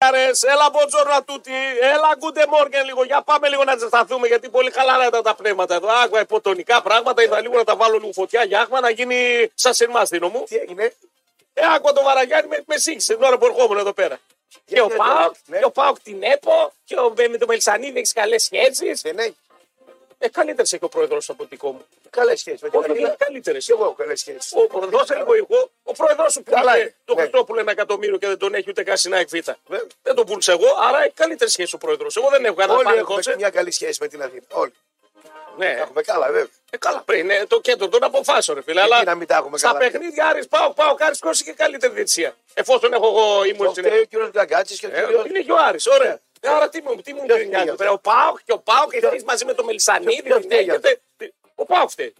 Μακάρε, έλα μποτζόρνα τούτη, έλα γκούντε μόργεν λίγο. Για πάμε λίγο να ζεσταθούμε, γιατί πολύ χαλαρά ήταν τα πνεύματα εδώ. Άγουα, υποτονικά πράγματα, είδα λίγο να τα βάλω λίγο φωτιά για άχμα να γίνει σαν σε εμά δίνω μου. Τι έγινε. Ε, άκουα το Βαραγιάννη με, με σύγχυσε την ώρα που ερχόμουν εδώ πέρα. Και ο Γιατί δεν το Πάοκ, έχεις, ναι. και ο Πάοκ την ΕΠΟ, και ο, με, με το Μελισανίδη έχεις καλές σχέσεις. Δεν έχει. Ε, καλύτερε έχει ο πρόεδρος από το δικό μου. Καλές σχέσεις με την Όχι, Αθήνα. είναι καλύτερες. Κι Ε, εγώ έχω καλές σχέσεις. Ο πρόεδρος εγώ, εγώ, ο πρόεδρος σου Καλά πουλάει είναι, το ναι. Χριστόπουλο ένα εκατομμύριο και δεν τον έχει ούτε Κασινά Β. Βέβαια. Δεν τον πούλησα εγώ, άρα έχει καλύτερη σχέση ο πρόεδρος. Εγώ δεν έχω κανένα Όλοι πάρει έχουμε κόψε. μια καλή σχέση με την Αθήνα. Όλοι. Ναι, Έχουμε καλά, βέβαια. ε, καλά πριν, ναι, το κέντρο των αποφάσεων, ρε φίλε. Αλλά να μην τα έχουμε στα καλά. παιχνίδια Άρης πάω, πάω, Άρης Κώστα και καλύτερη διετησία. Εφόσον έχω εγώ ήμουν στην Ο κύριος Γκαγκάτση και ο Ε, κύριος. Είναι και ο Άρης, ωραία. Ε, Άρα τι μου, τι μου Ποιος γκρινιάζει, Ναι. φταίει ρε, Ο Πάοκ και ο Πάοκ, Ποιος- εσείς μαζί με το Μελισανίδη, ποιος τι φταίει γι' αυτό? έχετε. τι- Ο Πάοκ φταίει.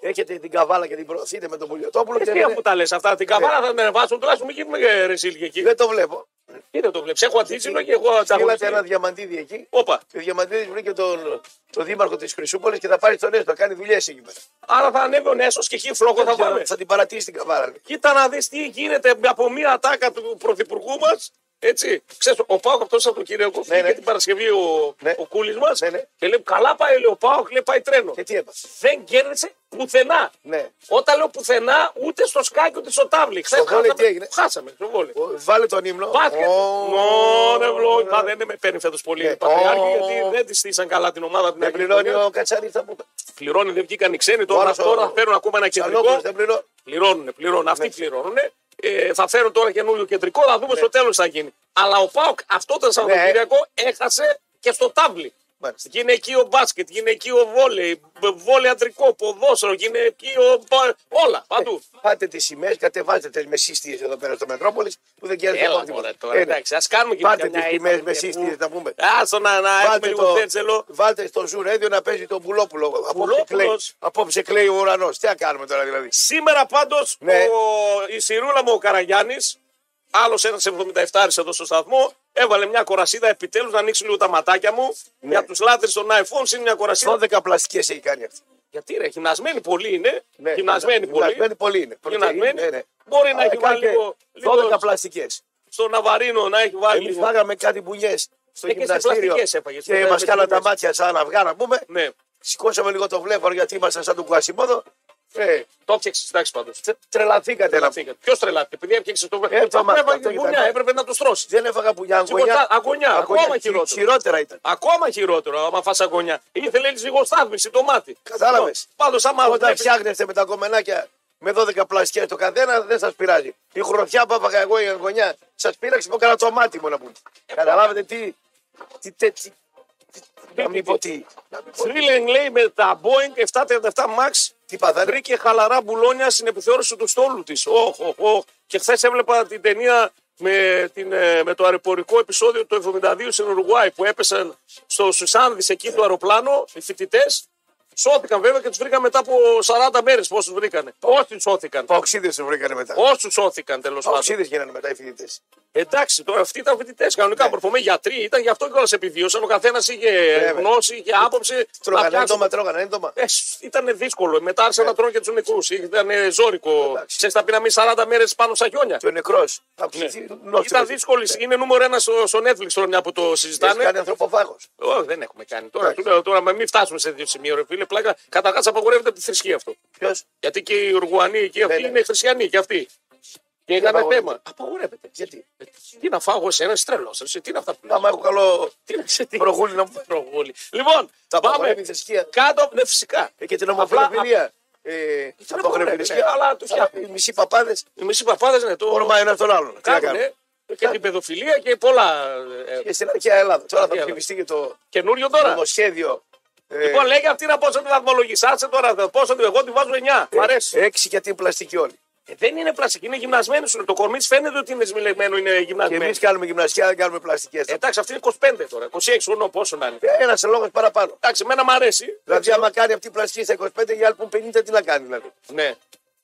Έχετε την καβάλα και την προωθείτε με τον Πολιοτόπουλο. και Ε, Τι λέτε, αφού τα λες αυτά, την Ναι. καβάλα θα με ανεβάσουν, τουλάχιστον μην γίνουμε ρεσίλγοι εκεί. Δεν το βλέπω. Τι δεν το βλέπεις, έχω αντίτζυλο και εγώ Στείλατε ανταγωνιστή. ένα διαμαντίδι εκεί. Όπα. Και ο διαμαντίδι βρήκε τον, τον δήμαρχο της Χρυσούπολης και θα πάρει τον Έστω. Κάνει δουλειές εκεί πέρα. Άρα θα ανέβει ο Νέσος και εκεί φλόγο θα Δεν ξέρω, πάμε. θα την παρατήσει την καβάλα. λέει. Κοίτα να δεις τι γίνεται από μία ατάκα του πρωθυπουργού μας. Έτσι, ξέρεις, ο Πάοκ αυτός από τον κύριο Κούφη Ναι, ναι. και την Παρασκευή ο, Ναι. ο Κούλης μας. Ναι, ναι. Και λέει: Καλά πάει, λέει, ο Πάοκ, λέει, πάει τρένο. Και τι έπασε. Δεν κέρδισε πουθενά. Ναι. Όταν λέω πουθενά, ούτε στο σκάκι ούτε στο τάβλι. Χθες βόλεϊ τι έγινε? Χάσαμε στο βόλεϊ. Ο- Βάλε τον ύμνο. Μπάσκετ. Ω, Νο, ρε βλό, μα δεν με παίρνει φέτος πολύ Ναι. η Πατριάρχη, Ω. γιατί δεν της στήσαν καλά την ομάδα από την Δεν αρχή. πληρώνει ο Κατσαρή θα μου Πληρώνει, δεν βγήκαν οι ξένοι. Τώρα Άρας ο- τώρα φέρουν ακόμα ένα κεντρικό. Τσαλόπουλος δεν πληρώνει. Πληρώνουν, πληρώνουν. Αυτοί πληρώνουν. Ε, θα φέρουν τώρα καινούριο κεντρικό, θα Ναι. δούμε στο τέλος θα γίνει. Αλλά ο Πάοκ αυτό το Σαββατοκύριακο έχασε και στο τάβλι. Μάλιστα. Γυναικείο μπάσκετ, γυναικείο βόλεϊ, μπ- βόλεϊ αντρικό, ποδόσφαιρο, γυναικείο. μπα- Όλα παντού. Πάτε τις σημαίες, κατεβάζετε τις μεσίστιε εδώ πέρα στο Μετρόπολης που Ε, δεν κέρδισε Έλα τίποτα. ναι. μωρέ τώρα, Ένα. εντάξει, ας κάνουμε και Πάτε καμιά τις ήττα, τιμές μωρέ, μεσής, που- τι να πούμε. Άστο να, να έχουμε Βάλτε, λίγο το, τέτσελο. βάλτε στο Ζουρέντιο να παίζει τον Πουλόπουλο. Απόψε κλαίει, Πουλόπουλος. απόψε κλαίει ο ουρανός. Τι θα κάνουμε τώρα δηλαδή. Σήμερα πάντως Ναι. ο, η σιρούλα μου ο Καραγιάννης, άλλος ένας 77 εδώ στο σταθμό, έβαλε μια κορασίδα επιτέλους να ανοίξουν λίγο τα ματάκια μου. Ναι. Για τους λάτρες των iPhones είναι μια κορασίδα. 12 πλαστικές έχει κάνει αυτή. Γιατί ρε, γυμνασμένη πολύ είναι. Ναι, γυμνασμένη πολύ. Γυμνασμένη πολύ είναι. Γυμνασμένη. Ναι, ναι. Μπορεί να Αλλά έχει βάλει κάνει λίγο, και λίγο 12 πλαστικές. στο ναβαρίνο να έχει βάλει. Εμείς λίγο. φάγαμε κάτι μπουνιές Ε, στο και στις γυμναστήριο. πλαστικές έφαγες, Και βέβαια, μα με κάναν τις τα μπουνιές. μάτια σαν αυγά να πούμε. Ναι, Σηκώσαμε λίγο το βλέμμα γιατί ήμασταν σαν τον Κουασιμόδο. Ε, το έφτιαξες, εντάξει πάντως. τσε- τρελαθήκατε να πούμε. Ποιος τρελάθηκε, επειδή έφτιαξε το Ε, το βρέφο. μάθημα, Έπρεπε, αυτό την ήταν. μπουνιά, έπρεπε να το στρώσει. Δεν έφαγα μπουνιά. Τίποτα, Λοιπόν, αγωνιά, ακόμα χει- χειρότερο. Χειρότερα ήταν. Ακόμα χειρότερο, άμα φας αγωνιά. Ήθελε έτσι λίγο στάθμιση το μάτι. Κατάλαβες. Πάντως, άμα Όταν βλέπεις- φτιάχνεστε με τα κομμενάκια με 12 πλαστικέ το καθένα, δεν σας πειράζει. Η χρονιά που έφαγα εγώ η αγωνιά σας πείραξε που έκανα το μάτι μου να πούμε. Ε, Καταλάβατε τι. τι, τι, τι- να μην πω τι. να μην πω τι. Θρύλεν λέει με τα Boeing 737 Max Τι παθάνε. βρήκε χαλαρά μπουλόνια στην επιθεώρηση τους στόλους της. Οχ, οχ, οχ. Και χθες έβλεπα την ταινία με, την, ε, με το αεροπορικό επεισόδιο του 72 στην Ουρουάη που έπεσαν στο Σουσάνδης εκεί το αεροπλάνο οι φοιτητές. Σώθηκαν βέβαια και τους βρήκαν μετά από 40 μέρες. Πώς τους βρήκανε. Όσοι τους σώθηκαν. Παοξίδες τους βρήκανε μετά. Όσους σώθηκαν τέλος πάντων. Παοξίδε γίνανε μετά οι φοιτητές. Εντάξει, τώρα αυτοί ήταν φοιτητές κανονικά. Ναι. Μορφωμένοι γιατροί ήταν, γι' αυτό κιόλας επιβίωσαν. Ο καθένας είχε Βέβαια. γνώση, είχε άποψη. να Τρώγανε φτιάξουν- έντομα, τρώγανε έντομα. Ε, ήταν δύσκολο. Μετά άρχισαν να τρώνε και τους νεκρούς. Ήταν ζώρικο. Ε. Εντάξει. Ε, Σε τα πήραμε 40 μέρες πάνω στα χιόνια. Και ο νεκρός. Ναι. Ήταν δύσκολη. Είναι νούμερο ένα στο, στο Netflix τώρα μια που το συζητάνε. Ε, Κάνει ανθρωποφάγος. Όχι, δεν έχουμε κάνει. Τώρα, Εντάξει. του λέω, τώρα μην φτάσουμε σε δύο σημείο, ρε φίλε. Πλάκα, καταρχάς απαγορεύεται από τη θρησκεία αυτό. Ποιος. Γιατί και οι Ουρουγουανοί εκεί αυτοί ναι. είναι χριστιανοί και αυτοί. Και έκανε απαγορεύεται. θέμα. Απαγορεύεται. Γιατί. Ε, Τι να φάγω σε ένα τρελό, τι είναι αυτά που λέω. Άμα έχω καλό Τι να σε τι. προγούλι να μου Προβολή. Λοιπόν, θα πάμε απαγορεύει η θρησκεία. κάτω από ναι, φυσικά. Ε, και την Απλά, ομοφιλοφιλία. Ε, Την το απαγορεύει, ναι, αλλά το φτιάχνει. Οι μισοί παπάδες α, Οι μισοί παπάδες είναι το όνομα ένα τον άλλον. Τι να κάνουν. κάνουμε. ε, Και την παιδοφιλία και πολλά. ε, Και στην αρχαία Ελλάδα. Τώρα θα Ελλάδα. ψηφιστεί και το Καινούριο τώρα. νομοσχέδιο. ε, Λοιπόν, λέγε αυτή να πόσο τη βαθμολογήσει. Άτσε τώρα, δε, πόσο τη εγώ τη βάζω ε, 9. Μ' αρέσει. Έξι γιατί είναι πλαστική όλοι. Ε, Δεν είναι πλαστική, είναι γυμνασμένη σου. Το κορμί της φαίνεται ότι είναι σμιλεγμένο, είναι Και γυμνασμένο. εμείς κάνουμε γυμναστικά, δεν κάνουμε πλαστικές. Ε, Εντάξει, αυτή είναι 25 τώρα. 26 χρονών πόσο να είναι. Ένα λόγο Ε, παραπάνω. Εντάξει, εμένα μ' αρέσει. Δηλαδή, άμα κάνει αυτή η πλαστική στα 25, οι άλλοι που είναι 50, τι να κάνει δηλαδή. Ναι.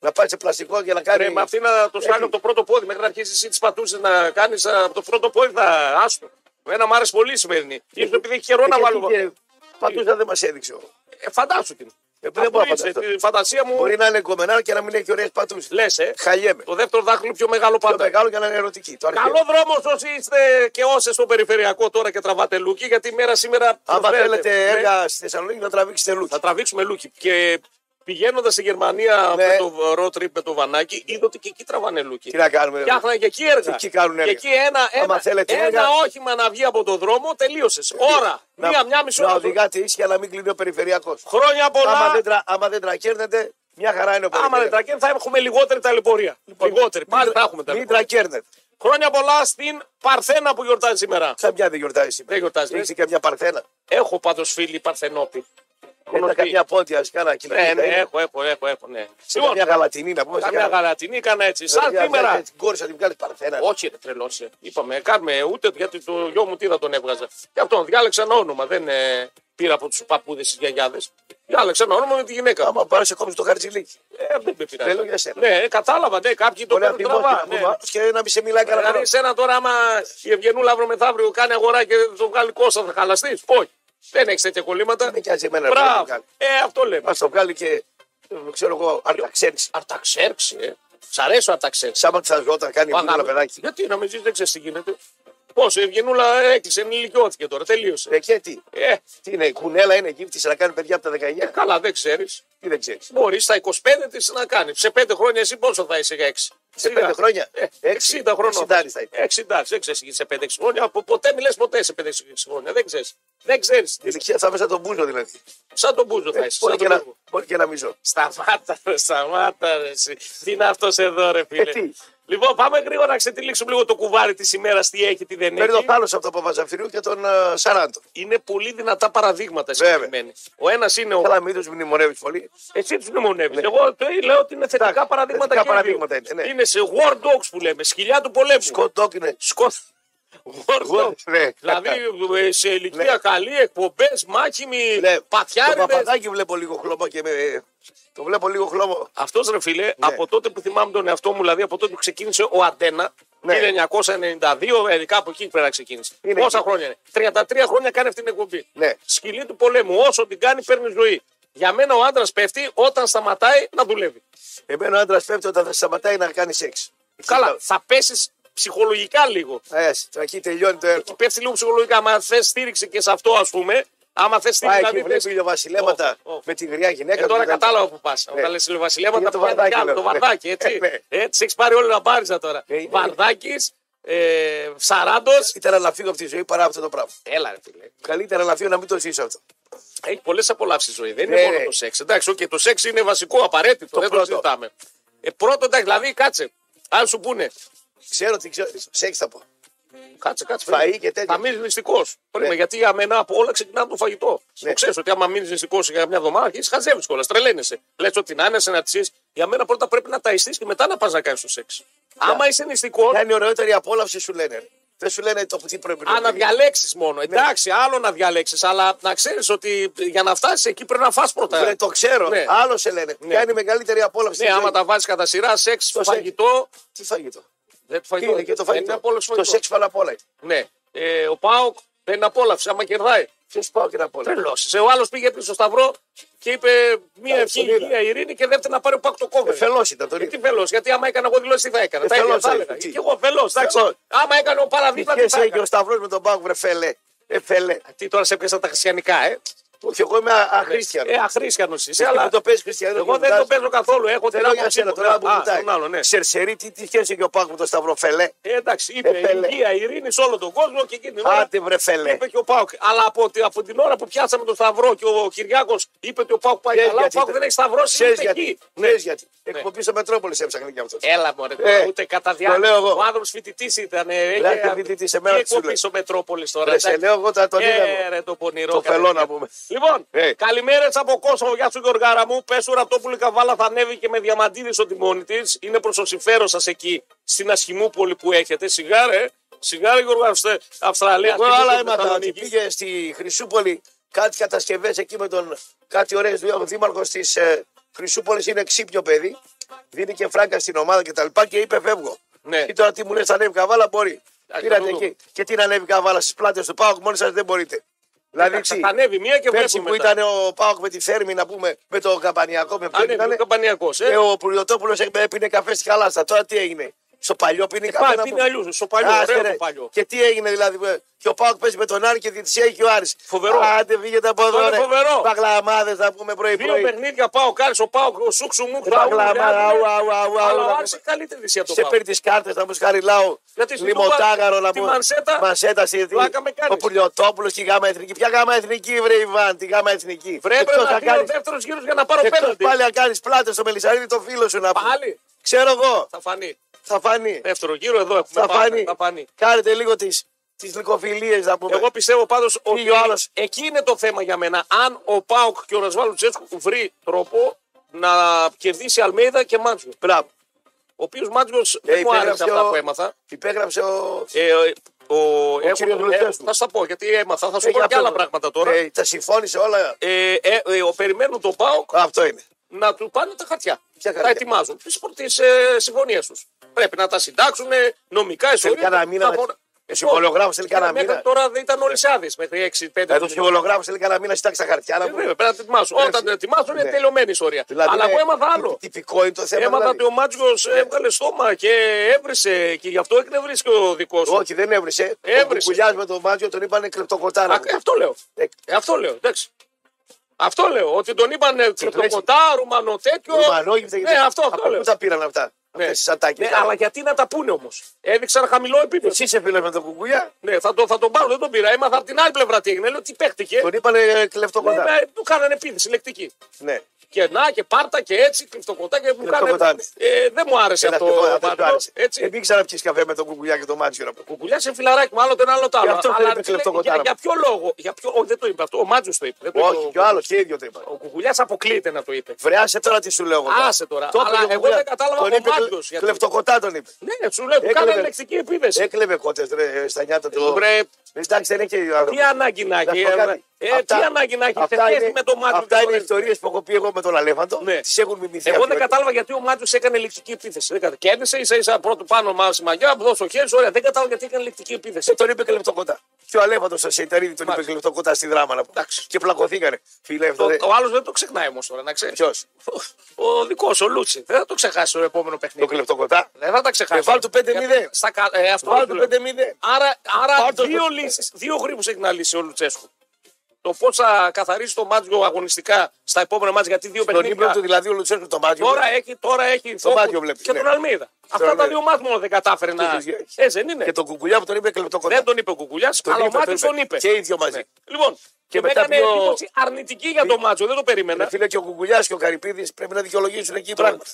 Να πάει σε πλαστικό για να Ρε, κάνει. με Ε, αυτή να το Έτσι. σκάλει από το πρώτο πόδι μέχρι να αρχίσει εσύ τις πατούσες να κάνεις από το πρώτο πόδι θα άστο. Εμένα μου άρεσε πολύ η σημερινή. σω επειδή έχει καιρό Ε, να και βάλω. τι, κύριε, Πατούσα δεν μας έδειξε. ο- Ε, φαντάσου την. Ε, δεν Δεν μπορώ να φανταστώ. Τη φαντασία μου Μπορεί να είναι κομμενάρ και να μην έχει ωραίες πατούσες. λες, ε. Χαλιέμαι. Το δεύτερο δάχτυλο πιο μεγάλο Το πάντα. μεγάλο και να είναι ερωτική. Το αρχαίο. Καλό δρόμο όσοι είστε και όσε στο περιφερειακό τώρα και τραβάτε λούκι, γιατί η μέρα σήμερα. Άμα προσφέρεται. Ναι. θέλετε έργα στη Θεσσαλονίκη να τραβήξετε λούκι. Θα τραβήξουμε λούκι. Και πηγαίνοντας στη Γερμανία Ναι. με το road trip με το βανάκι, είδα ότι και εκεί τραβάνε λούκι. Τι να κάνουμε. Φτιάχνανε και εκεί έργα. Και εκεί κάνουν έργα. Και εκεί ένα, Άμα ένα, θέλετε ένα έργα- Ε, όχημα να βγει από το δρόμο, τελείωσες. Ώρα. μία, μία μισή Να ώρα. οδηγάτε ίσια να μην κλείνει ο περιφερειακός. Χρόνια πολλά. Άμα δεν, τρα, άμα δεν τρακέρνετε, μια χαρά είναι ο Άμα δεν περιφερειακός. τρακέν, θα έχουμε λιγότερη ταλαιπωρία. λιγότερη. Πάλι θα έχουμε Λοιπόν, Μην ταλαιπωρία. τρακέρνετε. Χρόνια πολλά στην Παρθένα που γιορτάζει σήμερα. Καμιά δεν γιορτάζει σήμερα. Δεν γιορτάζει. Έχεις καμιά παρθένα. Έχω πάντως φίλοι Παρθενόπη. Έχει καμιά πόντια, ας κάνα Ναι, κοινωνία. ναι, έχω, έχω, έχω, έχω, ναι. Λοιπόν, Καμιά γαλατινή να πούμε. σε καμιά κάνα- γαλατινή έκανα έτσι. Σαν Μια- σήμερα. Την κόρησα την βγάλει παρθένα. Όχι, ρε τρελός. ε. Είπαμε, κάνουμε ούτε γιατί το γιο μου τι θα τον έβγαζε. Και αυτόν διάλεξα ένα όνομα. Δεν ε, πήρα από τους παππούδες ή γιαγιάδες. Διάλεξα ένα όνομα με τη γυναίκα. Άμα πάρεις σε κόμμα το χαρτζιλίκι. Ε, δεν με πειράζει. Δεν λέω για σένα. Ναι, ε, κατάλαβα, ναι, κάποιοι το Μπορεί να παίρνουν τραβά. θυμώσει Ναι. και να μην σε μιλάει κανένα. Δηλαδή, πράγμα. εσένα τώρα, άμα η Ευγενούλα αύριο μεθαύριο κάνει αγορά και δεν το βγάλει κόστα, θα χαλαστείς. Όχι. Δεν έχει τέτοια κολλήματα. Δεν νοιάζει εμένα, ρε, να το Μπράβο. κάνει. Ε, αυτό λέμε. Μας το βγάλει και. ε, Ξέρω εγώ, αν τα ξέρει. Αρταξέρξη, ε. Σ' αρέσει ο Αρταξέρξη. Σάμα τη θα ζώτα, κάνει ένα παιδάκι. Γιατί να με ζήσει, δεν ξέρεις τι γίνεται. Πόσο, η Ευγενούλα ε, έκλεισε, ενηλικιώθηκε τώρα, τελείωσε. Ε, και τι. Ε, Τι είναι, η κουνέλα είναι γύφτιση να κάνει παιδιά από τα 19. καλά, δεν ξέρεις. Τι δεν ξέρεις. Μπορείς στα 25 της να κάνεις. Σε 5 χρόνια εσύ πόσο θα είσαι για 6. Σε πέντε χρόνια. Ε, 60 60 χρονών. 60 θα είναι. 60, δεν ξέρεις σε 5-6 χρόνια. Από ποτέ μιλέ ποτέ σε 5-6 χρόνια. Δεν ξέρεις. Δεν ξέρεις. Την ηλικία θα μέσα τον μπούζο δηλαδή. Σαν τον Μπούζο θα είσαι. Σαν Μπορεί και, τον να, Μπούζο. μπορεί και να μιζώ. Σταμάτα, ρε, σταμάτα, ρε, εσύ. Τι είναι αυτός εδώ, ρε φίλε. Ε, τι. λοιπόν, πάμε γρήγορα να ξετυλίξουμε λίγο το κουβάρι της ημέρας, τι έχει, τι δεν Παίρνει τον έχει. Πάλο από τον Παπαζαφυρίου και τον ε, Σαράντο. Είναι πολύ δυνατά παραδείγματα Βέβαια. συγκεκριμένοι. Ο ένας είναι ο. Καλά, μην τους μνημονεύεις πολύ. Εσύ τους μνημονεύεις. Εγώ το λέω ότι είναι θετικά Εντάξει, παραδείγματα. θετικά και δύο. παραδείγματα είναι, ναι. είναι σε War Dogs που λέμε, σκυλιά του πολέμου. Σκοτόκ είναι. Σκοτ. War War- Dogs. ναι. Δηλαδή ε, σε ηλικία Ναι. καλή, εκπομπές, μάχημοι, Ναι, Το πατιάριδες. παπαδάκι βλέπω λίγο χλωμό και με. Το βλέπω λίγο χλωμό. Αυτός ρε φίλε, Ναι. από τότε που θυμάμαι τον εαυτό μου, δηλαδή από τότε που ξεκίνησε ο Αντένα, Ναι. 1992, ε, κάπου εκεί πέρα ξεκίνησε. Είναι Πόσα εκεί. χρόνια είναι. 33 χρόνια κάνει αυτή την εκπομπή. Ναι. Σκυλή του πολέμου. Όσο την κάνει, παίρνει ζωή. Για μένα ο άντρας πέφτει όταν σταματάει να δουλεύει. Εμένα ο άντρας πέφτει όταν θα σταματάει να κάνει σεξ. Καλά, θα πέσεις ψυχολογικά λίγο. Ε, εκεί τελειώνει το έργο. Πέφτει λίγο ψυχολογικά. Άμα θες στήριξη και σε αυτό, ας πούμε, άμα θες Πάει στήριξη. εκεί, δηλαδή, βλέπει ηλιοβασιλέματα Όχι, όχι. με τη γριά γυναίκα. Ε, τώρα του, κατάλαβα που πας. Ναι. Όταν λες ηλιοβασιλέματα, Είναι το το βαρδάκι. βαρδάκι, Άλλο, το λέω, ναι. βαρδάκι, έτσι. Ε, ναι. έτσι έχεις πάρει όλη να πάρει τώρα. Ε, είναι. Βαρδάκι, ε, Σαράντος. Καλύτερα να φύγω από τη ζωή παρά αυτό το πράγμα. Έλα, ρε φίλε. Καλύτερα να φύγω να μην το ζήσω αυτό. Έχει πολλές απολαύσεις ζωή. Δεν Ναι, είναι μόνο ναι. το σεξ. Εντάξει, okay, το σεξ είναι βασικό, απαραίτητο. Το δεν πρώτο. το συζητάμε. Ε, πρώτο, εντάξει, δηλαδή κάτσε. Αν σου πούνε. Ξέρω τι ξέρω. Σεξ θα πω. Κάτσε, κάτσε. Φαΐ πρέπει. και τέτοια. Θα μείνει μυστικό. Ναι. Γιατί για μένα από όλα ξεκινά από το φαγητό. Ναι. Το ξέρεις ότι άμα μείνεις μυστικό για μια εβδομάδα αρχίζεις, χαζεύεις κιόλας. Τρελαίνεσαι. Λες ότι να είναι να τσίσει. Για μένα πρώτα πρέπει να ταϊστείς και μετά να πας να κάνεις το σεξ. Άμα είσαι μυστικό, Ποια είναι η ωραιότερη απόλαυση σου λένε. Δεν σου λένε το τι πρέπει Α, να να διαλέξει Ναι. μόνο. Εντάξει, άλλο να διαλέξεις, αλλά να ξέρεις ότι για να φτάσεις εκεί πρέπει να φας πρώτα. Βρε, το ξέρω. Ναι. Άλλο σε λένε. Ποια είναι η μεγαλύτερη απόλαυση. ναι, στη άμα ζωή. τα βάζεις κατά σειρά, σεξ, Το σεξ. φαγητό. Τι φαγητό. Δεν το Τι φαγητό. είναι και το Είναι φαγητό. απόλαυση Το φαγητό. σεξ πάνω απ' όλα. είναι. Ναι. Ε, ο Πάοκ παίρνει απόλαυση, άμα κερδάει. Ποιος πάω και να πω. Τρελώσει. Ο άλλος πήγε πίσω στο Σταυρό και είπε μία Τα ευχή τον είδα. υγεία ειρήνη και δεύτερα να πάρει ο Πάοκ το κόβερ. Φελός ήταν τον Γιατί ίδιο. φελός, γιατί άμα έκανα εγώ δηλώσεις τι θα έκανα. Ε, Τα ίδια φελός θα θα έλεγα. είσαι, τι. Και εγώ φελός, Φελός. εντάξει. Άμα έκανα ο παραδίπλα τι Και θα σε και ο έκανα. Σταυρός με τον Πάγκο, βρε φελέ. Ε, φελέ. Τι τώρα σε πιάσα τα χριστιανικά, ε. Όχι, εγώ είμαι α- αχρήστιανο. Ε, αχρήστιανο είσαι, Εσύ αλλά που το παίζει χριστιανό. Εγώ δεν το παίζω καθόλου. Έχω την Θέλω για άποψή σένα μου. τώρα που Α, βουτάει. τον άλλο, ναι. Σερσερή, τι τι σχέση έχει ο Πάγκο με τον Σταυρό, φελέ. Ε, εντάξει, Ε, είπε φέλε. υγεία, ειρήνη σε όλο τον κόσμο και εκείνη την ώρα Άντε βρε φελέ. είπε και ο Πάουκ. Αλλά από, τη- από την ώρα που πιάσαμε τον Σταυρό και ο Κυριάκος είπε ότι ο Πάουκ πάει Ξέρεις καλά, ο γιατί Πάουκ ήταν. δεν έχει Σταυρό, Ξέρεις είναι γιατί. εκεί. Ναι. Ξέρεις γιατί. Εκπομπή στο Μετρόπολη έψαχνε και αυτό. Έλα μου, Ε, ούτε κατά το λέω διάρκεια. εγώ. Ο άνθρωπο φοιτητής ήταν. ε, Λάτε έκανε- φοιτητής, Τι εμένα της εκπομπή λέω. στο Μετρόπολης τώρα. Ρε σε εντάξει. λέω εγώ τα τον είδα. Ε, εγώ. ρε, το πονηρό. Το κατά φελό να διάρκεια. πούμε. Λοιπόν, Ε. καλημέρε από κόσμο. Γεια σου Γιωργάρα μου. Πες ραπτόπουλη καβάλα θα ανέβει και με διαμαντίδη στο τιμόνι της. Είναι προς το συμφέρον σας εκεί στην Ασχημούπολη που έχετε. Σιγά ρε, σιγά ρε Γιώργο Αυστε- Αυστραλία. Εγώ άλλα έμαθα ότι Θεσσαλονίκη. πήγε στη Χρυσούπολη κάτι κατασκευές εκεί με τον. Κάτι ωραίες δουλειά. Ο δήμαρχο τη Χρυσούπολης είναι ξύπνιο παιδί. Δίνει και φράγκα στην ομάδα και τα λοιπά και είπε φεύγω. Ναι. Και τώρα τι μου λες, ανέβει καβάλα μπορεί. Εντάξει, Πήρατε θα το εκεί. Και τι να ανέβει καβάλα στις πλάτες του Πάουκ, μόλις σας δεν μπορείτε. Δηλαδή, θα τσι, ανέβει μία και πέρσι βλέπουμε. που μετά. ήταν ο Πάοκ με τη Θέρμη, να πούμε, με το Καμπανιακό, με ποιον Ανέβη ήταν. ο Καμπανιακό. ναι, Ε. Ε, ο Πουλιοτόπουλος έπινε καφέ στη Χαλάστα. Τώρα τι έγινε. Στο παλιό πίνει καφέ. Πάει, να είναι πούμε. αλλιώς. Στο παλιό, Άστε, ωραίο ρε. το παλιό. Και τι έγινε δηλαδή. ε, Και ο Πάοκ παίζει με τον Άρη και διαιτησία έχει ο Άρης. Φοβερό. Άντε βγήκε από εδώ. είναι ρε. φοβερό. Παγλαμάδες να πούμε Δύο πρωί-πρωί. παιχνίδια πάω κάρι, ο Πάοκ, ο Σούξου μου. Παγλαμάδα. Ε, Αου, αου, αου, ναι. αου, Αλλά ο να Άρης πούμε. έχει καλύτερη δυσία το Σε Πάοκ. παίρνεις τι κάρτε να μου σκαριλάω. Γιατί στην Λιμοτάγαρο Τούμπα, να τη πούμε. Μανσέτα, Μανσέτα στη δι- πλάκα με κάνεις. Ο Πουλιοτόπουλος και η γάμα εθνική. Ποια γάμα εθνική, βρε Ιβάν, τη γάμα εθνική. Πρέπει Εκτός να δει ο κάνεις- δεύτερος γύρος για να πάρω εκτός πέναντι. πάλι να κάνει πλάτε στο Μελισσαρίδη το φίλο σου να πούμε. Πάλι Ξέρω εγώ. θα φανεί. Θα φανεί. Δεύτερο γύρο εδώ έχουμε. Θα πάρει, φανεί. Θα φανεί. Κάνετε λίγο τις τις λυκοφιλίε να πούμε. Εγώ πιστεύω πάντως ότι Φύγει ο άλλος. εκεί είναι το θέμα για μένα. Αν ο Πάοκ και ο Ρασβάλλου Τσέσκου βρει τρόπο να κερδίσει Αλμέιδα και Μάτζιο. Μπράβο. Ο οποίος Μάτζιο Ε, δεν μου υπέγραψε άρεσε ο- αυτά που έμαθα. Υπέγραψε ο. Ε, ο, ο, έχουν- κύριος ε, Λουτσέσκου. θα στα πω γιατί έμαθα, θα σου Ε, πω για και άλλα πες μου. πράγματα τώρα. Ε, τα συμφώνησε όλα. Ε, ε, ε, ο, περιμένουν τον Πάοκ Αυτό είναι. να του πάνε τα χαρτιά. Ποια Τα χαρτιά? ετοιμάζουν. Τι ε, συμφωνίε τους. Πρέπει να τα συντάξουν νομικά, ιστορία. Τελικά ένα μήνα να με- μπορούν- Ε, συμβολογράφος τελικά ένα Μέχρι μήνα. Τώρα δεν ήταν όλοι άδειες μέχρι 6-5 Εδώ συμβολογράφο θέλει κανένα μήνα, συντάξει τα χαρτιά να Ε, Βέβαια, πούμε. πρέπει να τα ετοιμάσουν. Εντάξει. Όταν τα ετοιμάσουν είναι Ναι. τελειωμένη η ιστορία. Δηλαδή, Αλλά είναι εγώ έμαθα άλλο. τυ- Τυπικό είναι το θέμα. Έμαθα δηλαδή. ότι ο Μάτζιος έβγαλε στόμα και έβρισε και γι' αυτό εκνευρίσει και ο δικός σου. Όχι, δεν έβρισε. Έβρισε. Ο Κουκουλιάς με τον Μάτζιο τον είπανε κλεπτοκοτάρα. Α, Αυτό λέω. Ε, Ε, αυτό λέω, εντάξει. Αυτό λέω, ότι τον είπαν κρυπτοκοντά, ρουμανό τέτοιο. Ρουμανόγυπτα και Ναι, τέτοια. αυτό, αυτό Από λέω. Πού τα πήραν αυτά. Ναι. Αυτές τις ατάκες. Ναι, αλλά γιατί να τα πούνε όμως. Έδειξαν χαμηλό επίπεδο. Εσύ είσαι φίλος με τον Κουκουλιά. Ναι, θα, το, θα τον πάρω, δεν τον πήρα. Έμαθα από την άλλη πλευρά τι έγινε. Λέω τι παίχτηκε. Τον είπανε κλεπτοκοτάρα. Ε, Ναι, ναι, του κάνανε επίθεση λεκτική. Ναι. Και να και πάρτα και έτσι, κρυπτοκοντά και μου Κρυπτοκοντά. κάνανε. Ε, δεν μου άρεσε Ένα αυτό. αυτό ο δεν του Μάτζιος, άρεσε. Έτσι. Δεν πήγε ξανά πιει καφέ με τον Κουκουλιά και τον Μάτζιο. να πούμε. Κουκουλιά σε φιλαράκι, μάλλον τον άλλο το άλλο. αυτό Αλλά, θέλετε ρε, για, κλεπτοκοντάρα. για ποιο λόγο. Για ποιο, όχι, δεν το είπε αυτό. Ο Μάτζο το είπε. Δεν το είπε Όχι, ο- και ο άλλος και ίδιο το είπα. Ο Κουκουλιάς αποκλείεται να το είπε. Βρε, άσε τώρα τι σου λέω. εγώ. Άσε τώρα. Το είπε Αλλά και εγώ ο Κουκουλιάς. δεν κατάλαβα Τον ο είπε κλε- Μάτζιος γιατί. Κλεπτοκοτά τον είπε. Ναι, σου λέω, του Έκλεβε. κάνανε λεκτική επίθεση. Έκλεβε κότες ρε, στα νιάτα του. Βρε, Εντάξει, δεν έχει. τι ανάγκη να έχει. Να σου πω ε, κάτι. ε, Τι Αυτά- ανάγκη να έχει. Σε αυτά σχέση είναι- με το Μάτζο. Αυτά είναι ιστορίες που έχω πει εγώ με τον Αλέφαντο. Ναι. Τις έχουν μιμηθεί. Εγώ αυτοί δεν όλοι. κατάλαβα γιατί ο Μάτζο έκανε λεκτική επίθεση. Δεν κατα- Κέρδισε ίσα ίσα πρώτο πάνω μα στη μαγιά, δώσε το χέρι, σου, ωραία. Δεν κατάλαβα γιατί έκανε λεκτική επίθεση. Τον είπε κλεπτοκοντά. Και ο Αλέφαντο σε Σεϊταρίδη τον είπε Μάλιστα. κλεπτοκοντά στη δράμα. να πούμε. Εντάξει. Και πλακωθήκανε. Φίλε, αυτό Το- δεν. Ο άλλος δεν το ξεχνάει όμως τώρα, να ξέρεις. Ποιος. Ο δικός, ο Λούτσι. Δεν θα το ξεχάσει στο επόμενο Το παιχνίδι. κλεπτοκοντά. Δεν θα τα ξεχάσει. Ε, βάλ του 5-0. Γιατί Στα κα- ε, αυτό Βάλ σου του λέω. 5-0. Άρα, άρα Βάλ το δύο, 5-0. λύσεις, δύο γρήγορες έχει να λύσει ο Λουτσέσκου. Το πώς θα καθαρίσει το μάτζιο αγωνιστικά στα επόμενα μάτζια, γιατί δύο Τον ύπνο του παιχνίδια. δηλαδή ο Λουτσέσκου το μάτι. Τώρα έχει, τώρα έχει Το Θόκου μάτιο βλέπεις, και ναι. τον Αλμίδα. Αυτά τα Αλμίδα. δύο μάτια μόνο δεν κατάφερε να. τους βγαίνει. Έτσι δεν είναι. Και τον κουκουλιά που τον είπε κλεπτοκοντά. Δεν τον είπε ο Κουκουλιάς, Τον αλλά ο είπε, Μάτζιο τον είπε. Και οι δύο μαζί. Λοιπόν, και, μετά μετά έκανε πιο- εντύπωση αρνητική για τον Μάτζιο. Δεν το περίμενα. Ρε Φίλε και ο κουκουλιάς και ο Καρυπίδης πρέπει να δικαιολογήσουν εκεί Τώρα. πράγματα.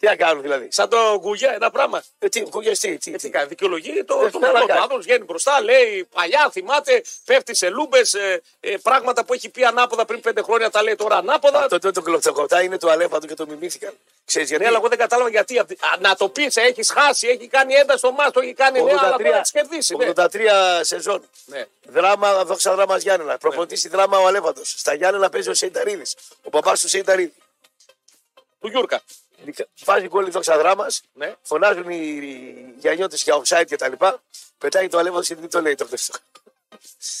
Τι να κάνουν δηλαδή. Σαν τον Κουγιά, ένα πράγμα. Ε, Τι, κουκουλιά, τι, τι, Έτσι τι. κάνει. Δικαιολογεί το, Δεν το ξέρω μυαλό να του. κάνει. Άνθρωπος βγαίνει μπροστά, λέει παλιά, θυμάται, πέφτει σε λούμπες, ε, ε, πράγματα που έχει πει ανάποδα πριν πέντε χρόνια τα λέει τώρα ανάποδα. Αυτό το, το κλεπτοκοντά είναι του Αλέφαντο και το μιμήθηκαν. Ξέρεις γιατί. Ναι, αλλά εγώ δεν κατάλαβα γιατί. Α, να το πεις, έχει χάσει, έχει κάνει ένταση στο μάτι, το έχει κάνει. Ναι, αλλά τώρα 83 έχει κερδίσει. Ναι. 83 σεζόν. Ναι. Δράμα, δόξα δράμα Γιάννενα. Προπονητή στη δράμα ο Αλέφαντο. Στα Γιάννενα παίζει ο Σεϊταρίδη. Ο παπάς του Σεϊταρίδη. Του Γιούρκα. Βάζει γκολ η δόξα δράμα. Ναι. Φωνάζουν οι γιανιώτε για offside και τα λοιπά. Πετάει το Αλέφαντο και δεν το λέει το κλεφτό.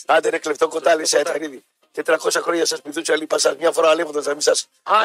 Άντε ρε κλεφτό κοτάλι Σεϊταρίδη. 400 χρόνια σας πηδούσα λίπα σας μια φορά Αλέφαντος να μην σας. Α,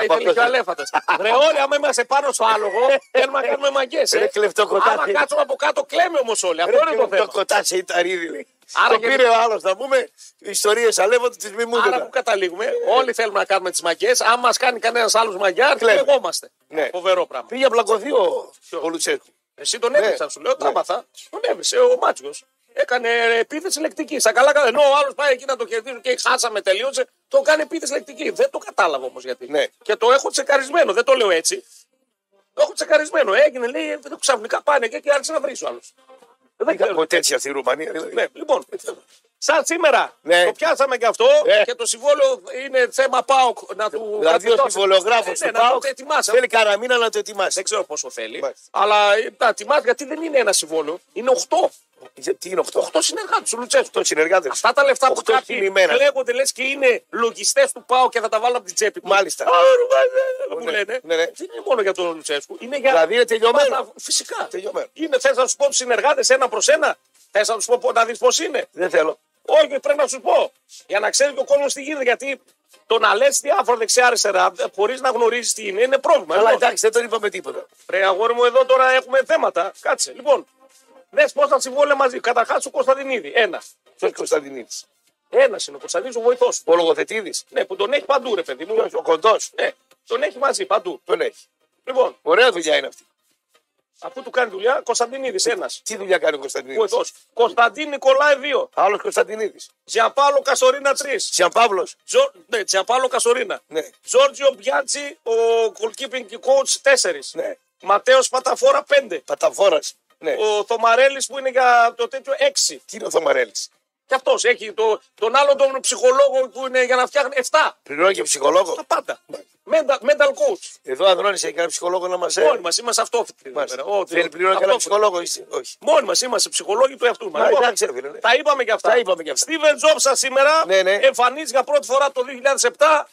ήθελε και ο Αλέφατα. Ρε, όλοι άμα είμαστε πάνω στο άλογο, θέλουμε να κάνουμε μαγκέ. Ρε, κλεφτοκοτάκι. Άμα κάτσουμε από κάτω, κλαίμε όμως όλοι. Αυτό είναι το θέμα. κοτά Σεϊταρίδη. λέει. Άρα Το και- πήρε ο άλλος να πούμε ιστορίες Αλέφαντος τη Άρα που μιμούνται. καταλήγουμε, όλοι θέλουμε να κάνουμε τις μαγκέ. Αν μας κάνει κανένας άλλος μαγιά, Κλαίμε. κλεγόμαστε. Ναι. Φοβερό πράγμα. Πήγε απλακωθεί ο, ο Λουτσέσκου. Εσύ τον έβρισαν, Ναι. σου λέω, τα Ναι. έμαθα. Τον έβρισε ο Μάτσιος. Έκανε επίθεση λεκτική. Στα καλά, καλά. ενώ ο άλλος πάει εκεί να το κερδίσει και χάσαμε, τελείωσε. Το κάνει επίθεση λεκτική. Δεν το κατάλαβα όμως γιατί. Ναι. Και το έχω τσεκαρισμένο, δεν το λέω έτσι. Το έχω τσεκαρισμένο. Έγινε, λέει, ε, ξαφνικά πάνε και, και άρχισε να βρει ο άλλος. Δεν Είχα ξέρω. ποτέ έτσι αυτή η Ρουμανία. δηλαδή. Ναι, λοιπόν, σαν σήμερα Ναι. το πιάσαμε και αυτό Ε. και το συμβόλαιο είναι θέμα ΠΑΟΚ να του. Δηλαδή ο καθιστώσει. συμβολογράφο Ναι, του ναι, να Πάου το ετοιμάσει. θέλει κανένα μήνα να το ετοιμάσει. Δεν ξέρω πόσο θέλει. Μάλιστα. Αλλά ε, τα ετοιμάζει γιατί δεν είναι ένα συμβόλαιο. Είναι 8. Ε, Τι είναι 8, 8 συνεργάτε του Λουτσέσκου. 8 συνεργάτες. Αυτά τα λεφτά που Οκτώ κάποιοι κινημένα. λέγονται λες και είναι λογιστές του ΠΑΟ και θα τα βάλουν από την τσέπη του. Μάλιστα. Α, ρε, Που Ναι, λένε. ναι, ναι. Δεν είναι μόνο για τον Λουτσέσκου. Είναι για. Δηλαδή είναι τελειωμένο. Πάρα- Φυσικά. Τελειωμένο. Είναι, θες να σου πω του συνεργάτες ένα προς ένα. Θες να του πω να δεις πώς είναι. Δεν θέλω. Όχι, πρέπει να σου πω. Για να ξέρει και ο κόσμος τι γίνεται. Γιατί το να λες διάφορα δεξιά-αριστερά χωρίς να γνωρίζεις τι είναι είναι πρόβλημα. Αλλά Λοιπόν, εντάξει, δεν τον είπαμε τίποτα. Ρε αγόρι μου, εδώ τώρα έχουμε θέματα. Κάτσε. Λοιπόν, δες πώς θα συμβόλαια μαζί. Καταρχάς ο Κωνσταντινίδη. Ένα. Ποιος Κωνσταντινίδης. Ένας είναι ο Κωνσταντινίδης, ο βοηθός. Ο λογοθετήδη. Ναι, που τον έχει παντού, ρε παιδί μου. Ο κοντός. Ναι, τον έχει μαζί παντού. Τον έχει. Λοιπόν, Ωραία δουλειά είναι αυτή. αφού του κάνει δουλειά, Κωνσταντινίδης ένας. Τι δουλειά κάνει ο Κωνσταντινίδης. Βοηθό. Κωνσταντίν Νικολάη 2. Άλλος Κωνσταντινίδης. Τζιαπάλο Κασορίνα 3. Σαν Παύλο. Τζο... Ναι, Τζιαπάλο Κασορίνα. Ναι. Τζόρτζιο Μπιάτζι, ο goalkeeping coach 4. Ναι. Ματέος Παταφόρα 5. Παταφόρας. Ναι. Ο Θωμαρέλης που είναι για το τέτοιο 6. Τι είναι ο Θωμαρέλης. Και αυτός έχει το, τον άλλον τον ψυχολόγο που είναι για να φτιάχνει 7. Πληρώνει και ψυχολόγο. Τα πάντα. Mental, mental coach. Εδώ Ανδρώνη έχει κανένα ψυχολόγο να μας Μόνοι έρθει. μας είμαστε αυτό. φίλε, πέρα. Ό, Ναι. Θέλει αυτό- πληρώνει κανένα αυτό- ψυχολόγο. Είσαι. Όχι. Μόνοι μας είμαστε ψυχολόγοι του εαυτού μας. λοιπόν, Μα, εντάξει, ρε φίλε, ναι. τα είπαμε και αυτά. Τα είπαμε και αυτά. Στίβεν Τζόψα σήμερα Ναι, ναι. εμφανίζει για πρώτη φορά το 2007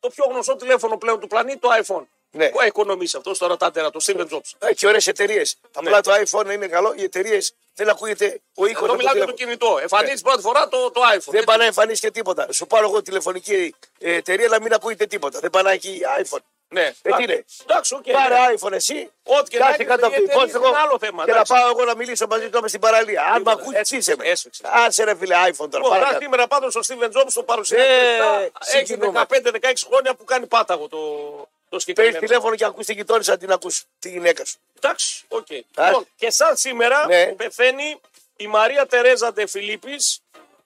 το πιο γνωστό τηλέφωνο πλέον του πλανήτη, το iPhone. Ναι. Που έχει οικονομήσει αυτός τώρα τάτερα, το Steven Jobs. Α, Και ωραίες εταιρείες. Απλά το iPhone είναι καλό. Οι εταιρείες δεν ακούγεται ο ήχος. Ναι. Εδώ μιλάμε για το κινητό. Εμφανίζεις πρώτη φορά το, το iPhone. Ναι. Δεν πάνε να εμφανίσει και τίποτα. Σου πάρω εγώ τηλεφωνική ε, εταιρεία να μην ακούγεται τίποτα. Δεν πάνε εκεί iPhone. Ναι. Ε, τι είναι. Εντάξει, οκ. ναι. Πάρε iPhone εσύ. Ό,τι και να Κάθε έχετε, κάτω από η την εταιρεία πόρτα είναι εγώ ένα άλλο θέμα, και να εντάξει. πάω εγώ να μιλήσω μαζί του στην παραλία. Αν με Τίποτα. ακούει, Έσφιξε, τσίσε με. έσφιξε. Άσε ρε φίλε, iPhone τώρα. Λοιπόν, παρακάτω. τώρα σήμερα πάντως ο Steven Jobs το παρουσιάζει. Ε, μετά. έχει συγκινούμε. 15-16 χρόνια που κάνει πάταγο το, το Παίρνει συγκεκριμένο. τηλέφωνο και ακούς την γειτόνισσα την ακούς τη γυναίκα σου. Εντάξει, οκ. Α. Λοιπόν, και σαν σήμερα Ναι. που πεθαίνει η Μαρία Τερέζα Ντε Φιλίππης,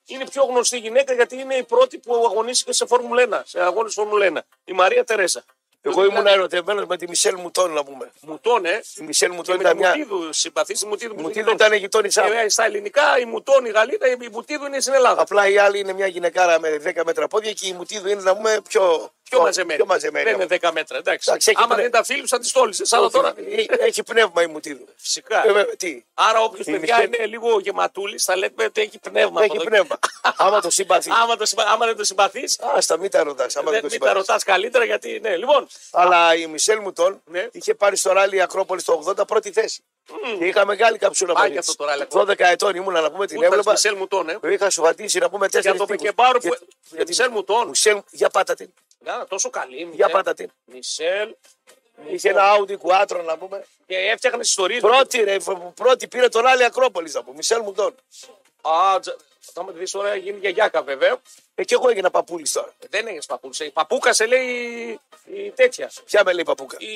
είναι η πιο γνωστή γυναίκα γιατί είναι η πρώτη που αγωνίστηκε σε Φόρμουλα 1, σε αγώνες Φόρμουλα 1. Η Μαρία Τερέζα. Εγώ ήμουν ερωτευμένος με τη Μισελ Μουτών να πούμε. Μου τόνε. Η Μισελ Μουτών Και με τη ήταν μια. Μουτίδου, συμπαθή στη Μουτίδου. που Μουτίδου γινόταν. ήταν η γειτόνισά μου. Ε, Στα ελληνικά η Μουτών, η Γαλλίδα, η Μουτίδου είναι στην Ελλάδα. Απλά η άλλη είναι μια γυναικάρα με 10 μέτρα πόδια και η Μουτίδου είναι να πούμε πιο, Πιο μαζεμένη. Πιο μαζεμένη. Δεν είναι 10 μέτρα. Εντάξει. Εντάξει, έχει Άμα πνεύμα. δεν τα φίλους θα τη τόλισε. Αλλά Όχι, τώρα. ε, Έχει πνεύμα η Μουτίδου. Φυσικά. Ε, βέβαια, τι. Άρα όποιος Η παιδιά Μισελ- είναι λίγο γεματούλης θα λέτε ότι έχει πνεύμα. από Έχει εδώ. πνεύμα. Άμα το συμπαθείς. Άμα, το, συμπα- άμα δεν το συμπαθείς, Άστα, μην τα ρωτάς. Άμα δεν το Ε, μην τα συμπαθείς. ρωτάς καλύτερα γιατί. Ναι, λοιπόν. Αλλά η Μισελ Μουτών Ναι. είχε πάρει στο ράλι Ακρόπολη το 80 πρώτη θέση. Και είχα μεγάλη καψούρα Πάει μαζί και αυτό της. το ράλι 12 ετών ήμουν να πούμε την Ούτε έβλεπα. Μισελ Μουτών, ε. Το είχα σοβατήσει να πούμε Για τέσσερι το Πεκεμπάρο που. Για Μισελ Μουτών. Μισελ, για πάτα την. Να, τόσο καλή. Μισελ. Για πάτα την. Μισελ. Είχε ένα Audi Quattro να πούμε. Και έφτιαχνε ιστορίε. Πρώτη, ρε, φ- πρώτη πήρε τον Άλλη Ακρόπολης να πούμε. Μισελ Μουτών. Α, τζα- θα με δεις τώρα γίνει για γιάκα βέβαια. Ε, και εγώ έγινα παππούλης τώρα. Δεν έγινες παππούλης. Η παππούκα σε λέει η, η τέτοια. Ποια με λέει η παππούκα. Η,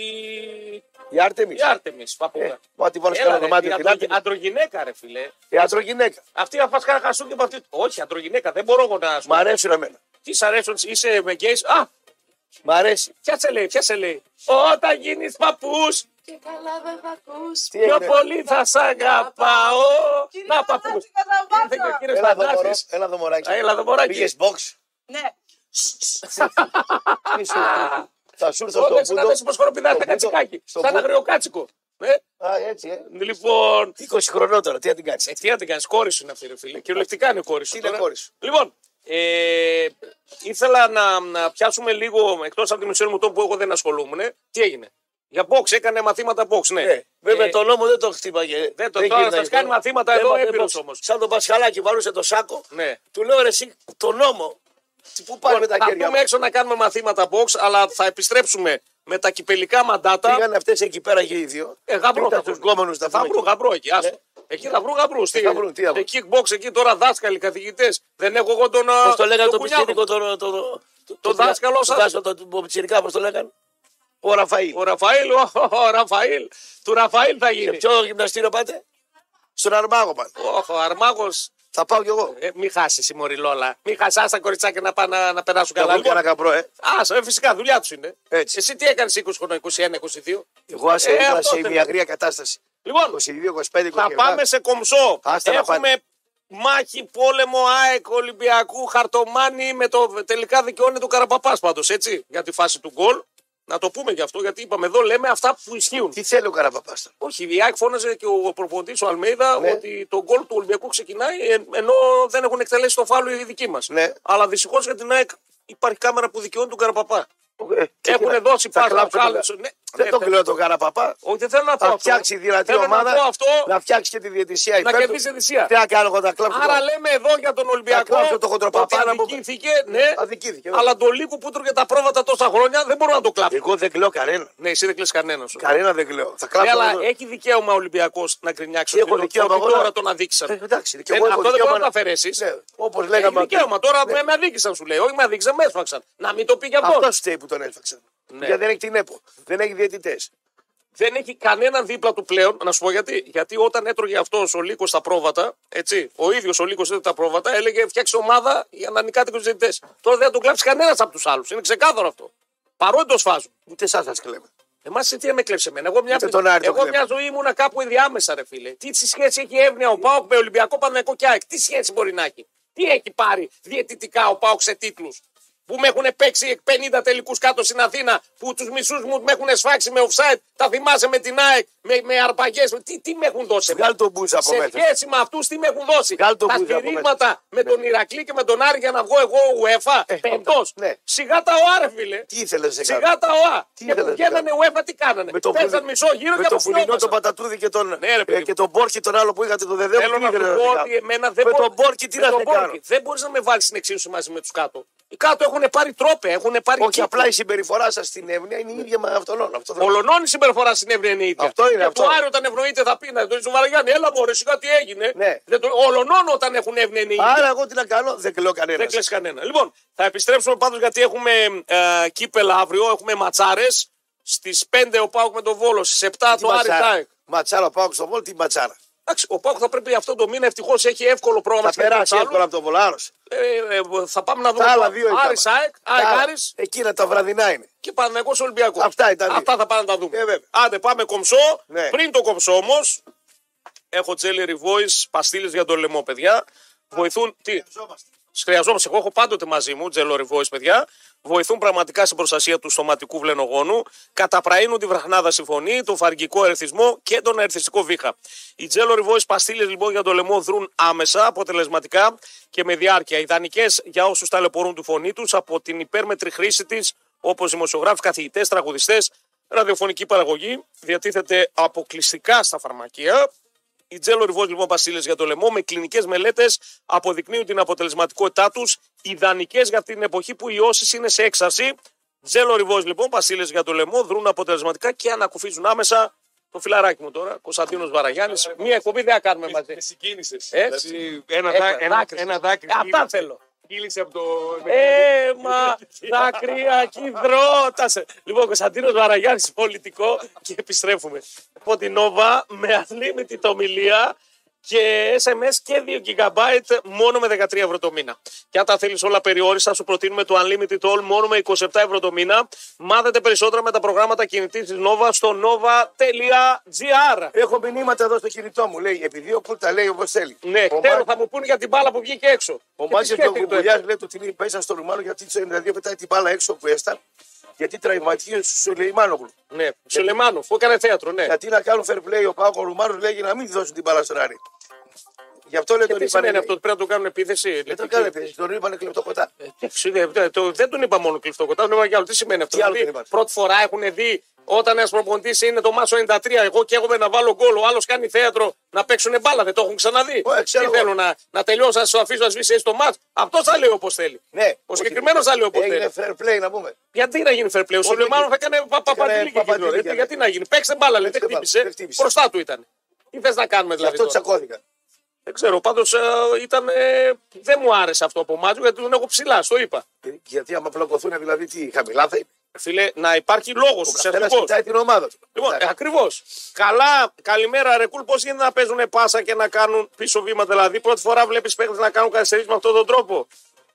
Η Άρτεμι. η Άρτεμις, παππούκα. Ε, Μα τη βάλω σε Έλα, ένα ρε, η δωμάτιο την αντρογυ- Άρτεμι. αντρογυναίκα, ρε φιλέ. Η αντρογυναίκα. Αυτή θα πα καραχασούν και με αυτή. Όχι, αντρογυναίκα, δεν μπορώ εγώ να σου Μ' αρέσουν εμένα. Τι σ' αρέσουν, είσαι με γκέι. Α, Μ' αρέσει. ποια σε λέει, ποια σε λέει. Όταν γίνεις παππούς, Και καλά δεν θα ακούς. Τι πιο έγινε. πολύ θα σ' αγαπάω. Κύριε Να Ε, Παλάτση, παππού. καταλάβατε. Κύριε Έλα εδώ μωρό. Σταντάκη. Έλα εδώ μωράκι. Ε, Έλα εδώ μωράκι. Πήγες box. Ναι. Τι σου έρθει. Θα σου έρθω Όταν στο συναντήσει πω πούντο. χοροπηδά τα Στον Πούντο. κατσικάκι. Στον Σαν Πούντο. αγριοκάτσικο. Ε, Α, έτσι, ε. Λοιπόν, 20 χρονών τώρα, τι να την κάνεις. Ε, τι να την κάνεις, κόρη σου είναι αυτή, ρε φίλε. Κυριολεκτικά είναι κόρη σου. Είναι τώρα. κόρη σου. Λοιπόν, ε, ήθελα να, να πιάσουμε λίγο εκτός από τη μισή μου το που εγώ δεν ασχολούμουν. ε, Τι έγινε. Για box, έκανε μαθήματα box, ναι. Ε, βέβαια Ε, τον νόμο δεν τον χτύπαγε. δεν το- τώρα γύρναγε σας κάνει τώρα. μαθήματα Δεν εδώ μα- δεν έμπειρος μα- όμως. Σαν τον Πασχαλάκη βαρούσε το σάκο. Ναι. Λοιπόν, Του λέω ρε εσύ τον νόμο. Τι Πού πάει με τα θα χέρια. πούμε μου. έξω να κάνουμε μαθήματα box, αλλά θα επιστρέψουμε με τα κυπελικά μαντάτα. Πήγαν αυτές εκεί πέρα και οι δύο. Ε, γαμπρό Ήταν θα τους βρουν. γκόμενους να Θα πούμε βρουν εκεί. Ναι. γαμπρό εκεί. άστο. Εκεί θα βρουν γαμπρούς. Στη, θα βρουν, τι θα βρουν. σε kickbox εκεί τώρα δάσκαλοι, καθηγητές. Δεν έχω εγώ τον. α, Πώς το λέγανε το τον κουνιάδο. πιστήρικο, τον. Το Το δάσκαλο σας. Το πιτσιρικά, πώς το λέγανε. Ο Ραφαήλ. Ο Ραφαήλ, ο, ο Ραφαήλ. Του Ραφαήλ θα γίνει. Σε ποιο γυμναστήριο πάτε. Στον Αρμάγο πάνε. Όχ, ο Αρμάγος. Θα πάω κι εγώ. Ε, μην χάσεις η Μωριλόλα. Μην χάσει τα κοριτσάκια να, πάνε να, να περάσουν Θα καλά. λοιπόν. βρουν κανένα καμπρό, ε. Άσο, ε, φυσικά δουλειά τους είναι. Έτσι. Εσύ τι έκανες 20 χρόνια, 21, 22. Εγώ άσε Ε, ήμουν αυτό σε θέλω. μια αγρία κατάσταση. Λοιπόν, 22, 25, 27. θα πάμε σε κομψό. Άστα να Έχουμε πάνε. μάχη, πόλεμο, ΑΕΚ, Ολυμπιακού, χαρτομάνι με το τελικά δικαιώνει το Καραπαπάς πάντως, έτσι, για τη φάση του γκολ. Να το πούμε γι' αυτό, γιατί είπαμε εδώ λέμε αυτά που ισχύουν. Τι θέλει ο Καραπαπάς τώρα. Όχι, η ΑΕΚ φώναζε και ο προπονητής ο Αλμέιδα Ναι. ότι το γκολ του Ολυμπιακού ξεκινάει εν- ενώ δεν έχουν εκτελέσει το φάουλο οι δικοί μας. Ναι. Αλλά δυστυχώς για την ΑΕΚ υπάρχει κάμερα που δικαιώνει τον Καραπαπά. Ε, Έχουν κοίτα, δώσει θα πάσα κλάψω κάλυψε. Ναι, Δεν Ναι, το θε- κλείνω τον καραπαπά. Όχι, δεν θέλω να πω Θα αυτό. φτιάξει δυνατή Θέλω ομάδα. Να πω αυτό, Να φτιάξει και τη διαιτησία. να υπέρ του. κερδίσει αιτησία. Τι να κάνω εγώ, θα κλάψω. Άρα τώρα. λέμε εδώ για τον Ολυμπιακό κλάψω το χοντροπαπάρα μου. αδικήθηκε, ναι, Αδικήθηκε, Ε- βέβαια. αλλά τον Λίκο που τρώγε τα πρόβατα τόσα χρόνια δεν μπορώ να το κλάψω. Εγώ δεν κλαίω κανένα. Ναι, εσύ δεν κλαις κανέναν σου. Κανένα δεν κλαίω. Θα κλάψω. Ναι, αλλά εγώ. έχει δικαίωμα ο Ολυμπιακός να κρινιάξει Έχω ότι το- δικαίωμα ότι εγώ να- τώρα τον αδίκησαν. Ε, Εντάξει, και Δεν- εγώ έχω αυτό δεν μπορεί δικαίωμα να το αφαιρέσεις. Ναι, Όπως Έχει λέγαμε. Ναι. δικαίωμα. Τώρα με- με αδίκησαν σου λέει. Όχι, με αδίκησαν, με έσφαξαν. Να μην το πει για αυτός. Αυτός φταίει που τον έφταξαν. Ναι. Γιατί δεν έχει την ΕΠΟ. Δεν έχει διαιτητές. Δεν έχει κανέναν δίπλα του πλέον. Να σου πω γιατί. Γιατί όταν έτρωγε αυτός ο Λίκο τα πρόβατα, έτσι, ο ίδιος ο Λίκο έτρωγε τα πρόβατα, έλεγε φτιάξει ομάδα για να νικάτε και τους διαιτητές. Τώρα δεν θα τον κλάψει κανένας από τους άλλους. Είναι ξεκάθαρο αυτό. Παρότι το σφάζουν. Ούτε εσάς σας κλαίμε. Εμάς τι να με κλέψει εμένα. Εγώ μια, Ούτε τον Άρη τον εγώ μια κλέβει. ζωή ήμουνα κάπου ενδιάμεσα, ρε φίλε. Τι σχέση έχει η Εύνοια, ο Πάοκ με Ολυμπιακό Παναγικό και ΑΕΚ. Τι σχέση μπορεί να έχει. Τι έχει πάρει διαιτητικά ο Πάοκ σε τίτλους. Που με έχουν παίξει 50 τελικούς κάτω στην Αθήνα, που τους μισούς μου με έχουν σφάξει με offside, τα θυμάσαι με την ΑΕΚ, με, με αρπαγές. Τι, τι με έχουν δώσει. εμένα. Βγάλει τον μπούζα από σε μέσα. σχέση με αυτούς, τι με έχουν δώσει. Βγάλ' το τα μπουζα από στηρίγματα με τον Ηρακλή και με τον Άρη για να βγω εγώ UEFA. Ε, ναι. Σιγά τα ΟΑ, ρε φίλε. Τι ήθελες να κάνει. Σιγά τα ΟΑ. Τι και που ήθελες, βγαίνανε UEFA τι κάνανε. Με τον Παίζαν Πουλι- μισό γύρο με και τον Πουλινό, αποστόμασαν. τον Πατατούδη και τον, Ναι, ρε, παιδί ε, μου. και τον Μπόρκι, τον άλλο που είχατε τον Δεδέο. Θέλω τι να ήθελε σου να πω κάνω. ότι εμένα δεν Με μπορεί- τον Μπόρκι τι με να τον σε Μπόρκι. κάνω. Δεν μπορείς να με βάλεις στην εξίσωση μαζί με τους κάτω. Οι κάτω έχουν πάρει τρόπε, έχουν πάρει. Όχι, κύπρο. απλά η συμπεριφορά σας στην Εύνοια είναι η ίδια με αυτόν. Αυτό δεν- Ολονών η συμπεριφορά στην Εύρη είναι η ίδια. Αυτό είναι, Και αυτό. Του Άρη όταν ευνοείται θα πει να τον Ζουβαραγιάννη, έλα μωρέ, σιγά τι έγινε. Ναι. Δεν το... Ολονών όταν έχουν Εύρη είναι η ίδια. Άρα εγώ τι να κάνω, δεν κλαίω κανένας. Δεν κλαις κανένας. Λοιπόν, θα επιστρέψουμε πάντως γιατί έχουμε ε, κύπελα αύριο, έχουμε ματσάρες. Στις 5 ο Πάουκ με τον Βόλο, στις 7 το Άρη Ματσάρα, Τάικ. ματσάρα πάω στο βόλ, τι ματσάρα. Εντάξει, ο Πάουκ θα πρέπει αυτό το μήνα ευτυχώς έχει εύκολο πρόγραμμα. Θα σχετικά με περάσει τους άλλους. εύκολα από τον Βολάρος. Ε, ε, θα πάμε να δούμε. Τα άλλα το δύο ήταν. Άρης ΑΕΚ, ΑΕΚ Άρης Εκείνα τα βραδινά είναι. και Παναγικός Ολυμπιακός. Αυτά ήταν δύο. Αυτά θα πάμε να τα δούμε. Ε, βέβαια. Άντε πάμε κομψό. Ναι. Πριν το κομψό όμως, έχω Jelly Revoice, παστίλες για το λαιμό παιδιά. Βοηθούν, τι, χρειαζόμαστε. Εγώ έχω πάντοτε μαζί μου Jelly Revoice παιδιά. Βοηθούν πραγματικά στην προστασία του στοματικού βλενογόνου. Καταπραίνουν τη βραχνάδα συμφωνή, τον φαργικό ερεθισμό και τον ερθιστικό βήχα. Οι Jelly Revoice παστίλες λοιπόν για το λαιμό δρούν άμεσα, αποτελεσματικά και με διάρκεια. Ιδανικές για όσους ταλαιπωρούν τη φωνή τους από την υπέρμετρη χρήση της, όπως δημοσιογράφοι, καθηγητές, τραγουδιστές, ραδιοφωνική παραγωγή. Διατίθεται αποκλειστικά στα φαρμακεία. Οι Τζέλο Ριβό λοιπόν Πασίλε για το λαιμό με κλινικές μελέτες αποδεικνύουν την αποτελεσματικότητά τους, ιδανικές για την εποχή που οι όσει είναι σε έξαρση. Τζέλο Ριβό λοιπόν Πασίλε για το λαιμό δρούν αποτελεσματικά και ανακουφίζουν άμεσα το φιλαράκι μου τώρα, Κωνσταντίνος Βαραγιάννης. Μία εκπομπή δεν θα κάνουμε μαζί. Με συγκίνησες. Έτσι. Δηλαδή, ένα, Έπρεπε, δά, ένα, δάκρυσα. ένα δάκρυ. Ε, Αυτά κύλησε- θέλω. Κύλησε από το. Έμα, δάκρυα, κυδρότα. σε. Λοιπόν, Κωνσταντίνος Βαραγιάννης, πολιτικό και επιστρέφουμε. Φωτεινόβα με unlimited ομιλία και SMS και 2 GB μόνο με 13 ευρώ το μήνα. Και αν τα θέλεις όλα περιόριστα, σου προτείνουμε το Unlimited All μόνο με 27 ευρώ το μήνα. Μάθετε περισσότερα με τα προγράμματα κινητής της Nova στο nova.gr. Έχω μηνύματα εδώ στο κινητό μου. Λέει, επειδή ο Κούρτα λέει όπως θέλει. Ναι, ο ξέρω, Μά- θα μου πούνε για την μπάλα που βγήκε έξω. ο Και τι Μάτσες σκέφτηκε του το Κουκουλιά λέει το τυρί μέσα στο Ρουμάνο γιατί το 92 πετάει την μπάλα έξω που έσταν. Γιατί τραυματίε του Σουλεϊμάνογλου. έτσι. Ναι, Σουλεμάνοφ, που έκανε θέατρο, ναι. Γιατί να κάνουν fair play ο Πάκο Ρουμάνος λέγει να μην δώσουν την μπάλα στον Άρη. Γι' αυτό λέει Και τον τι σημαίνει είπαν. αυτό, ότι πρέπει να τον κάνουν επίθεση. Δεν λεπτική? Ε, τον κάνουν επίθεση, τον είπαν κλεπτοκοτά. Εντάξει, δεν- δεν- το- Δεν τον είπα μόνο κλειστό κοντά, τον είπα και άλλο. Τι σημαίνει αυτό. Τι άλλο Δηλαδή, τον είπατε? πρώτη φορά έχουν δει όταν ένας προπονητής είναι το Μάσο 93, εγώ καίγομαι να βάλω γκολ, ο άλλος κάνει θέατρο να παίξουν μπάλα, δεν το έχουν ξαναδεί. Ω, ε, Τι ξέρω εγώ. θέλω να, να τελειώσω, να σου αφήσω να σβήσει έτσι το μάτ. Αυτό θα λέει όπως θέλει. Ναι, Ο συγκεκριμένος θα λέει όπως θέλει. Έγινε fair play να πούμε. Γιατί να γίνει fair play, ο Σολεμάνο θα έκανε πα- πα- έκανε παπαντήλικη παπαντήλικη, κυκλοφορία. έκανε. Γιατί να γίνει, παίξε μπάλα, λέει, δεν Παίξε μπάλα, χτύπησε. δεν χτύπησε. Μπροστά του ήταν. Τι θες να κάνουμε Γι' δηλαδή. αυτό τώρα. τσακώθηκα. Δεν ξέρω, πάντως ήταν. ε, δεν μου άρεσε αυτό από μάτζο γιατί τον έχω ψηλά, στο είπα. Ε, Γιατί άμα πλακωθούν δηλαδή τι χαμηλά θα είναι. Φίλε, να υπάρχει λόγος Ο καθένας ουσιαστικό. κοιτάει την ομάδα του. Λοιπόν, Εντάξει. ακριβώς. Καλά, καλημέρα, Ρεκούλ. Πώς γίνεται να παίζουν πάσα και να κάνουν πίσω βήμα. Δηλαδή, πρώτη φορά βλέπεις παίχτες να κάνουν καθυστερήσεις με αυτόν τον τρόπο.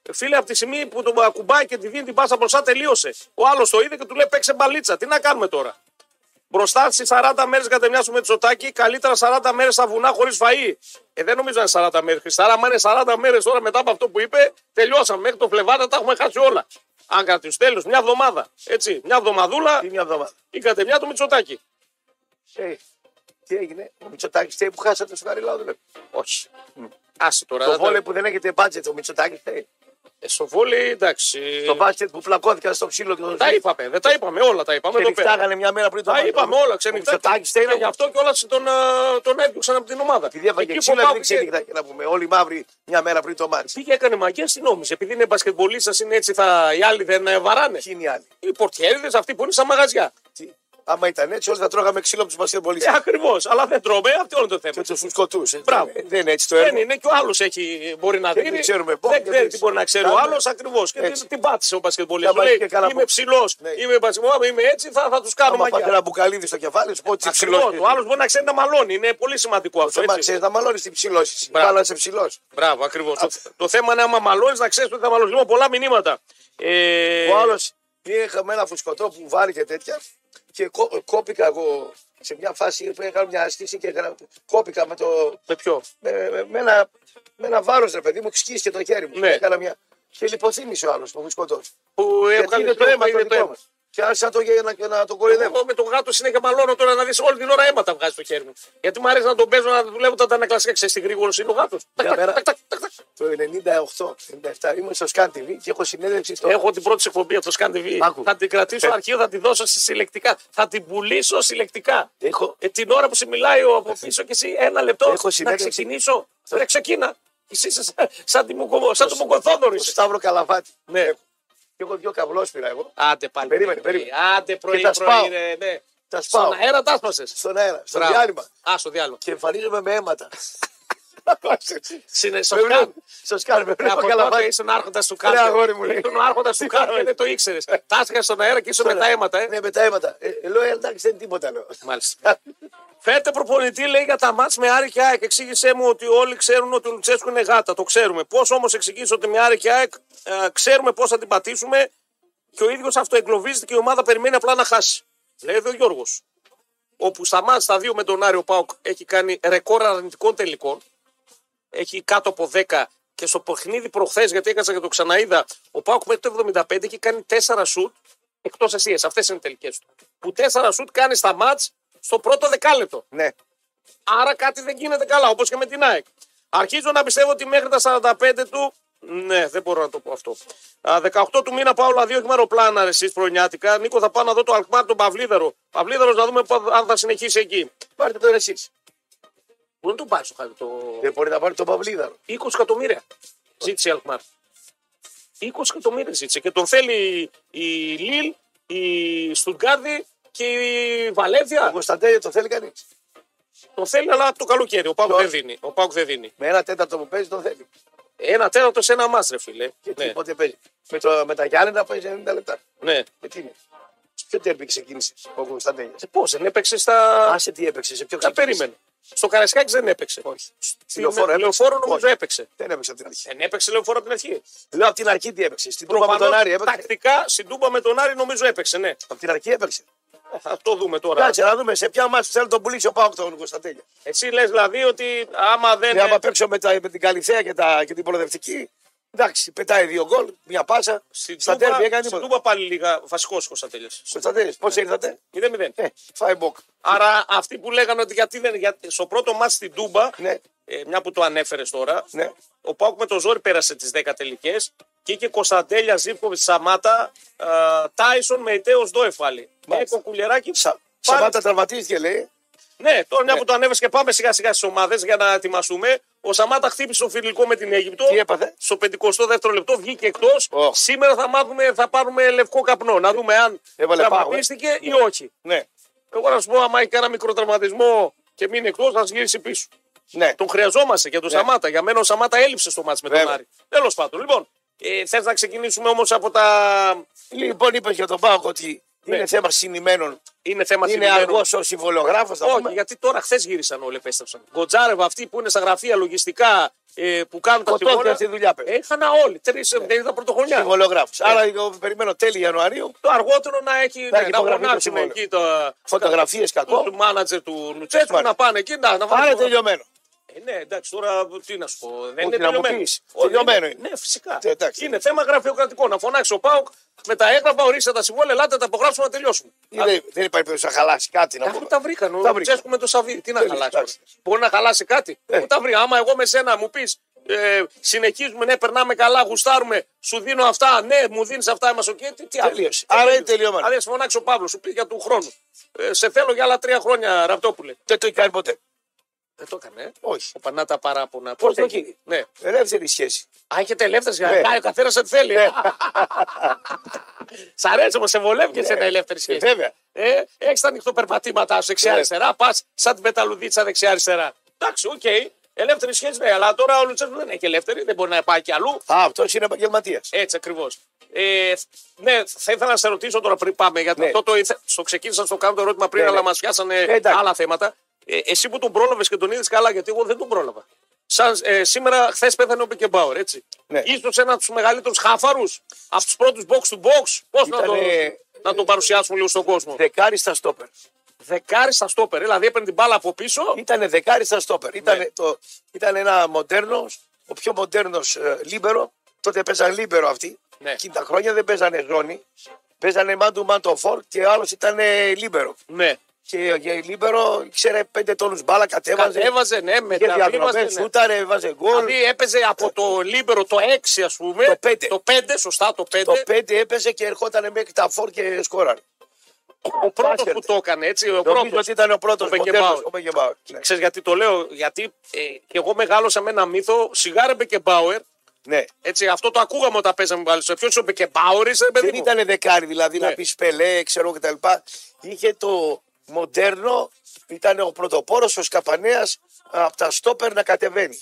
Ε, Φίλε, από τη στιγμή που τον ακουμπάει και τη δίνει την πάσα μπροστά, τελείωσε. Ο άλλος το είδε και του λέει παίξε μπαλίτσα. Τι να κάνουμε τώρα. Μπροστά στις 40 μέρε κατεμοιάσουμε τη Σωτάκη, καλύτερα 40 μέρες στα βουνά χωρίς φαΐ. Ε, δεν νομίζω να είναι 40 μέρε. Χριστάρα, άμα είναι 40 μέρες τώρα μετά από αυτό που είπε, τελειώσαμε. Μέχρι το Φλεβάρι θα τα έχουμε χάσει όλα. Αν κρατήσει τέλο, μια εβδομάδα. Έτσι, μια εβδομαδούλα Τι μια εβδομάδα. η κατεμιά του Μητσοτάκη. Ε, τι έγινε, ο Μητσοτάκης θέλει που χάσατε στο Καριλάδο. Όχι. Άσε τώρα. Το δεν- βόλε που δεν έχετε μπάτζετ, ο Μητσοτάκης θέλει. Ε, στο βόλι, εντάξει. Στο μπάσκετ που φλακώθηκαν στο ξύλο και τον Ε. Τα είπαμε, δεν τα είπαμε, όλα τα είπαμε. εδώ πέρα. Ξενυχτάγανε μια μέρα πριν το Τα μάτι. είπαμε όλα, ξενυχτά. Ο Μητσοτάκης Και Στέλλα, γι' αυτό κιόλα τον, α, τον έδιωξαν από την ομάδα. Επειδή έφαγε Εκεί που ξύλο, πάπηκε- δεν ξενυχτάγανε να πούμε. Όλοι οι μαύροι μια μέρα πριν το μάτι. Πήγε, έκανε μαγιά, συνόμισε. Επειδή είναι μπασκετμπολίστας, είναι έτσι, θα, οι άλλοι δεν ε, βαράνε. Ποιοι είναι οι άλλοι. Οι πορτιέριδες αυτοί που είναι στα μαγαζιά. Τι- Άμα ήταν έτσι, όλοι θα τρώγαμε ξύλο από τους Ε, μπασκετμπολίστε. Ακριβώς. Αλλά δεν τρώμε, αυτό είναι το θέμα. Και τους σκοτούσε. Μπράβο. Δεν είναι έτσι το Δεν έργο. είναι και ο άλλος έχει μπορεί να Δεν δει. ξέρουμε πώς, δεν δεν ξέρει τι ξέρεις. μπορεί να ξέρει ο Κάνε. άλλος ακριβώς. Και Έτσι. την- την πάτησε ο Θα μπασκετμπολίστα. βάλει Λέει, και κανένα Είμαι μπο- ψηλός, Ναι. είμαι μπασκετμπολίστα, είμαι έτσι, θα, θα τους κάνω Άμα πάτε ένα μαγιά. μπουκαλίδι στο κεφάλι, σου πω τι Ακριβώς. ψηλός. Ο άλλος μπορεί να ξέρει να μαλώνει. Είναι πολύ σημαντικό αυτό. Το έτσι. ξέρεις να μαλώνεις την ψηλώση. Μπράβο. Μπάλα σε ψηλός. Μπράβο, ακριβώς. Το, το θέμα είναι άμα μαλώνεις να ξέρεις ότι θα μαλώνει. Λοιπόν, πολλά μηνύματα. Ε, Ο άλλος είχαμε ένα φουσκωτό που βάρει και τέτοια και κό- κόπηκα εγώ σε μια φάση που έκανα μια ασκήση και έκανα- κόπηκα με, το, Με ποιο. με, με- με ένα, με ένα βάρος ρε παιδί μου, σκίστηκε το χέρι μου. Ναι. Έκανα μια... Και λιποθύμησε ο άλλος ο φουσκωτό. Που Γιατί έβγαλε είναι το το αίμα αίμα, το είναι το δικό αίμα. μας. Και άρχισα να το, γε- να, να το κοροϊδεύω. Εγώ με τον γάτο συνέχεια μαλώνω τώρα να δεις όλη την ώρα αίματα βγάζει το χέρι μου. Γιατί μου αρέσει να τον παίζω να δουλεύω τα ανακλαστικά. Ξέρεις τι γρήγορο είναι ο γάτος. Μια μέρα- Το 98-97 ήμουν στο Scan TV και έχω συνέντευξη στο. Έχω την πρώτη σου εκπομπή από το Scan TV. Άκου. Θα την κρατήσω Ε. αρχείο, θα τη δώσω στη συλλεκτικά. Θα την πουλήσω συλλεκτικά. Έχω- Ε, την ώρα που σε μιλάει ο από πίσω και εσύ ένα λεπτό Έχω να συνέντευξη. ξεκινήσω. Ρε ξεκίνα. Εσύ είσαι σαν, σαν, τη Μουκο- σαν το Μουκοθόδωρο. στο Σταύρο Καλαβάτη. Ναι. Έχω. Και έχω δύο καυλόσπυρα εγώ. Άντε πάλι. Ε. Περίμενε, περίμενε. Άντε πρωί, Και τα πρωί, σπάω. ρε, ναι. Τα σπάω. Στον αέρα τα έσπασε. Στον αέρα, στο Μπράβο. διάλειμμα. Α, στο διάλειμμα. Και εμφανίζομαι με αίματα. Συνε- Στο Με Scan. βλέπουν- Στο Scan, με Ε, βλέπω Από τότε Καλαβάτη. ήσουν άρχοντας του Ρε, αγόρι μου, κάτω. λέει. Ε. Ήσουν άρχοντας του κάτω και δεν το ήξερες. Τάσκα στον αέρα και ήσουν με τα αίματα. ε. Ναι, με τα αίματα. Ε, ε, λέω «Ε, εντάξει, δεν είναι τίποτα λέω. Μάλιστα. Φέρτε προπονητή, λέει για τα μάτς με Άρη και ΑΕΚ. Εξήγησέ μου ότι όλοι ξέρουν ότι ο Λουτσέσκου είναι γάτα. Το ξέρουμε. Πώς όμως εξηγήσει ότι με Άρη και ΑΕΚ ε, ξέρουμε πώς θα την πατήσουμε και ο ίδιος αυτοεγκλωβίζεται και η ομάδα περιμένει απλά να χάσει. Λέει εδώ ο Γιώργος. Όπου στα μάτς τα δύο με τον Άριο Πάουκ έχει κάνει ρεκόρ αρνητικών τελικών. Έχει κάτω από 10 και στο παιχνίδι προχθές, γιατί έκανα και το ξαναείδα, ο Πάουκ μέχρι το 75 έχει κάνει 4 σουτ εκτός εσίε. Αυτές είναι οι τελικές του. Που 4 σουτ κάνει στα μάτ στο πρώτο δεκάλεπτο. Ναι. Άρα κάτι δεν γίνεται καλά, όπως και με την ΑΕΚ. Αρχίζω να πιστεύω ότι μέχρι τα 45 του. Ναι, δεν μπορώ να το πω αυτό. Α, 18 του μήνα Παύλα, δύο έχει μεροπλάνα εσεί προνιάτικα. Νίκο, θα πάω να δω το Αλκμάρ τον Παυλίδαρο. Παυλίδαρο να δούμε πα- αν θα συνεχίσει εκεί. Πάρτε τώρα εσείς. Πού να τον πάρει το χάρη το. Δεν Ε, μπορεί να πάρει τον Παυλίδαρο. 20 εκατομμύρια ζήτησε η Αλκμάρ. 20 εκατομμύρια ζήτησε και τον θέλει η Λίλ, η Στουτγκάρδη και η Ο Βαλένθια. Κωνσταντέλια το θέλει κανείς. Τον θέλει αλλά από το καλοκαίρι. Ο Πάουκ Ποιος? δεν δίνει. Ο Πάουκ δεν δίνει. Με ένα τέταρτο που παίζει το θέλει. Ένα τέταρτο σε ένα μάστρε, φίλε. Και Ναι, τίποτε παίζει. Με, το, με τα Γιάννενα παίζει 90 λεπτά. ναι. Με τι είναι. Σε ποιο τέρμι ξεκίνησε ο Κωνσταντέλια. Σε πώς, Ε, δεν έπαιξε στα. Άσε τι έπαιξε, σε ποιο Τα ξεκίνησε. περίμενε. Στο Καρασκάκι δεν έπαιξε. Όχι. Στη Στην λεωφόρο λεωφόρο, έπαιξε. νομίζω Όχι. έπαιξε. Δεν έπαιξε από την αρχή. Δεν έπαιξε λεωφόρο από την αρχή. Λέω από την αρχή τι έπαιξε. Στην Τούμπα με τον Προφανώς, Άρη έπαιξε. Τακτικά στην Τούμπα με τον Άρη νομίζω έπαιξε, ναι. Από την αρχή έπαιξε. Θα το δούμε τώρα. Κάτσε να δούμε σε ποια μάτια θέλει να τον πουλήσει ο Πάοκ τον Κωνσταντέλια. Εσύ λες δηλαδή ότι άμα δεν. Ναι, άμα παίξω με, τα, με την Καλυθέα και, τα, και την προοδευτική, εντάξει, πετάει δύο γκολ, μια πάσα. Στην στα Τούμπα- τέρμι έκανε Ναι. στην τίποτα. Τούμπα πάλι λίγα βασικό Κωνσταντέλια. Κωνσταντέλια, πώς ήρθατε. 0-0. Ε, φάει μποκ. Άρα αυτοί που λέγανε ότι γιατί δεν. Γιατί στο πρώτο μάτι στην Τούμπα, Ναι, ε, μια που το ανέφερες τώρα, ναι. ο Πάουκ με το ζόρι πέρασε τις 10 τελικές και είχε Κωνσταντέλια, Ζήφκοβιτ, Σαμάτα, ε, Τάισον με Ιτέος Ντόεφ πάλι. Μάλιστα. Έχω κουλεράκι. Σα, Σαμάτα τραυματίστηκε, λέει. Ναι, τώρα μια Ναι. που το ανέβασε και πάμε σιγά σιγά στις ομάδες για να ετοιμαστούμε. Ο Σαμάτα χτύπησε το φιλικό με την Αίγυπτο. Τι έπαθε? Στο 52ο λεπτό βγήκε εκτός. Οχ. Σήμερα θα, μάθουμε, θα πάρουμε λευκό καπνό. Να δούμε αν Έβαλε πάγο, ε. τραυματίστηκε ή όχι. Ναι, Εγώ να σου πω, άμα έχει κανένα μικρό τραυματισμό και μείνει εκτός, θα σε γυρίσει πίσω. ναι. Τον χρειαζόμαστε για τον Ναι. Σαμάτα. Για μένα ο Σαμάτα έλειψε στο μάτς με τον Βέβαια. Άρη. Τέλος πάντων. Λοιπόν, ε, θες να ξεκινήσουμε όμως από τα. Λοιπόν, είπες για τον Πάοκ ότι Ναι. είναι θέμα συνημένων. Είναι θέμα Είναι συνημέρων. αργός ο συμβολιογράφο. Όχι, γιατί τώρα χθες γύρισαν όλοι, επέστρεψαν. Γκοτζάρευ, αυτοί που είναι στα γραφεία λογιστικά ε, που κάνουν τα Σκοτώθηκε τιμόνια. αυτή τη δουλειά. παιδιά. Έχανα όλοι. Τρεις ναι. πρωτοχρονιά. Ε. Συμβολιογράφο. Άρα εγώ περιμένω τέλη Ιανουαρίου Το αργότερο να έχει Να ναι, έχει να υπογραφεί το φωνάξουν συμβόλαιο. εκεί τα φωτογραφίες του, κακό. του μάνατζερ του Λουτσέσκου Μάλιστα. να πάνε εκεί να, να Άρα βάλουν. τελειωμένο. Ε, ναι, εντάξει, τώρα τι να σου πω. Δεν Όχι, είναι να μου τελειωμένος. πεις. Όχι, Τελειωμένο είναι. είναι. Ναι, φυσικά. Ε, εντάξει. είναι θέμα γραφειοκρατικό. Να φωνάξει ο Πάουκ με τα έγγραφα, ορίστε τα συμβόλαια, ελάτε τα απογράψουμε να τελειώσουμε. Είναι- Δεν υπάρχει περίπτωση να χαλάσει κάτι να Αφού πούμε. τα βρήκαν. Ο Τα Λουτσέσκου με το Σαββίδι. Τι να Τέλεια, χαλάσει. εντάξει. Μπορεί να χαλάσει κάτι. Ε. Που τα βρει. Άμα εγώ με σένα μου πεις ε, συνεχίζουμε, ναι, περνάμε καλά, γουστάρουμε, σου δίνω αυτά, ναι, μου δίνεις αυτά, είμαστε οκ. Τι, τι άλλο. Τελείωσε. Άρα είναι τελειωμένο. Άρα φωνάξει ο Παύλος, σου πει για του χρόνου. Ε, σε θέλω για άλλα τρία χρόνια, Ραπτόπουλε. Δεν το έχει κάνει ποτέ. Δεν το έκανε. ε. Όχι. Πανά τα παράπονα. Πώς Πώς το το έχει. έχει. Ναι. Ελεύθερη σχέση. Α, έχετε ελεύθερη Ναι. σχέση. Κάνει ο καθένας ό,τι θέλει. Σ' αρέσει όμως, σε βολεύει και σε ελεύθερη Ε, σχέση. βέβαια. Ε, έχεις τα ανοιχτοπερπατήματά σου Ναι. δεξιά-αριστερά. Πας σαν την πεταλουδίτσα δεξιά-αριστερά. Εντάξει, οκ. Ελεύθερη σχέση, ναι, αλλά τώρα ο Λουτσέσκου δεν έχει ελεύθερη, δεν μπορεί να πάει κι αλλού. Α, αυτός είναι επαγγελματίας. Έτσι ακριβώς. Ε, ναι, θα ήθελα να σε ρωτήσω τώρα πριν πάμε, γιατί Ναι. αυτό το, ήθε- στο ξεκίνησα να στο κάνω το ερώτημα πριν, Ναι, αλλά ναι. μας πιάσανε εντάξει. άλλα θέματα. Ε, εσύ που τον πρόλαβες και τον είδες καλά, γιατί εγώ δεν τον πρόλαβα. Σαν, ε, σήμερα, χθες πέθανε ο Μπικεμπάουερ, έτσι. Ναι. Ίσως ένα από τους μεγαλύτερους χάφαρους, από τους πρώτους box to box. Πώς να, τον, Ήτανε- να τον παρουσιάσουμε λίγο στον κόσμο. Δεκάρι στα στόπερ. Δεκάρι στα στόπερ, δηλαδή έπαιρνε την μπάλα από πίσω. Ήταν δεκάρι στα στόπερ. Ήταν, Ναι. το, ήταν ένα μοντέρνο, ο πιο μοντέρνος λίμπερο. Τότε παίζαν λίμπερο αυτοί. Ναι. Εκείνη τα χρόνια δεν παίζανε ζώνη. Παίζανε man to man to four και ο άλλο ήταν λίμπερο. Ναι. Και για λίμπερο ξέρε πέντε τόνους μπάλα, κατέβαζε. Κατέβαζε, ναι, Είχε μετά διαδρομέ, σούταρε, έβαζε γκολ. ναι. Δηλαδή έπαιζε από το λίμπερο το 6, ας πούμε. Το πέντε. Το 5, σωστά, το 5. Το πέντε έπαιζε και ερχόταν μέχρι τα φόρ και σκόραρε. Ο πρώτος Τάσερ. που το έκανε, έτσι. Ο Νομίζω πρώτος. ότι ήταν ο πρώτος Ο Μπεκεμπάουρ. μοντέρνο. Ο Μπεκεμπάουρ. Ναι. Ξέρεις γιατί το λέω, γιατί ε, και εγώ μεγάλωσα με ένα μύθο, σιγάρε Μπεκεμπάουερ, Ναι. έτσι, αυτό το ακούγαμε όταν παίζαμε πάλι στο ποιος είναι ο Μπεκεμπάουερ, είσαι παιδί Δεν μου. ήταν δεκάρι, δηλαδή Ναι. να πεις πελέ, ξέρω κτλ. Είχε το μοντέρνο, ήταν ο πρωτοπόρος, ο σκαπανέα από τα στόπερ να κατεβαίνει.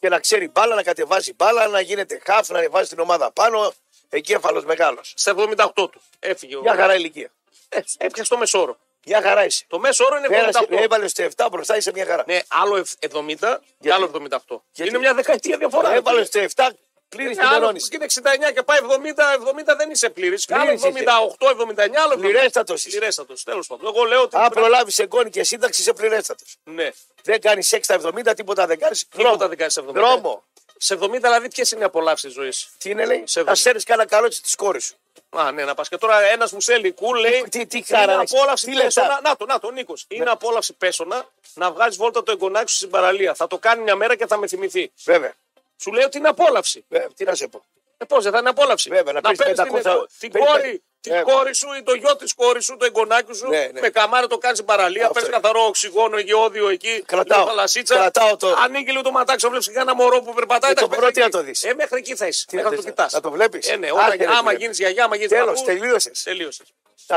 Και να ξέρει μπάλα, να κατεβάζει μπάλα, να γίνεται χάφ, να ανεβάζει την ομάδα πάνω. Εγκέφαλος μεγάλος. Στα 78 του. Έφυγε. ο- Μια χαρά ηλικία. Ε, Έπιασε το μεσόρο. Μια χαρά είσαι. Το μέσο είναι Πέρασε, 78. έβαλες το 7 μπροστά, είσαι μια χαρά. Ναι, άλλο ευ- 70 και Γιατί? άλλο 78. Γιατί? Είναι μια δεκαετία διαφορά. ρε έβαλε φίλε. το 7, πλήρη Ναι, άλλο την που είναι 69 και πάει 70, 70 δεν είσαι πλήρης. Άλλο Πλήρης 78, 79, άλλο 70. Πληρέστατο ναι, είσαι. Πληρέστατος. Τέλος πάντων. Εγώ λέω ότι. Αν πρέπει- προλάβεις εγγόνη και σύνταξη, είσαι πληρέστατος. Ναι. Δεν κάνεις 6-70, τίποτα δεν κάνεις. Τίποτα δεν κάνεις 70. Δρόμο. Σε 70 δηλαδή ποιες είναι οι απολαύσεις ζωής. Τι είναι, λέει, Σε θα σέρνει κανένα καρότσι της κόρης σου. Α, ναι, να πας και τώρα ένας μου στέλνει κουλ, λέει. Τι- τι χαρά Είναι έχεις. απόλαυση Τι Ναι. πέσονα. λεφτά. Να το, να το, Νίκος. Είναι απόλαυση πέσονα να βγάζει βόλτα το εγγονάκι σου στην παραλία. Θα το κάνει μια μέρα και θα με θυμηθεί. Βέβαια. Σου λέει ότι είναι απόλαυση. βέβαια. Τι να σε πω. Ε, πώς δεν θα είναι απόλαυση. Βέβαια, να πεις παίρνεις 500 την, την πες- κόρη, την Βέβαια. κόρη σου ή το γιο της κόρης σου, το εγγονάκι σου. Ναι, ναι. Με καμάρα το κάνεις στην παραλία. Αυτό Παίρνει είναι. καθαρό οξυγόνο, γεώδιο εκεί. Κρατάω. λίγο θαλασσίτσα. Κρατάω το- Ανοίγει λίγο το ματάκι σου, βλέπεις κανένα μωρό που περπατάει. Ε, το εντάξει, πρώτο τι μέχρι να το εκεί. δεις. Ε, μέχρι εκεί θα είσαι. Τι Μέχρι να να το δεις, κοιτάς. να το βλέπεις. Ε, ναι, Άχα, όταν, ρε, άμα φίλε. γίνεις γιαγιά, άμα γίνεις Τέλος, τελείωσες. Τελείωσες.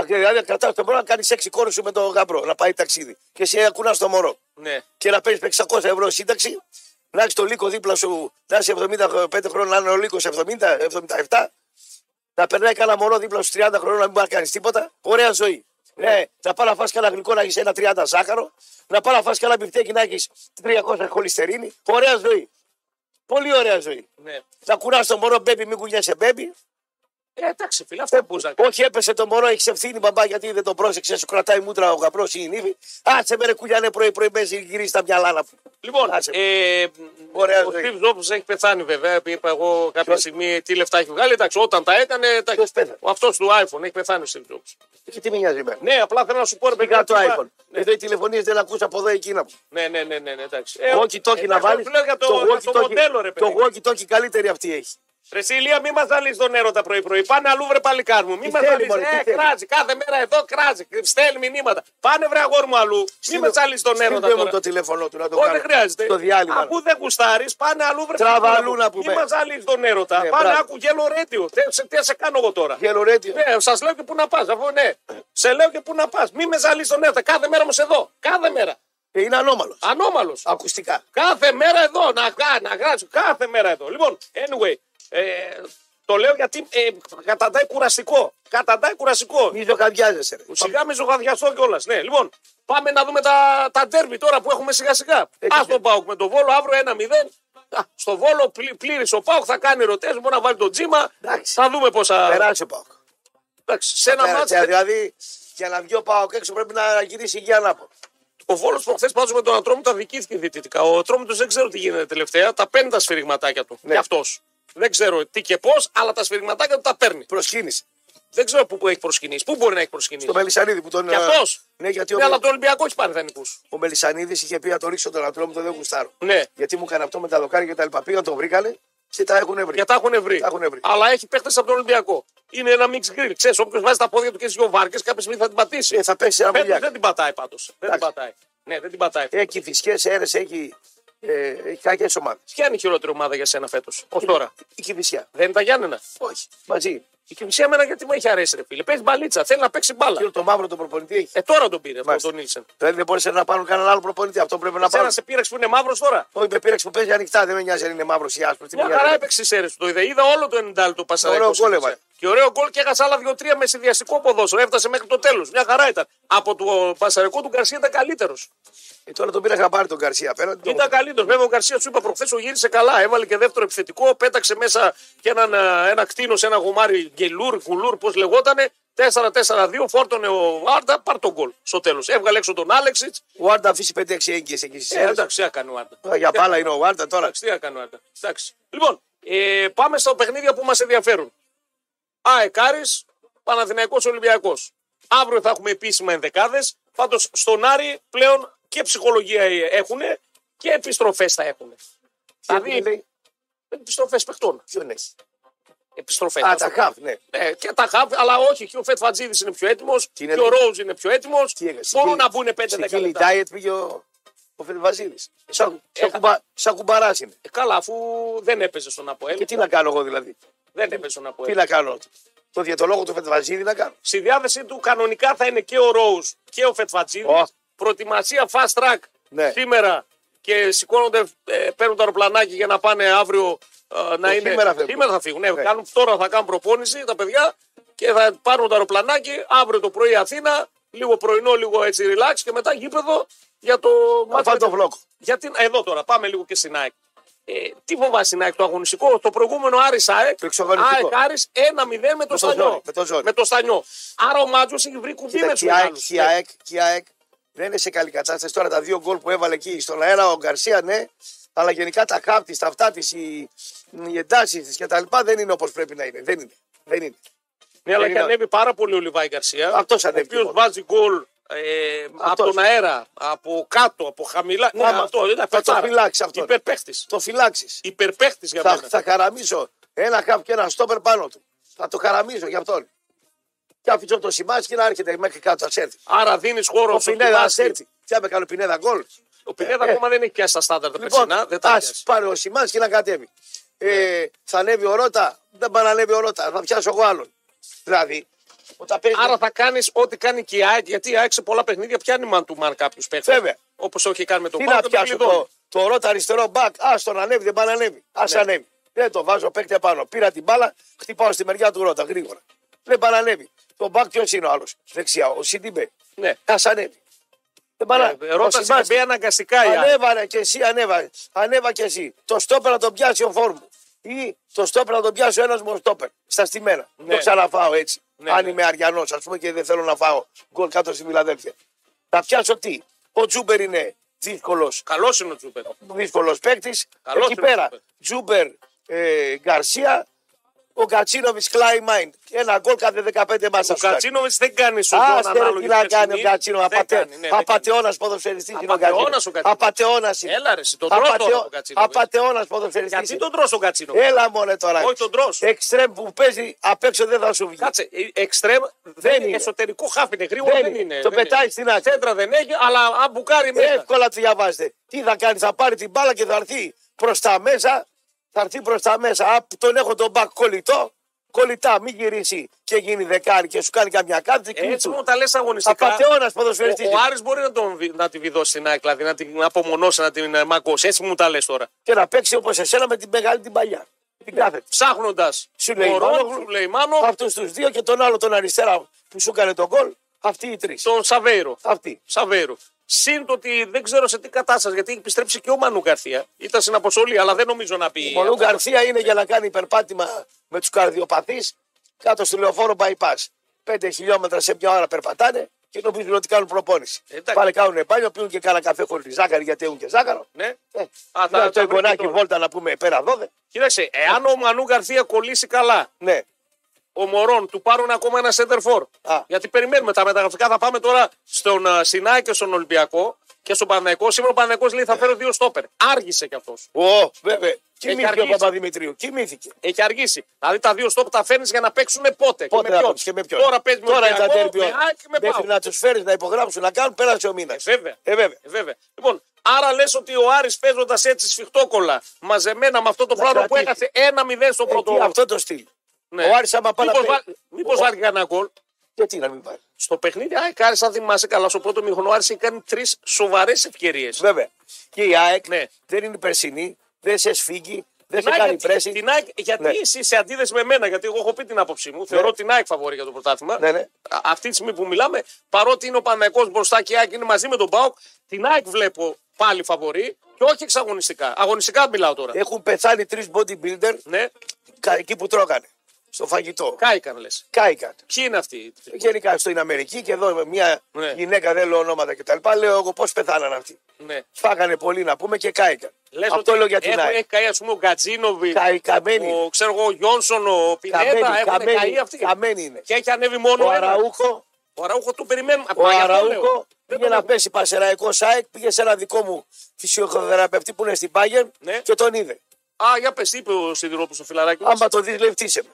Δηλαδή, κρατά το πρώτο να κάνεις 6 κόρες σου με τον γαμπρό να πάει ταξίδι. Και εσύ ακουνά το μωρό. Ναι. Και να παίρνεις 600 ευρώ σύνταξη. Να έχεις το λύκο δίπλα σου, να είσαι 75 χρόνων, να είναι ο λύκος 70-77. Να περνάει κανένα μωρό δίπλα σου 30 χρόνων, να μην μπορεί να κάνει τίποτα. Ωραία ζωή. Ναι, να πάει να φας κανένα γλυκό να έχεις ένα 30 ζάχαρο. Να πάει να φας κανένα μπιφτέκι να έχεις 300 χολυστερίνη. Ωραία ζωή. Πολύ ωραία ζωή. ναι. Να κουνάς το μωρό, μπέμπι, μην κουνιάσαι μπέμπι. Ε, εντάξει, φίλε, αυτό που να Όχι, έπεσε το μωρό, έχεις ευθύνη μπαμπά γιατί δεν το πρόσεξε, σου κρατάει μούτρα ο γαμπρός ή η νύβη. Άτσε με ρε κουλιάνε πρωί-πρωί, μπέζει γυρίζει τα μυαλά να Λοιπόν, Άσε. ε, Ωραία ο ζωή. Steve Jobs έχει πεθάνει βέβαια. Είπα εγώ κάποια Ποιος? στιγμή τι λεφτά έχει βγάλει. Εντάξει, όταν τα έκανε. Τα... Ποιος πέθανε? Ο αυτός του iPhone έχει πεθάνει ο Steve Jobs. Και τι με νοιάζει εμένα. Ναι, απλά θέλω να σου πω ρε παιδιά. Πήγα τι το είπα- iPhone. Εδώ οι τηλεφωνίες δεν ακούς από εδώ εκείνα. Ναι, ναι, ναι, ναι, ναι εντάξει. Ε, Walkie talkie να εντάξει, βάλεις. Λέω για το, για το μοντέλο, ρε παιδί. Το walkie talkie καλύτερη αυτή έχει. Ρε Σιλία, μη μας δαλεί τον έρωτα πρωί-πρωί. Πάνε αλλού, βρε παλικάρι μου. Μη Τι μας θέλει, δαλεί. μωρέ, τι Ε, θέλει. κράζει. Κάθε μέρα εδώ κράζει. Στέλνει μηνύματα. Πάνε βρε αγόρι μου αλλού. Μη Στείλε- με δαλεί τον στείλτε έρωτα μου τώρα. το τηλέφωνό του να το Όχι, κάνω. δεν χρειάζεται. Το διάλειμμα. Αφού δεν γουστάρεις, πάνε αλλού βρε. Τραβά φίλε αλλού μου. να πούμε. Μη μας ζαλίζει τον έρωτα. Ναι, πάνε μπράβο. άκου γέλο ρέτιο. Τι, σε- τι να σε κάνω εγώ τώρα. Γελορέτιο. Ναι, σας λέω και πού να πας. Αφού ναι, σε λέω και πού να πας. Μη με ζαλίζει τον έρωτα. Κάθε μέρα όμως εδώ. Κάθε μέρα. Ε, Είναι ανώμαλος. Ανώμαλος. Ακουστικά. Κάθε μέρα εδώ. Να, γα- να γράψω. Κάθε μέρα εδώ. Λοιπόν, anyway. Ε, το λέω γιατί ε, καταντάει κουραστικό. Καταντάει κουραστικό. Μη ζωγαδιάζεσαι. ρε. Σιγά με ζωγαδιαστώ κιόλας. Ναι, λοιπόν, πάμε να δούμε τα, τα ντέρμπι τώρα που έχουμε σιγά σιγά. Έχει Α δίκιο. τον Πάουκ με τον Βόλο, αύριο 1-0. Α, στο Βόλο πλη, πλήρης ο Πάουκ θα κάνει ρωτές, μπορεί να βάλει τον Τζίμα. Εντάξει. Θα δούμε πόσα. Περάσε πάω. Εντάξει, σε ένα μάτσο. Πέρασε, Δηλαδή, για να βγει ο Πάοκ έξω πρέπει να γυρίσει γη ανάποδα. Ο Βόλος προχθές πάντως με τον Ατρόμητο αδικήθηκε διαιτητικά. Ο Ατρόμητος δεν ξέρω τι γίνεται τελευταία. Τα παίρνει τα σφυριγματάκια του. Ναι. Κι αυτός. Δεν ξέρω τι και πώς, αλλά τα σφυριγματάκια του τα παίρνει. Προσκύνησε. Δεν ξέρω πού έχει προσκυνήσει. Πού μπορεί να έχει προσκυνήσει. Το Μελισανίδη που τον. Και αυτός. Ναι, γιατί ο, Ναι, Μελισανίδης αλλά το Ολυμπιακό έχει πάρει δανεικούς. ο Μελισανίδης είχε πει: «Α, Το ρίξω τον ανθρώπινο, το δεν γουστάρω. Ναι. Γιατί μου έκανε αυτό με τα δοκάρια και τα λοιπά. Πήγαν, τον βρήκανε και τα έχουν βρει. Για τα έχουν βρει. Τα έχουν βρει. Αλλά έχει παίχτες από τον Ολυμπιακό. Είναι ένα mix grill. Ξέρεις, όποιος βάζει τα πόδια του και στι δύο βάρκες, κάποια στιγμή θα την πατήσει. Ε, θα πέσει ένα Φέτος μουλιάκι. δεν την πατάει πάντως. Δεν την Εντάξει. Ε. πατάει. Ναι, δεν την πατάει. Έχει φυσικές αίρε, έχει, ε, έχει κακέ ομάδες. Ποια είναι η χειρότερη ομάδα για σένα φέτος, Ε. ω τώρα. Η κυφυσιά. Δεν είναι τα Γιάννενα. Όχι. Μαζί. Η Κυψία μένα γιατί μου έχει αρέσει, ρε φίλε. Παίζει μπαλίτσα, θέλει να παίξει μπάλα. Κύριο το μαύρο τον προπονητή έχει. Ε, τώρα τον πήρε αυτό Μάλιστα. τον Νίλσεν. Δηλαδή δεν μπορούσε να πάρουν κανέναν άλλο προπονητή. Αυτό πρέπει να πάρουν. Εσένα σε πείραξε που είναι μαύρος τώρα. Όχι, με πείραξε που παίζει ανοιχτά. Δεν με νοιάζει αν είναι μαύρος ή άσπρος. Τι με Μια νοιάζει. χαρά έπαιξε σε το είδα. Είδα όλο το 90 λεπτό Πασαραϊκό. Ωραίο γκολ Κυψία. έβαλε. Και ωραίο γκολ και έχασα άλλα δύο-τρία με συνδυαστικό ποδόσφαιρο. Έφτασε μέχρι το τέλος. Μια χαρά ήταν. Από το Πασαρικό του Γκαρσία ήταν καλύτερος. Ε, τώρα τον πήρα να πάρει τον Καρσία απέναντι. τον- Ήταν καλύτερος. Βέβαια, ο Γκαρσία σου είπα προχθές ο γύρισε καλά. Έβαλε και δεύτερο επιθετικό. Πέταξε μέσα και έναν, ε, ένα κτίνο, ένα γουμάρι γκελούρ, γουλούρ, πώς λεγότανε. 4-4-2, φόρτωνε ο Άρντα, πάρ τον γκολ στο τέλος. Έβγαλε έξω τον Άλεξιτ. Ο Άρντα αφήσει 5-6 έγκυες εκεί στις Ε, εντάξει, τι έκανε ο Άρντα. Τώρα για μπάλα είναι ο Άρντα τώρα. Εντάξει, τι έκανε ο Άρντα. Εντάξει. Λοιπόν, ε, πάμε στα παιχνίδια που μας ενδιαφέρουν. ΑΕΚ Άρης, Παναθηναϊκός Ολυμπιακός. Αύριο θα έχουμε επίσημα ενδεκάδες. Πάντως στον Άρη πλέον και ψυχολογία έχουν και επιστροφές θα έχουν. Δηλαδή Δηλαδή, επιστροφές παιχτών. ποιον έχει. Επιστροφές. Α, τα χαφ, ναι. Ναι, και τα χαφ, αλλά όχι. Και ο Φετ Φατζίδης είναι πιο έτοιμος Τι και είναι, ο λέει. Ρόουζ είναι πιο έτοιμος Τι έκανε, Μπορούν συγκίνη- να μπουν 5-10 Στην λεπτά. Diet πήγε ο, ο Βασίλη. Ε, Σαν, Έχα- σαν, κουμπα, σαν κουμπαράς είναι. Ε, Καλά, αφού δεν έπαιζε στον Αποέλ. Και τι να κάνω εγώ δηλαδή. Δεν έπαιζε στον Αποέλ. Τι να κάνω. Το διαιτολόγο του Φετβαζίδη να κάνω. Στη διάθεσή του κανονικά θα είναι και ο Ρόους και ο Φετφατσίδη. Ω. Προετοιμασία fast track Ναι. σήμερα και σηκώνονται, ε, παίρνουν το αεροπλανάκι για να πάνε αύριο ε, να Ε, είναι. σήμερα φεύγουν. θα φύγουν. Ναι, Ναι. Κάνουν, τώρα θα κάνουν προπόνηση τα παιδιά και θα πάρουν το αεροπλανάκι αύριο το πρωί Αθήνα. Λίγο πρωινό, λίγο έτσι relax και μετά γήπεδο για το Να μάτς φάω με το την- βλόκο. Γιατί, ε, εδώ τώρα, πάμε λίγο και στην ΑΕΚ. Ε, τι φοβάσαι την ΑΕΚ το αγωνιστικό, το προηγούμενο Άρης ΑΕΚ. Το εξωαγωνιστικό. ΑΕΚ Άρης 1-0 με το, το Στανιό. ζόρι, με το ζόρι. με το Στανιό. Άρα ο Μάτζος έχει βρει κουμπί με Κοίτα, τους και η ΑΕΚ- μεγάλους. και η ΑΕΚ, και η ΑΕΚ δεν είναι σε καλή κατάσταση. Τώρα τα δύο γκολ που έβαλε εκεί στον αέρα ο Γκαρσία, ναι. Αλλά γενικά τα χάπτη, τα αυτά της, οι, οι εντάσεις της κτλ. δεν είναι όπως πρέπει να είναι. Δεν είναι. Δεν είναι. Ναι, αλλά δεν και είναι- ανέβει πάρα πολύ ο Λιβάη Γκαρσία. Αυτός ανέβηκε Ο οποίος μόνο. βάζει γκολ ε, από Αυτός. τον αέρα, από κάτω, από χαμηλά. Ναι, Άμα- αυτό είναι θα το φετσάρα. φυλάξει αυτό. Υπερπαίχτης. Το φυλάξεις. Υπερπαίχτης για Θα, μένα. θα χαραμίσω ένα χάπ και ένα στόπερ πάνω του. Θα το χαραμίσω γι' αυτόν. Και αφήσω το σημάδι και να έρχεται μέχρι κάτω. Ας έρθει. Άρα δίνεις χώρο Ο στον Πινέδα, α Κιμάστη. έρθει. Τι να με κάνω, Πινέδα γκολ. Ο Πινέδα Ε, ακόμα δεν έχει πιάσει τα στάνταρ τα Λοιπόν, περσινά. Δεν τα Ναι. ας πιάσει. πάρει ο Σιμάνσκι να κατέβει. Ε, θα ανέβει ο Ρότα, δεν πάει να ανέβει ο Ρότα, θα πιάσω εγώ άλλον. Δηλαδή, όταν παίζει. Άρα θα κάνεις ό,τι κάνει και η ΑΕΚ, γιατί η ΑΕΚ σε πολλά παιχνίδια πιάνει man to man κάποιους παίχτες. Βέβαια. Όπως το είχε κάνει με τον τι να Πάο και τον πιάσω Κλειδόνι. το, το Ρότα αριστερό μπακ, α τον ανέβει, δεν πάει να ανέβει. Ας Ναι. ανέβει. Δεν το βάζω, παίκτε πάνω. Πήρα την μπάλα, χτυπάω στη μεριά του Ρότα γρήγορα. Δεν πάει να ανέβει. Το μπακ ποιος είναι ο άλλος. Δεξιά, ο Σιντιμπέ. Ναι. Ας ανέβει. Δεν πάει να Ε, Ρώτα ο στην Σιμάνσκι. Μπέα αναγκαστικά η ΑΕΚ. Ανέβανε και εσύ, ανέβα. Ανέβα και εσύ. Το στόπερ να τον πιάσει ο φόρμου. Ή το στόπερ να τον πιάσει ο ένας μου στόπερ. Στα στημένα. Ναι. Το ξαναφάω έτσι. Ναι, Αν ναι. είμαι αριανός, ας πούμε, και δεν θέλω να φάω γκολ κάτω στη Φιλαδέλφια. Θα πιάσω τι. Ο Τζούμπερ είναι δύσκολος. Καλός είναι ο Τσούπερ. Δύσκολος παίκτης. Καλός Εκεί είναι ο πέρα. Τζούμπερ ε, Γκαρσία. Ο Κατσίνοβιτ Κλάι Μάιντ. Ένα γκολ κάθε 15 μάτσα. Ο Κατσίνοβιτ δεν κάνει σου Α, τον ανάλογο. τι να κάνει ο Κατσίνο, απαταιώνα ποδοσφαιριστής είναι ο ναι, Απατεώνας ο Κατσίνο. Κατσίνο. Απαταιώνα είναι. Έλα ρε, εσύ, τον τρως Απατεω- τώρα τον Κατσίνο. Απατεώνας ποδοσφαιριστής Γιατί είναι. τον τρώ τον Κατσίνο. Έλα μόνο τώρα. Όχι, τον τρως. Εξτρέμ που παίζει απ' έξω δεν θα σου βγει. Κάτσε, ε, εξτρέμ δεν είναι. είναι. Εσωτερικό χάφι είναι γρήγορο, δεν, είναι. Το δεν είναι. πετάει στην Ε, άκρη. Σέντρα δεν έχει, αλλά αν μπουκάρει μέσα. Εύκολα τη διαβάζετε. Τι θα κάνεις, θα πάρει την μπάλα και θα έρθει προς τα μέσα. Θα έρθει προ τα μέσα. Α, τον έχω τον μπακ κολλητό. Κολλητά, μην γυρίσει και γίνει δεκάρι και σου κάνει καμιά κάρτα. Ε, Έτσι μου τα λες αγωνιστικά. Απαταιώνα Ο, ποδοσφαιριστής. ο Άρης μπορεί να, τον, βι- να τη βιδώσει στην ΑΕΚ, δηλαδή να την απομονώσει, να την ε, μακώσει. Έτσι μου τα λες τώρα. και να παίξει όπως εσένα με την μεγάλη την παλιά. Την κάθετη. ψάχνοντας Σουλεϊμάνογλου. Σουλεϊμάνο, Αυτούς τους δύο και τον άλλο τον αριστερά που σου έκανε τον γκολ. Αυτοί οι τρεις. τον Σαβέιρο. Αυτοί. Σαβέιρο. Συν το ότι δεν ξέρω σε τι κατάσταση, γιατί έχει επιστρέψει και ο Μανού Γκαρθία. Ήταν στην αποστολή, αλλά δεν νομίζω να πει. Ο Λου Γκαρθία είναι για να κάνει υπερπάτημα με τους καρδιοπαθείς κάτω στο λεωφόρο bypass. Πέντε χιλιόμετρα σε μια ώρα περπατάνε και νομίζουν ότι κάνουν προπόνηση. Εντάξει. Πάλι κάνουν μπάνιο, πίνουν και κάνα καφέ χωρίς ζάχαρη γιατί έχουν και ζάχαρο. Ναι. Ε, τα- τα βγάζει το βρήκε εγγονάκι τώρα. βόλτα να πούμε πέρα 12. Κοίταξε, εάν ο Μανού Γκαρθία κολλήσει καλά, Ναι. ο- ο Μωρόν του πάρουν ακόμα ένα center for. Α. Γιατί περιμένουμε τα μεταγραφικά. Θα πάμε τώρα στον ε, Σινά και στον Ολυμπιακό και στον Παναγικό. Σήμερα ο Παναγικό λέει θα φέρω δύο στόπερ. Άργησε κι αυτός. Ω, βέβαια. Κοιμήθηκε ο αργήσει. Παπαδημητρίου. Κοιμήθηκε. Έχει αργήσει. Δηλαδή τα δύο στόπερ τα φέρνεις για να παίξουν πότε. Πότε και με να ποιον. παίξει και με ποιον. Τώρα παίζεις με Τώρα είναι τα Ολυμπιακό, τέρπια. με ΑΕΚ, με Μέχρι ΠΑΟΚ. να τους φέρεις να υπογράψουν, να κάνουν, πέρασε ο μήνας. Βέβαια. Ε, βέβαια. Ε, βέβαια. Λοιπόν, άρα λες ότι ο Άρης παίζοντας έτσι σφιχτόκολλα μαζεμένα με αυτό το πράγμα που κρατήσει. έχασε 1-0 στο πρώτο. Ναι. Εκεί, αυτό το στυλ. Ο Άρης άμα πάει να Μήπως παίξει. Ο- βάλει κανένα γκολ. Γιατί να μην πάρει. Στο παιχνίδι, ΑΕΚ, Άρης, αν θυμάσαι καλά, στο πρώτο μήχρονο ο Άρης έχει κάνει τρεις σοβαρές ευκαιρίες. Βέβαια. Και η ΑΕΚ Ναι. δεν είναι περσινή, δεν σε σφίγγει, δεν σε κάνει πρέση. την ΑΕΚ, γιατί Ναι. εσύ σε αντίθεση με εμένα, γιατί εγώ έχω πει την άποψή μου. Θεωρώ την ΑΕΚ φαβορή για το πρωτάθλημα. Ναι, ναι. Α- Αυτή τη στιγμή που μιλάμε, παρότι είναι ο Παναγικό μπροστά και η ΑΕΚ είναι μαζί με τον Πάοκ, την ΑΕΚ βλέπω πάλι φαβορή και όχι εξαγωνιστικά. Αγωνιστικά μιλάω τώρα. Έχουν πεθάνει τρεις bodybuilder Ναι, κα- εκεί που τρώγανε. Στο φαγητό. κάηκαν λε. Κάηκαν. Ποιοι είναι αυτοί. Γενικά στην Αμερική και εδώ μια Ναι. γυναίκα, δεν λέω ονόματα κτλ. Λέω εγώ πώς πεθάναν αυτοί. Ναι. Φάγανε πολύ να πούμε και κάηκαν. Λες Αυτό ότι λέω για την έχουν- ΑΕΚ. Έχει καεί, ας πούμε, ο Γκατζίνοβι, Κα- Καμένοι. ο, ξέρω εγώ, ο Γιόνσον, ο Πινέτα. Καμένοι, Έχουν καεί καμένοι, αυτοί. καμένοι είναι. Και έχει ανέβει μόνο Ο ένα. Αραούχο, Ο Αραούχο τον περιμένουμε. ο Μα γι' αυτό Αραούχο λέω. πήγε να πέσει πασεραϊκό σάικ, πήγε σε ένα δικό μου φυσιοθεραπευτή που είναι στην Πάγερ Ναι. και τον είδε. Α, για πες, τι είπε ο Σιδηρόπουλος στο φιλαράκι. μας. Άμα το δεις, λέει φτύσε με.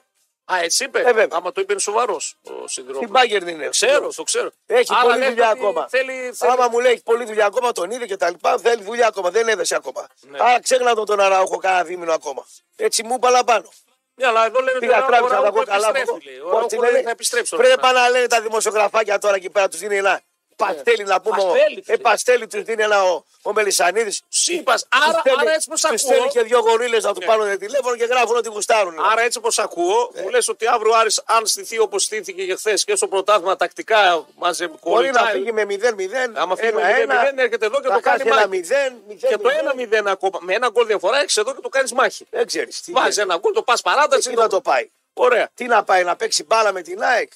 Α, έτσι είπε. Ε, βέβαια. Άμα το είπε, είναι σοβαρός ο Σιδηρόπουλος. Στην Πάγκερν είναι. Ξέρω, το ξέρω. Έχει Άρα πολλή λέει δουλειά ότι ακόμα. Θέλει, θέλει... Άμα μου λέει έχει πολλή δουλειά ακόμα, τον είδε και τα λοιπά, θέλει δουλειά ακόμα. Δεν έδεσε ακόμα. Ναι. Άρα ξέχνα τον τον Αραούχο κάνα δίμηνο ακόμα. Έτσι μου παλαμπάνω. Ναι, αλλά εδώ λένε ότι Πήγα ο τράβηξα τα Αραούχο εγώ καλά μου. επιστρέφει. λέει. Ο Πώς Αραούχο τη λέει, λένε? θα επιστρέψει. Πρέπει πάνε να λένε τα δημοσιογραφάκια τώρα εκεί πέρα τους δίνει ένα παστέλι να πούμε. ο- Παστέλι τους Ε, παστέλι τους δίνει ένα ο, ο Μελισανίδης. Σύπα. Άρα, άρα έτσι πως ακούω. και δύο γορίλες να του πάρουν τηλέφωνο και γράφουν ότι γουστάρουν. Άρα έτσι όπως ακούω, Ε. μου λες ότι αύριο ο Άρης αν στηθεί όπως στήθηκε και χθες και στο πρωτάθλημα τακτικά μαζεμικό. Μπορεί να φύγει με 0-0. Άμα φύγει με 0-0, έρχεται εδώ και θα το κάνει χάσει ένα μάχη. 0, Και το 1-0 ακόμα. Με ένα γκολ διαφορά έχεις εδώ και το κάνεις μάχη. Δεν ξέρεις. Τι, Βάζει γίνεται. ένα γκολ, το πας παράταση. τι να το πάει. Ωραία. Τι να πάει, να παίξει μπάλα με την ΑΕΚ.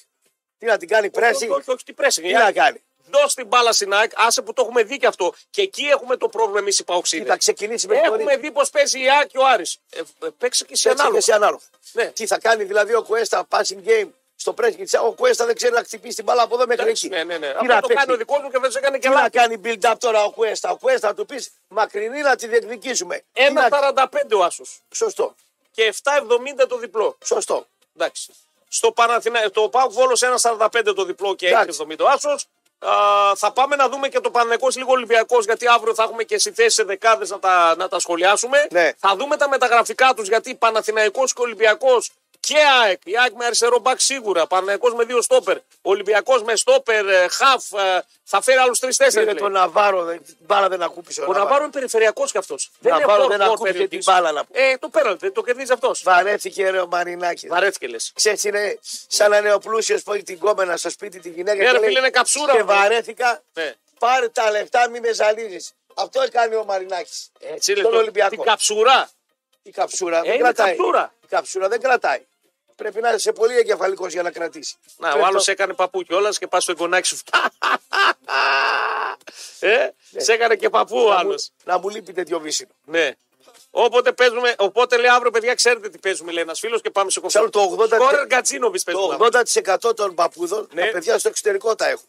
Τι να την κάνει πρέση. Όχι, όχι, όχι, τι πρέσβη. Τι να κάνει. Δώσ' την μπάλα στην ΑΕΚ, άσε που το έχουμε δει και αυτό. Και εκεί έχουμε το πρόβλημα εμείς οι Τι θα Παοξίδε. ξεκινήσει με την Έχουμε δει πώ παίζει η ΑΕΚ και ο Άρης. Ε, ε, παίξε και σε Ανάλογα. ανάλογα. Σε ανάλογα. Ναι. Τι θα κάνει δηλαδή ο Κουέστα passing game στο pressing της. Ο Κουέστα δεν ξέρει να χτυπήσει την μπάλα από εδώ μέχρι εκεί. Ναι, ναι, ναι. Τι να Αυτό το παίξει. κάνει ο δικός μου και δεν σε έκανε και Τι να λάθο. κάνει build up τώρα ο Κουέστα. Ο Κουέστα θα του πεις μακρινή να τη διεκδικήσουμε. Τι να- 1,45 ο Άσος. Σωστό. Και 7,70 το διπλό. Σωστό. Εντάξει. Στο Παναθηνα... το Πάουκ Βόλο 1,45 το διπλό και Εντάξει. 6,70 ο Άσος. Θα πάμε να δούμε και το Παναγενικός λίγο Ολυμπιακός, γιατί αύριο θα έχουμε και συνθέσεις σε δεκάδες να τα, να τα σχολιάσουμε. Ναι. Θα δούμε τα μεταγραφικά τους, γιατί Παναθηναϊκός και Ολυμπιακός και ΑΕΚ. Η ΑΕΚ με αριστερό μπακ σίγουρα. Παναθηναϊκός με δύο στόπερ. Ολυμπιακός με στόπερ, ε, χαφ. ε, Θα φέρει άλλους Είναι τρει-τέσσερι. τον Ναβάρο, δεν- την μπάλα δεν ακούπησε. ναι. Ο Ναβάρο είναι περιφερειακός κι αυτός. Ναβάρο δεν ακούμπησε την μπάλα, να πω. Ε, το πέρατε, το κερδίζει αυτός. Βαρέθηκε ρε ο Μαρινάκης. Βαρέθηκε λες. Ξέρεις είναι σαν να είναι ο πλούσιος που έχει την κόμενα στο σπίτι τη γυναίκα. Ναι, και ρε λέει, φίλε, είναι καψούρα Και αυτό». βαρέθηκα. Ναι. Πάρε τα λεφτά, μην με ζαλίζεις. Αυτό έκανε ο Μαρινάκης. Έτσι λοιπόν, λες, Τον το- Ολυμπιακό. Την καψουρά. Η καψούρα δεν Ε, είναι κρατάει. καψούρα. Η καψούρα δεν κρατάει. Πρέπει να είσαι πολύ εγκεφαλικός για να κρατήσει. Να, Πρέπει ο άλλος το- έκανε παππού κιόλας και πας στο εγγονάκι σου. ε, σε έκανε και παππού ο Ναι. να μου, άλλος. να μου λείπει τέτοιο βύσινο. Ναι. Όποτε παίζουμε, οπότε λέει αύριο παιδιά, ξέρετε τι παίζουμε, λέει ένας φίλος και πάμε σε κοφέ. Ξέρω το 80% Σκόρερ Γκατσίνοβι παίζουμε. Το 80% των παππούδων Ναι. τα παιδιά στο εξωτερικό τα έχουν.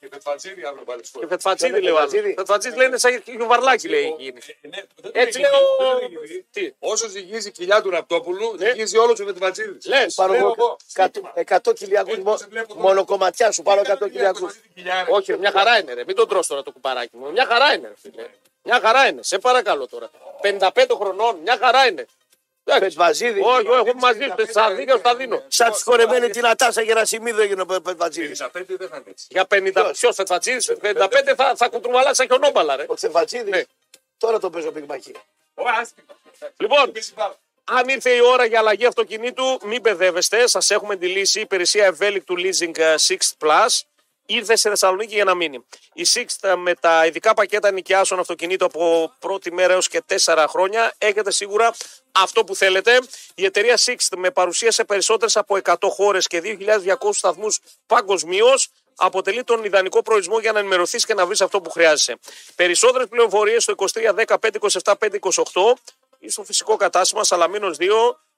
Και πετφατζίδι αύριο πάλι Και σκόρ. Φετφατζίδη Ξέρω, λέει ο άλλος. Φετφατζίδη. Φετφατζίδη λέει είναι σαν γιουβαρλάκι λέει. εκείνη. ε, ναι, Έτσι λέει ο. Τι. Όσο ζυγίζει η κοιλιά του Ραπτόπουλου, Ναι. ζυγίζει όλος ο Πετφατζίδη. Λε. Πάρω Λέω εγώ εγώ, 100 χιλιακού Έτσι, σε βλέπω εδώ. μονοκομματιά σου. Πάρω 100 χιλιακού. Όχι, μια χαρά είναι. Ρε. Μην τον τρως τώρα το κουπαράκι μου. Μια χαρά είναι. Ρε, φίλε. Μια χαρά είναι. Σε παρακαλώ τώρα. 55 χρονών, μια χαρά είναι. Εντάξει. Πετβαζίδη. Όχι, όχι, εγώ μαζί σου. Στα δίκαια στα δίνω. Σαν τη χορεμένη την Ατάσα Γερασιμίδου έγινε ο Πετβατζίδη. Ναι. 55 δεν θα είναι έτσι. Για 50. Ποιο θα τσατσίσει, 55 θα, θα κουτρουβαλάς σαν χιονόμπαλα, ρε. Ο Ναι. Πετβατζίδη. Τώρα το παίζω πυγμαχή. Ω, άσχημα. Λοιπόν, Επίσης, πάμε. αν ήρθε η ώρα για αλλαγή αυτοκινήτου, μην μπεδεύεστε. Σας έχουμε τη λύση. Η υπηρεσία ευέλικτου leasing ε, 6 Plus ήρθε στη Θεσσαλονίκη για να μείνει. Η 6 με τα ειδικά πακέτα νοικιάσεων αυτοκινήτου από πρώτη μέρα έως και 4 χρόνια έχετε σίγουρα αυτό που θέλετε. Η εταιρεία 6 με παρουσία σε περισσότερες από 100 χώρες και 2.200 σταθμούς παγκοσμίως αποτελεί τον ιδανικό προορισμό για να ενημερωθείς και να βρεις αυτό που χρειάζεσαι. Περισσότερες πληροφορίες στο 23 15 27 5 28 ή στο φυσικό κατάστημα Σαλαμίνος 2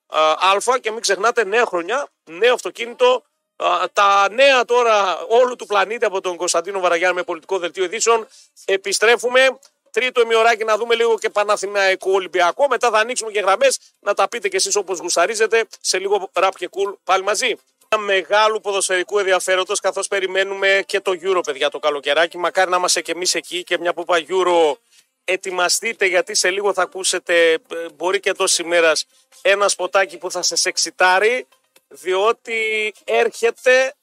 Α και μην ξεχνάτε νέα χρονιά, νέο αυτοκίνητο. Α, τα νέα τώρα όλου του πλανήτη από τον Κωνσταντίνο Βαραγιάννη με πολιτικό δελτίο ειδήσεων. Επιστρέφουμε. Τρίτο ημιωράκι να δούμε λίγο και Παναθηναϊκό Ολυμπιακό. Μετά θα ανοίξουμε και γραμμές να τα πείτε κι εσείς όπως γουσταρίζετε. Σε λίγο ραπ και cool πάλι μαζί. Ένα Μεγάλου ποδοσφαιρικού ενδιαφέροντος καθώς περιμένουμε και το Euro, παιδιά, το καλοκαιράκι. Μακάρι να είμαστε κι εμείς εκεί και μια που είπα Euro ετοιμαστείτε γιατί σε λίγο θα ακούσετε, ε, μπορεί και εντός ημέρας, ένα σποτάκι που θα σας εξητάρει, διότι έρχεται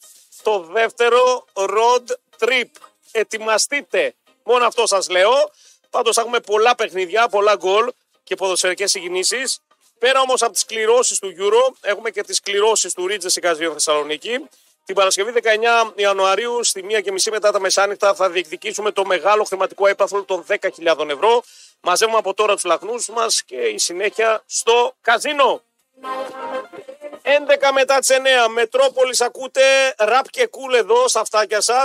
το δεύτερο road trip. Ετοιμαστείτε. Μόνο αυτό σας λέω. Πάντως έχουμε πολλά παιχνίδια, πολλά γκολ και ποδοσφαιρικές συγκινήσεις. Πέρα όμως από τις κληρώσεις του Euro, έχουμε και τις κληρώσεις του Ρίτζε Σικαζίου Θεσσαλονίκη. Την Παρασκευή 19 Ιανουαρίου στη 1.30 μετά τα μεσάνυχτα θα διεκδικήσουμε το μεγάλο χρηματικό έπαθλο των 10.000 ευρώ. Μαζεύουμε από τώρα τους λαχνούς μας και η συνέχεια στο καζίνο. 11 μετά τις 9. Μετρόπολης ακούτε. Ραπ και κούλ εδώ στα αυτάκια σας.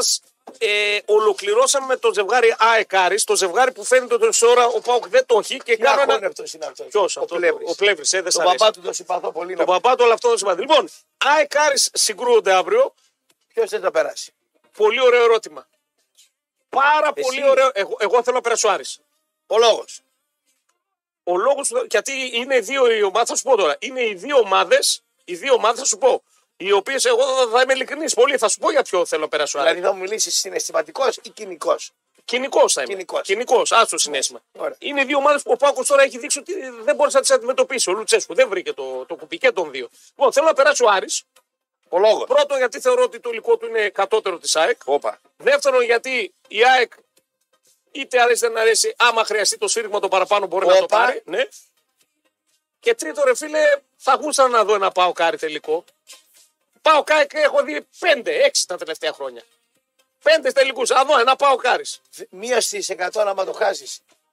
Ε, ολοκληρώσαμε με το ζευγάρι Αεκάρη. Το ζευγάρι που φαίνεται ότι σε ώρα ο Πάουκ δεν το έχει. Και Τι να κάνω ένα. αυτός είναι αυτός. Ποιος Ο Πλεύρης. Ο Πλεύρης, ε, δεν σ' Τον αρέσει. παπά του τον συμπαθώ πολύ. Το παπά του, αλλά αυτό δεν σημαίνει. Λοιπόν, ΑΕΚ Άρης συγκρούονται αύριο. Ποιος δεν θα περάσει. Πολύ ωραίο ερώτημα. Πάρα Εσύ. πολύ ωραίο. Εγώ, εγώ θέλω να περάσω Άρης. Ο λόγος. Ο λόγος του. Γιατί είναι δύο οι ομάδε, θα σου πω τώρα. Είναι οι δύο ομάδες, οι δύο ομάδες, θα σου πω. Οι οποίες εγώ θα, θα είμαι ειλικρινής. Πολύ θα σου πω για ποιο θέλω να περάσω Άρη. Δηλαδή θα μου μιλήσεις συναισθηματικός ή κοινικός. Κοινικός θα είμαι. Κοινικός. Κοινικός, άστο συνέστημα. Ωραία. Είναι δύο ομάδες που ο Πάκο τώρα έχει δείξει ότι δεν μπορούσε να τις αντιμετωπίσεις. Ο Λουτσέσκου δεν βρήκε το, το κουπί και των δύο. Λοιπόν, θέλω να περάσω Άρης. Ο λόγος. Πρώτον, γιατί θεωρώ ότι το υλικό του είναι κατώτερο της ΑΕΚ. Όπα. Δεύτερον, γιατί η ΑΕΚ είτε αρέσει δεν αρέσει, άμα χρειαστεί το σφύριγμα το παραπάνω μπορεί να το Όπα. πάρει. Ναι. Και τρίτο, ρε φίλε, θα γούστα να δω ένα πάω κάρι τελικό. Πάω κάρι και έχω δει πέντε, έξι τα τελευταία χρόνια. Πέντε τελικού. Α δω ένα πάω κάρις. Μία στις 100 άμα το χάσεις.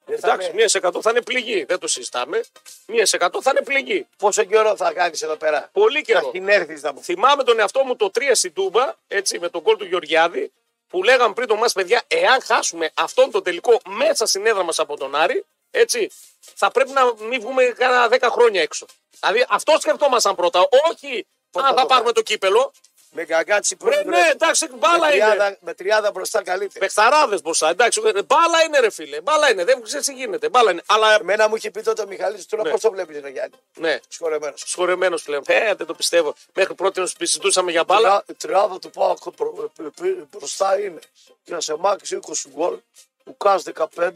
Εντάξει, μία σε εκατό θα είναι πληγή. Δεν το συζητάμε. Μία σε εκατό θα είναι πληγή. Πόσο καιρό θα κάνεις εδώ πέρα. Πολύ καιρό. Θα την έρθεις να μου πει. Θυμάμαι τον εαυτό μου το 3 στην Τούμπα, έτσι, με τον κόλ του Γεωργιάδη, που λέγαμε πριν το μας παιδιά, εάν χάσουμε αυτόν τον τελικό μέσα στην έδρα μας από τον Άρη, έτσι, θα πρέπει να μην βγούμε κάνα 10 χρόνια έξω. Δηλαδή αυτό σκεφτόμασταν πρώτα, όχι Πώς αν θα θα το πάρουμε το κύπελο. Με καγκάτσι Ρε, πρώτη. ναι, εντάξει, μπάλα είναι. Ναι. Με 30 μπροστά καλύτερα. Πεχταράδε μπροστά, εντάξει. ε, Μπάλα είναι, ρε φίλε. Μπάλα είναι. Δεν ξέρεις τι γίνεται. Μπάλα είναι. Αλλά Εμένα μου είχε πει τότε ο Μιχαλής του λέω πώς το βλέπεις, Ρε Γιάννη. ναι, Σχολεμένο. σχορεμένο πλέον. Ε, δεν το πιστεύω. Μέχρι πρώτη συζητούσαμε για μπάλα. Η τριάδα του πάω μπροστά είναι. Κρασεμάκη 20 γκολ, Λουκάς 15,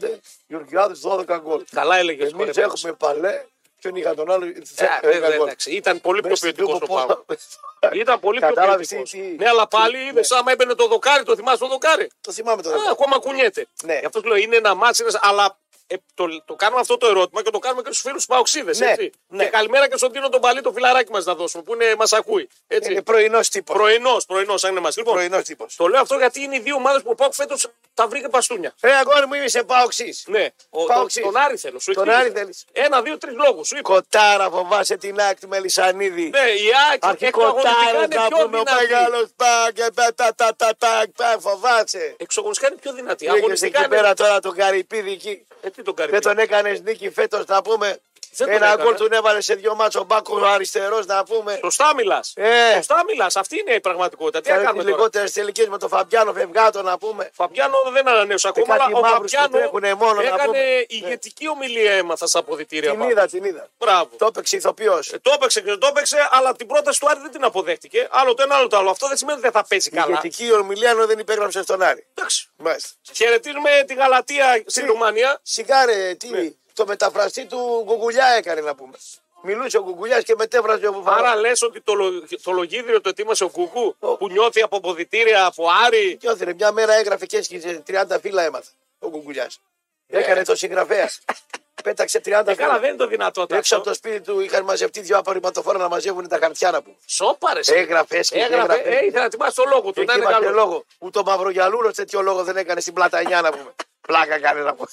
Γεωργιάδη 12 γκολ. Καλά έλεγε. Εμεί έχουμε παλέ, ποιον είχα τον άλλο. Ε, ε, ε, εντάξει, ήταν πολύ πιο ποιοτικός ο Πάουκ. Ήταν πολύ πιο Κατάλαβες ποιοτικός. τι- τι- Ναι, αλλά πάλι είδες άμα έμπαινε το δοκάρι, το θυμάσαι το δοκάρι. Το θυμάμαι το Α, ακόμα κουνιέται. Ναι. Γι' αυτός σου λέω είναι ένα μάτσο, αλλά ε, το, το κάνουμε αυτό το ερώτημα και το κάνουμε και στους φίλους Παοξίδες. Ναι, έτσι. ναι. Και καλημέρα και στον Τίνο τον Παλί, το φιλαράκι μας να δώσουμε που μας ακούει. Έτσι. Είναι πρωινός τύπος. Πρωινός, πρωινός, αν είναι μας. Λοιπόν, Πρωινός τύπος. το λέω αυτό γιατί είναι οι δύο ομάδες που ο Πάουκ φέτος τα βρήκε παστούνια. Ρε Ε, αγόρι μου είμαι σε πάοξή. Ναι, ο, τον, Παοξής. τον Άρη θέλω. Σου Τον εξήγησα. Άρη θέλεις. Ένα, δύο, τρεις λόγους. Σου είπα. Κοτάρα φοβάσαι την άκρη με λισανίδι. Ναι, η Άκη Αρχικοτάρα είναι να πιο πούμε ο δυνατή. μεγάλο πάκ και τα τα τα τα τα τα φοβάσαι. Εξογωνιστικά είναι πιο δυνατή. Λέγεσαι Ε, Αγωνιστικά εκεί είναι. πέρα τώρα τον Καρυπίδη εκεί. Ε, τι τον κάνει. Δεν τον έκανες νίκη φέτος να πούμε. Δεν τον Ένα έκανα. γκολ τον έβαλε σε δυο μάτσο μπάκο αριστερός να πούμε. Σωστά μιλάς. Ε. Σωστά μιλάς. Αυτή είναι η πραγματικότητα. Τι να Κάνε κάνουμε τι τώρα. λιγότερες τελικές με τον Φαμπιάνο Φευγάτο να πούμε. Φαμπιάνο δεν ανανέωσε ακόμα, Ε, κάτι αλλά ο μαύρους που Φαμπιάνο τρέχουνε μόνο, να πούμε. έκανε Ναι. ηγετική ομιλία έμαθα στα αποδητήρια. Την πάνω. είδα, την είδα. Μπράβο. Το έπαιξε ηθοποιός. Ε, Το έπαιξε και το έπαιξε, αλλά την πρόταση του Άρη δεν την αποδέχτηκε. Άλλο το ένα, άλλο το άλλο. Αυτό δεν σημαίνει ότι δεν θα παίζει Η καλά. ηγετική ομιλία ενώ δεν υπέγραψε στον Άρη. Εντάξει. Μάλιστα. Χαιρετίζουμε τη Γαλατεία στη Ρουμανία. Σιγά ρε, τι, Ναι. το μεταφραστή του Γκουγκουλιά έκανε να πούμε. Μιλούσε ο Γκουγκουλιάς και μετέφραζε ο Άρα Βουφαρά. λες ότι το, λο... το λογίδριο το ετοίμασε ο Κουκού που νιώθει από αποδητήρια, από Άρη. Νιώθει, ρε, μια μέρα έγραφε και έσκησε 30 φύλλα έμαθα ο Γκουγκουλιάς. Έκανε το συγγραφέας. Πέταξε 30 Ε, Καλά, φύλλα. δεν είναι το δυνατό αυτό. Έξω από το σπίτι του είχαν μαζευτεί δύο απορριμματοφόρα να μαζεύουν τα χαρτιά να πούμε. Σόπαρες. Έγραφε και Έγραφε, έγραφε. ε, ήθελα να ετοιμάσει το λόγο του. Και Να εκεί είναι είμαστε καλό. λόγος. Ούτε ο Μαυρογιαλούρος τέτοιο λόγο δεν έκανε στην πλατανιά να πούμε. Πλάκα κάνει να πούμε.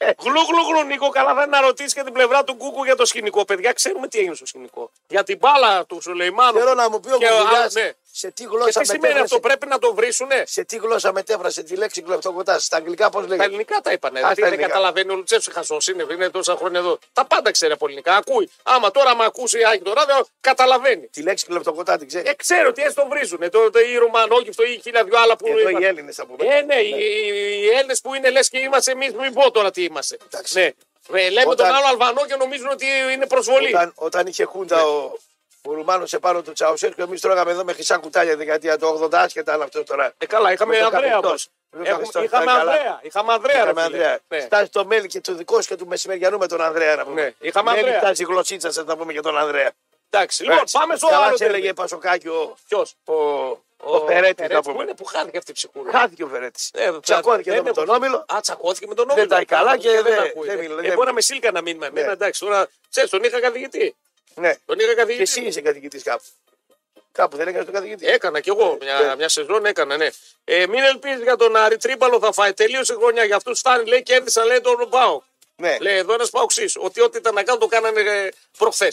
Γλου, γλου, γλου, Νίκο, καλά θα είναι να ρωτήσεις και την πλευρά του Κούκου για το σκηνικό. Παιδιά, ξέρουμε τι έγινε στο σκηνικό. Για την μπάλα του Σουλεϊμάνου. Θέλω να μου πει ο Και ο- Γκουγκουλιά ναι. Σε τι Και γλώσσα τι σημαίνει αυτό, μετέφρασε. πρέπει να το βρίσουνε. Σε τι γλώσσα μετέφρασε τη λέξη κλεπτοκοτά. Στα αγγλικά πώς Τα λέγεται. ελληνικά τα είπανε. στα Δηλαδή δεν ελληνικά. καταλαβαίνει ο Λουτσέσκου χαζό είναι, είναι τόσα χρόνια εδώ. Τα πάντα ξέρει από ελληνικά. Ακούει. Άμα τώρα με ακούσει Άγιο το ράδιο, καταλαβαίνει. Τη λέξη κλεπτοκοτά την ξέρει. Ε, ξέρω ότι έτσι τον βρίζουνε. Το, το, οι Ρουμανόγυφτο ή χίλια δυο άλλα που. Εδώ είπαν. οι Έλληνε από Ε, ναι, οι, οι- οι Έλληνες που είναι λες και είμαστε εμείς, μην πω τώρα τι είμαστε. Εντάξει. Ναι. Ε, λέμε Όταν- τον άλλο Αλβανό και νομίζουν ότι είναι προσβολή. Όταν, όταν είχε χούντα Ναι. ο, ο Ρουμάνο επάνω του Τσαουσέσκου, εμείς τρώγαμε εδώ με χρυσά κουτάλια τη δεκαετία του 80, άσχετα αν αυτό τώρα. Ε, καλά, είχαμε με το Ανδρέα καθεστώς. όμως. Με το Έχουμε- καθεστώς, Είχαμε ήταν καλά. Ανδρέα. Είχαμε Ανδρέα. ρε φίλε. Είχαμε Ανδρέα. Ναι. Στάζει το μέλι και του δικό σου και του μεσημεριανού με τον Ανδρέα. Να πούμε. Ναι, είχαμε Δεν Ανδρέα. φτάσει η γλωσσίτσα σα να πούμε για τον Ανδρέα. Εντάξει, λοιπόν, Έτσι. πάμε στο Καλά άλλο. σε έλεγε Πασοκάκη ο, Ποιος. ο, ο, Φερέτης, να Πού πούμε. είναι που χάθηκε αυτή η ψυχούλα. Χάθηκε ο Φερέτη. Ε, δεν- Τσακώθηκε δεν εδώ με έχω- τον Όμιλο. Α, τσακώθηκε με τον Όμιλο. τα έχει καλά και δεν- ακούει. δεν Ε, μιλάει, δεν Μπορεί να μιλάει. με σύλκα να μείνει με εμένα. Ναι. Ε, Εντάξει, τώρα ξέρεις, τον είχα καθηγητή. Ναι. Τον είχα Και καθηγητή. εσύ είσαι καθηγητής κάπου. Κάπου δεν έκανες το καθηγητή. Έκανα κι εγώ μια, Ναι. μια σεζόν, έκανα, ναι. Ε, μην ελπίζει για τον Άρη Τρίμπαλο θα φάει. Τελείωσε η χρονιά. Γι' αυτό φτάνει, λέει, κέρδισαν, λέει, τον Πάο. Ναι. Λέει, εδώ ένας Παοξή. Ότι ό,τι ήταν να κάνουν το κάνανε ε, προχθές.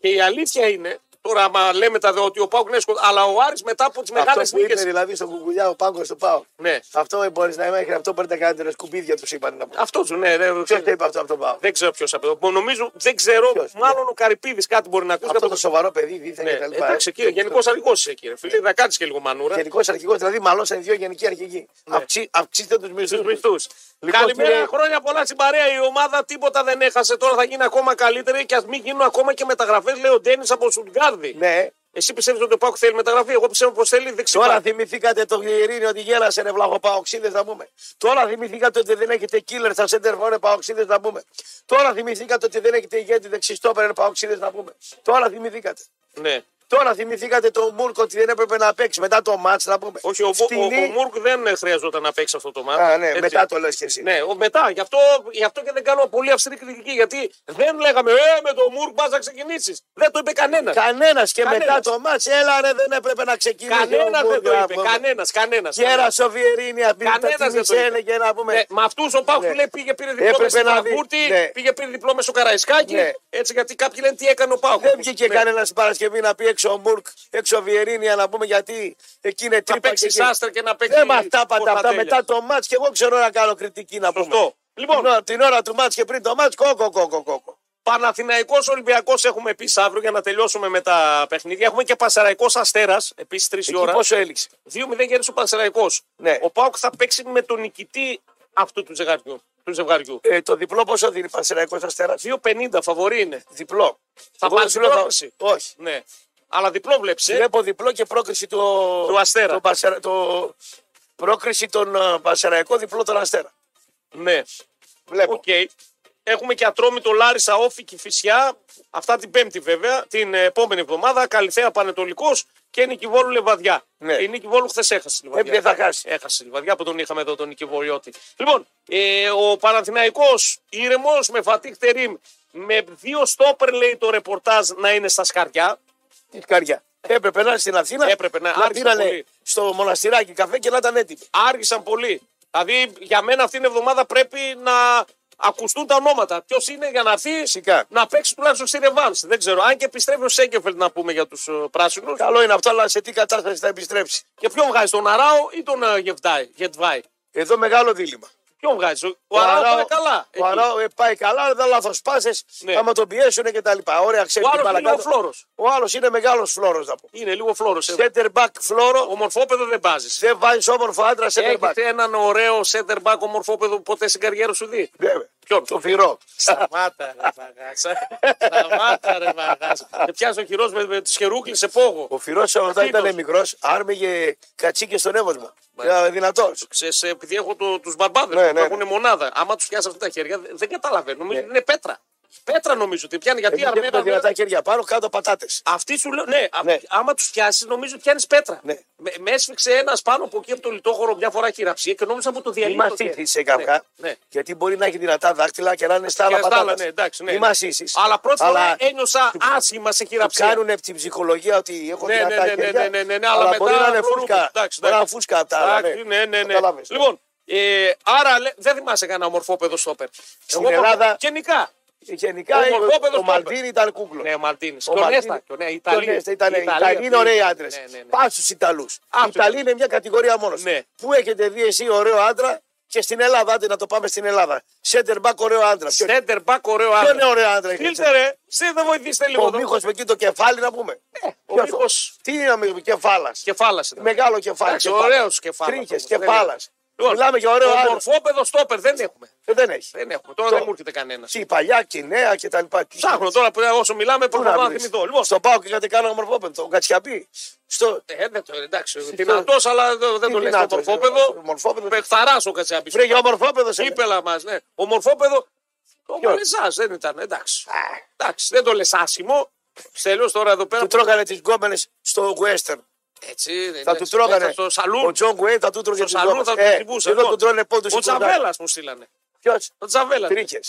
Και η αλήθεια είναι, τώρα, άμα λέμε τα δε, ότι ο Πάοκ ναι, σκοτ- αλλά ο Άρης μετά από τις μεγάλε Αυτό που είπε νίκες. δηλαδή στον κουκουλιά ο πάγκο του Πάου. Ναι, Αυτό μπορείς να μέχρι αυτό μπορεί να κάνετε σκουπίδια του είπαν να πούμε. αυτό σου, ναι, ναι, Ποιος το είπε αυτό από τον Πάο. Δεν ξέρω ποιος από εδώ. Μο- Νομίζω, δεν ξέρω. Ποιος, ναι. μάλλον ο Καρυπίδης κάτι μπορεί να ακούσει. Αυτό από το το- σοβαρό παιδί δίθεν Ναι, και τα λοιπά. ε. εντάξει, ε. κύριε, γενικός αρχηγός είσαι, κύριε. Φίλε, θα κάτσεις και λίγο μανούρα. Γενικός αρχηγός, δηλαδή μαλώσαν οι δύο γενικοί αρχηγοί. Ναι. Αυξή- αυξήστε τους μισθούς. Στου μισθούς. Λοιπόν, Καλημέρα, κύριε- χρόνια πολλά στην παρέα. Η ομάδα τίποτα δεν έχασε. Τώρα θα γίνει ακόμα καλύτερη και ας μην γίνουν ακόμα και μεταγραφές, λέει ο Ντένις από Σουτγκάρδη. Ναι. Εσύ πιστεύεις ότι ο Πάουκ θέλει μεταγραφή. Εγώ πιστεύω πως θέλει δεξιά. Τώρα θυμηθήκατε το Ειρήνη ότι γέλασε ρε βλαχοπαοξίδε να πούμε. Τώρα θυμηθήκατε ότι δεν έχετε killer στα center ρε παοξίδε να πούμε. Τώρα θυμηθήκατε ότι δεν έχετε ηγέτη δεξιστόπερ παοξίδε να πούμε. Τώρα θυμηθήκατε. Ναι. Τώρα θυμηθήκατε το Μούρκο ότι δεν έπρεπε να παίξει μετά το μάτς να πούμε. Όχι, ο, Βο- Στην ο, Λί- ο Μουρκ δεν ε, χρειαζόταν να παίξει αυτό το μάτι. Α, ναι, μετά το λες και εσύ. Ναι, ο- μετά. Γι' αυτό, γι' αυτό και δεν κάνω πολύ αυστηρή κριτική. Γιατί δεν λέγαμε, Ε, με το Μουρκ πας να ξεκινήσεις. Δεν το είπε κανένας. Κανένας και Κανένας. μετά το μάτς έλα ρε δεν έπρεπε να ξεκινήσει. Κανένας δεν ο το Μούρκο, να είπε. πούμε. Κανένας, κανένας. Κέρασε ο Βιερίνη αυτή Κανένας τα δεν το είπε. έλεγε να πούμε. Ναι, με αυτούς ο Πάουκ Ναι. του λέει πήγε πήρε διπλό Έπρεπε στην να δει. Παγκούρτη, Ναι. πήγε πήρε διπλό με στο Καραϊσκάκι. Ναι. Έτσι, γιατί κάποιοι λένε τι έκανε ο Πάουκ. Δεν βγήκε Ναι. κανένας την Παρασκευή να πει έξω ο Μουρκ, έξω ο Βιερίνια να πούμε γιατί εκεί είναι Να τρύπα. παίξει και εκεί. άστρα και να παίξει. Δεν μας τα πάντα αυτά Κωνσταντέλια. μετά το μάτς και εγώ ξέρω να κάνω κριτική να πούμε. Σωστό. Λοιπόν, Την ώρα- την ώρα του μάτς και πριν το μάτς κόκο κόκο κόκο. Παναθηναϊκός Ολυμπιακός έχουμε επίση αύριο για να τελειώσουμε με τα παιχνίδια. Έχουμε και Πασαραϊκός Αστέρας επίσης 3 η Εκεί ώρα. πόσο έληξε. 2-0 γέρνησε ο Πανσεραϊκός. Ναι. Ο Πάουκ θα παίξει με τον νικητή αυτού του ζευγαριού. Του ζευγαριού. Ε, το διπλό πόσο δίνει Πανσεραϊκός Αστέρας. 2-50 φαβορή είναι. Διπλό. Θα Εγώ πάρει σου λέω, πρόκληση. Όχι. Ναι. Αλλά διπλό βλέψε. Βλέπω διπλό και πρόκριση του, Του Αστέρα. Το, Πασερα- το- πρόκριση των ε, Πανσεραϊκών διπλό τον Αστέρα. Ναι. Βλέπω. Οκ. Έχουμε και ατρόμητο Λάρισα, Όφη Φυσιά. Αυτά την Πέμπτη βέβαια, την επόμενη εβδομάδα. Καλυθέα Πανετολικός και Νικηβόλου Λεβαδιά. Ε, Ναι. Η Νικηβόλου χθες έχασε τη Λεβαδιά. Ε, δεν θα χάσει. Έχασε τη Λεβαδιά που τον είχαμε εδώ τον Νικηβολιώτη. Λοιπόν, ε, ο Παναθηναϊκός ήρεμος με Φατίχ Τερίμ. Με δύο στόπερ λέει το ρεπορτάζ να είναι στα σκαριά. Τη καρδιά. Έπρεπε να είναι στην Αθήνα. Έπρεπε να- να άρχισε πήρανε πολύ. στο μοναστηράκι καφέ και να ήταν έτοιμοι. Άργησαν πολύ. Δηλαδή για μένα αυτή την εβδομάδα πρέπει να ακουστούν τα ονόματα. Ποιος είναι για να έρθει Φυσικά. να παίξει τουλάχιστον στη Ρεβάνς. Δεν ξέρω. Αν και επιστρέφει ο Σέγκεφελτ να πούμε για τους πράσινους. Καλό είναι αυτό, αλλά σε τι κατάσταση θα επιστρέψει. Και ποιον βγάζει, τον Αράο ή τον ε, Γεβδάη, Γετβάη. Εδώ μεγάλο δίλημα. Ποιον βγάζεις. Ο, ο Αράο πάει καλά. Ο Αράο ε, πάει καλά, αλλά δεν λάθος πάσες. Ναι. Άμα τον πιέσουν και τα λοιπά. Ωραία, ξέρει Ο την άλλος είναι λίγο παρακάτω. φλόρος. Ο άλλος είναι μεγάλος φλόρος να πω. Είναι λίγο ε. φλόρο. Center back φλόρο, Ομορφόπεδο δεν βάζεις. δεν βάζεις όμορφο άντρα center back. Έχετε έναν ωραίο center back ομορφόπεδο που ποτέ στην καριέρα σου δει. Βέβαια. Ποιον. Το Ναι, ε, φυρό. Σταμάτα ρε βαγάσα. Σταμάτα ρε βαγάσα. Και πιάζει ο χειρός με, με τις χερούκλες σε πόγο. Ο Φυρό όταν Ταχύτος. ήταν μικρός, άρμεγε κατσίκες στον έβοσμο. Ήταν δυνατός. Ξέρεις, επειδή έχω το, τους μπαρμπάδες Ναι, που ναι, έχουν μονάδα. Άμα τους πιάσει αυτά τα χέρια, δε- δεν καταλαβαίνω. Νομίζω ότι είναι πέτρα. Πέτρα νομίζω ότι πιάνει. Ναι. Ε, Γιατί Είχε αρμένα. τα δυνατά χέρια πάνω, κάτω πατάτες. Αυτή σου λέω, ναι, α- Ναι. άμα τους πιάσεις, νομίζω ότι πιάνεις πέτρα. Ναι. Με, με έσφιξε ένας πάνω από εκεί από το λιτόχωρο μια φορά χειραψία και νόμιζα από το Μην διαλύτω. μα σε καυγά. Ναι, ναι. Γιατί μπορεί να έχει δυνατά δάχτυλα και να είναι στα άλλα Και στα άλλα, πατάτα. ναι, εντάξει, ναι. Μην μα ήσεις. Αλλά πρώτη φορά Αλλά ένιωσα άσχημα σε του χειραψία. κάνουν από την ψυχολογία ότι έχω Ναι, ναι, δυνατά ναι, ναι, χέρια. ναι, ναι, ναι, ναι, αλλά αλλά, μετά μπορεί να είναι βρούμε. φούσκα. Εντάξει, Μπορεί να είναι εντάξει. φούσκα απ' τα άλλα. Εντάξει, ναι, ναι, ναι. Καταλάβες. Λοιπόν, ε, άρα λέ- δεν θυμάσαι κανένα ομορφό παιδό στόπερ. Στην Ελλάδα- Γενικά. γενικά ε, Ο Μολδόπεδος ο Μαλτίνης ήταν κούκλος. Ναι, ο Μαλτίνης. Ο Και ο Νέστα. Μαλτίνη- και ο- Ναι, Τον Ιταλία. Νέστα ήταν- Ιταλοί είναι ωραίοι άντρες. Ναι, ναι, ναι. Πά στους Ιταλούς. Οι τους Ιταλοί Ιταλούς. είναι μια κατηγορία μόνος. Ναι. Πού έχετε δει εσύ ωραίο άντρα και στην Ελλάδα, άντε να το πάμε στην Ελλάδα. Σέντερ μπακ ωραίο άντρα. Ποιο Σέντερ μπακ, ωραίο ποιο είναι άντρα. ωραίο άντρα. εκεί? Φίλτε ρε, εσύ δεν βοηθήσετε λίγο Ο εδώ. Ναι, μύχος με εκεί το κεφάλι να πούμε. Ο Ποιος- Μίχος Τι είναι ο μύχος, κεφάλας. κεφάλασε. Μεγάλο κεφάλι. Εντάξει, ωραίος κεφάλας Τρίχες, όμως, δεν κεφάλας. Λοιπόν, Μιλάμε για ωραίο Το άντρα. μορφόπεδο στόπερ δεν έχουμε. Ε, Δεν έχει. Δεν έχουμε. Τώρα Το- δεν μου έρχεται κανένας. Και η παλιά και η νέα και τα λοιπά. Ψάχνω τώρα που όσο μιλάμε Πού προσπαθώ να βρεις. θυμηθώ. Λοιπόν, Στον πάω και κάτι κάνω μορφόπεντο. Ο Κατσιαμπή. Στο. ε, δεν το, εντάξει, δυνατό, αλλά δε- δεν Τι το λέει το δυνατός, ε, ο μορφόπεδος. Μορφόπεδο. Πεχθαρά ο Κατσιάπη. Βρήκε ο μορφόπεδος. Κύπελα μας, ναι. Ο μορφόπεδο. Το Ποιος? μαρεζά δεν ήταν, εντάξει. Εντάξει, δεν το λες άσχημο. Στέλιος τώρα εδώ πέρα. Του τρώγανε τις γκόμενες στο western. Έτσι, δεν Θα είναι. του τρώγανε. Μέσα Στο Ο σαλούν. Τζον Κουέιν θα του τρώγε Στο τι σαλούν θα τους γκόμενε. τσιμπούσε. Εδώ Λοιπόν, του τρώνε πόντους. Ο Τζαβέλας μου στείλανε. Ποιος. Ο Τζαβέλας. Τρίχε.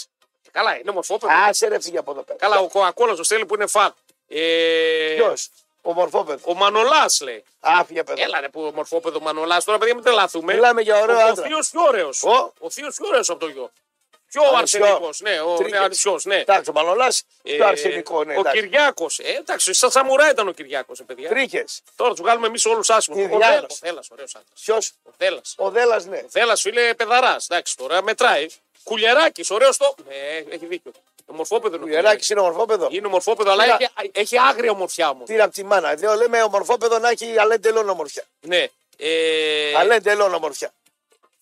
Καλά, είναι μορφόπεδο. Α, σε ρε φύγε από εδώ πέρα. Καλά, ο Κοακόλα ο στέλνει που είναι φαν. Ε, Ποιος. Ο μορφόπεδο. Ο Μανολάς λέει. Α, φύγε από εδώ. Έλα ρε που μορφόπεδο Μανολάς. Τώρα παιδιά μην τρελαθούμε. Μιλάμε για ωραίο Ο, ο άντρα. θείος πιο ωραίος. Ο? Ο θείος πιο ωραίος από το γιο. Πιο Ανησιό. αρσενικό. Ναι, ο Τρίχες. ναι, ανησιός, ναι. Εντάξει, ο Μανολά. Ε, Το αρσενικό, ναι. ο Κυριάκος. Ε, εντάξει, σαν σαμουρά ήταν ο Κυριάκος, παιδιά. Τρίχε. Τώρα τους βγάλουμε εμείς όλους άσχημους. Ο Κυριάκος. Δέλλα. Ο Δέλλα, ωραίο άντρα. Ποιος. Ο Δέλλα. Ο Δέλλα, ναι. Ο Δέλλα, φίλε, παιδαρά. Εντάξει τώρα, μετράει. Κουλιαράκης, ωραίος το. Ναι, έχει δίκιο. Το μορφόπεδο είναι. ο Ο Ιεράκη είναι ομορφόπεδο. Είναι ομορφόπεδο, αλλά Κοίτα. έχει, έχει άγρια ομορφιά όμως. Τι είναι από τη μάνα. Εδώ λέμε ομορφόπεδο να έχει αλλά εντελώ ομορφιά. Ναι. Ε, Αλλά εντελώ ομορφιά.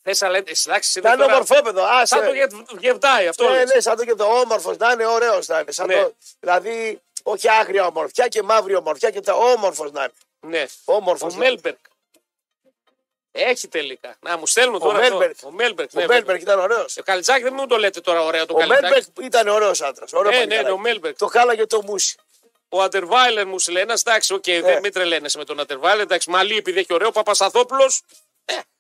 Θες να λέτε, εντάξει, Να είναι είναι τώρα- ομορφόπεδο. Α Σαν το σε. γευ- γευδάει αυτό. Ναι, λες. ναι, σαν το και το όμορφος να είναι ωραίος να είναι. Σαν Ναι. το, δηλαδή, όχι άγρια ομορφιά και μαύρη ομορφιά και τα όμορφος να είναι. ναι. Όμορφος. Ο Μέλμπερκ. Έχει τελικά. Να μου στέλνουν Ο τώρα. αυτό. Μέλμπερκ. Ο Μέλμπερκ. Ο ναι, Μέλμπερκ ήταν ωραίος. Ο Καλιτζάκη δεν μου το λέτε τώρα ωραίο το Ο Καλιτζάκη. Μέλμπερκ ήταν ωραίος άντρας. Ναι, ναι, ναι, ο Μέλμπερκ. Το χάλαγε το μουσι. Ο Αντερβάιλερ μου λέει ένας. Εντάξει, οκ, Ναι. δεν μην τρελαίνεσαι με τον Αντερβάιλερ. Εντάξει, μαλλί επειδή έχει ωραίο. Παπασταθόπουλος.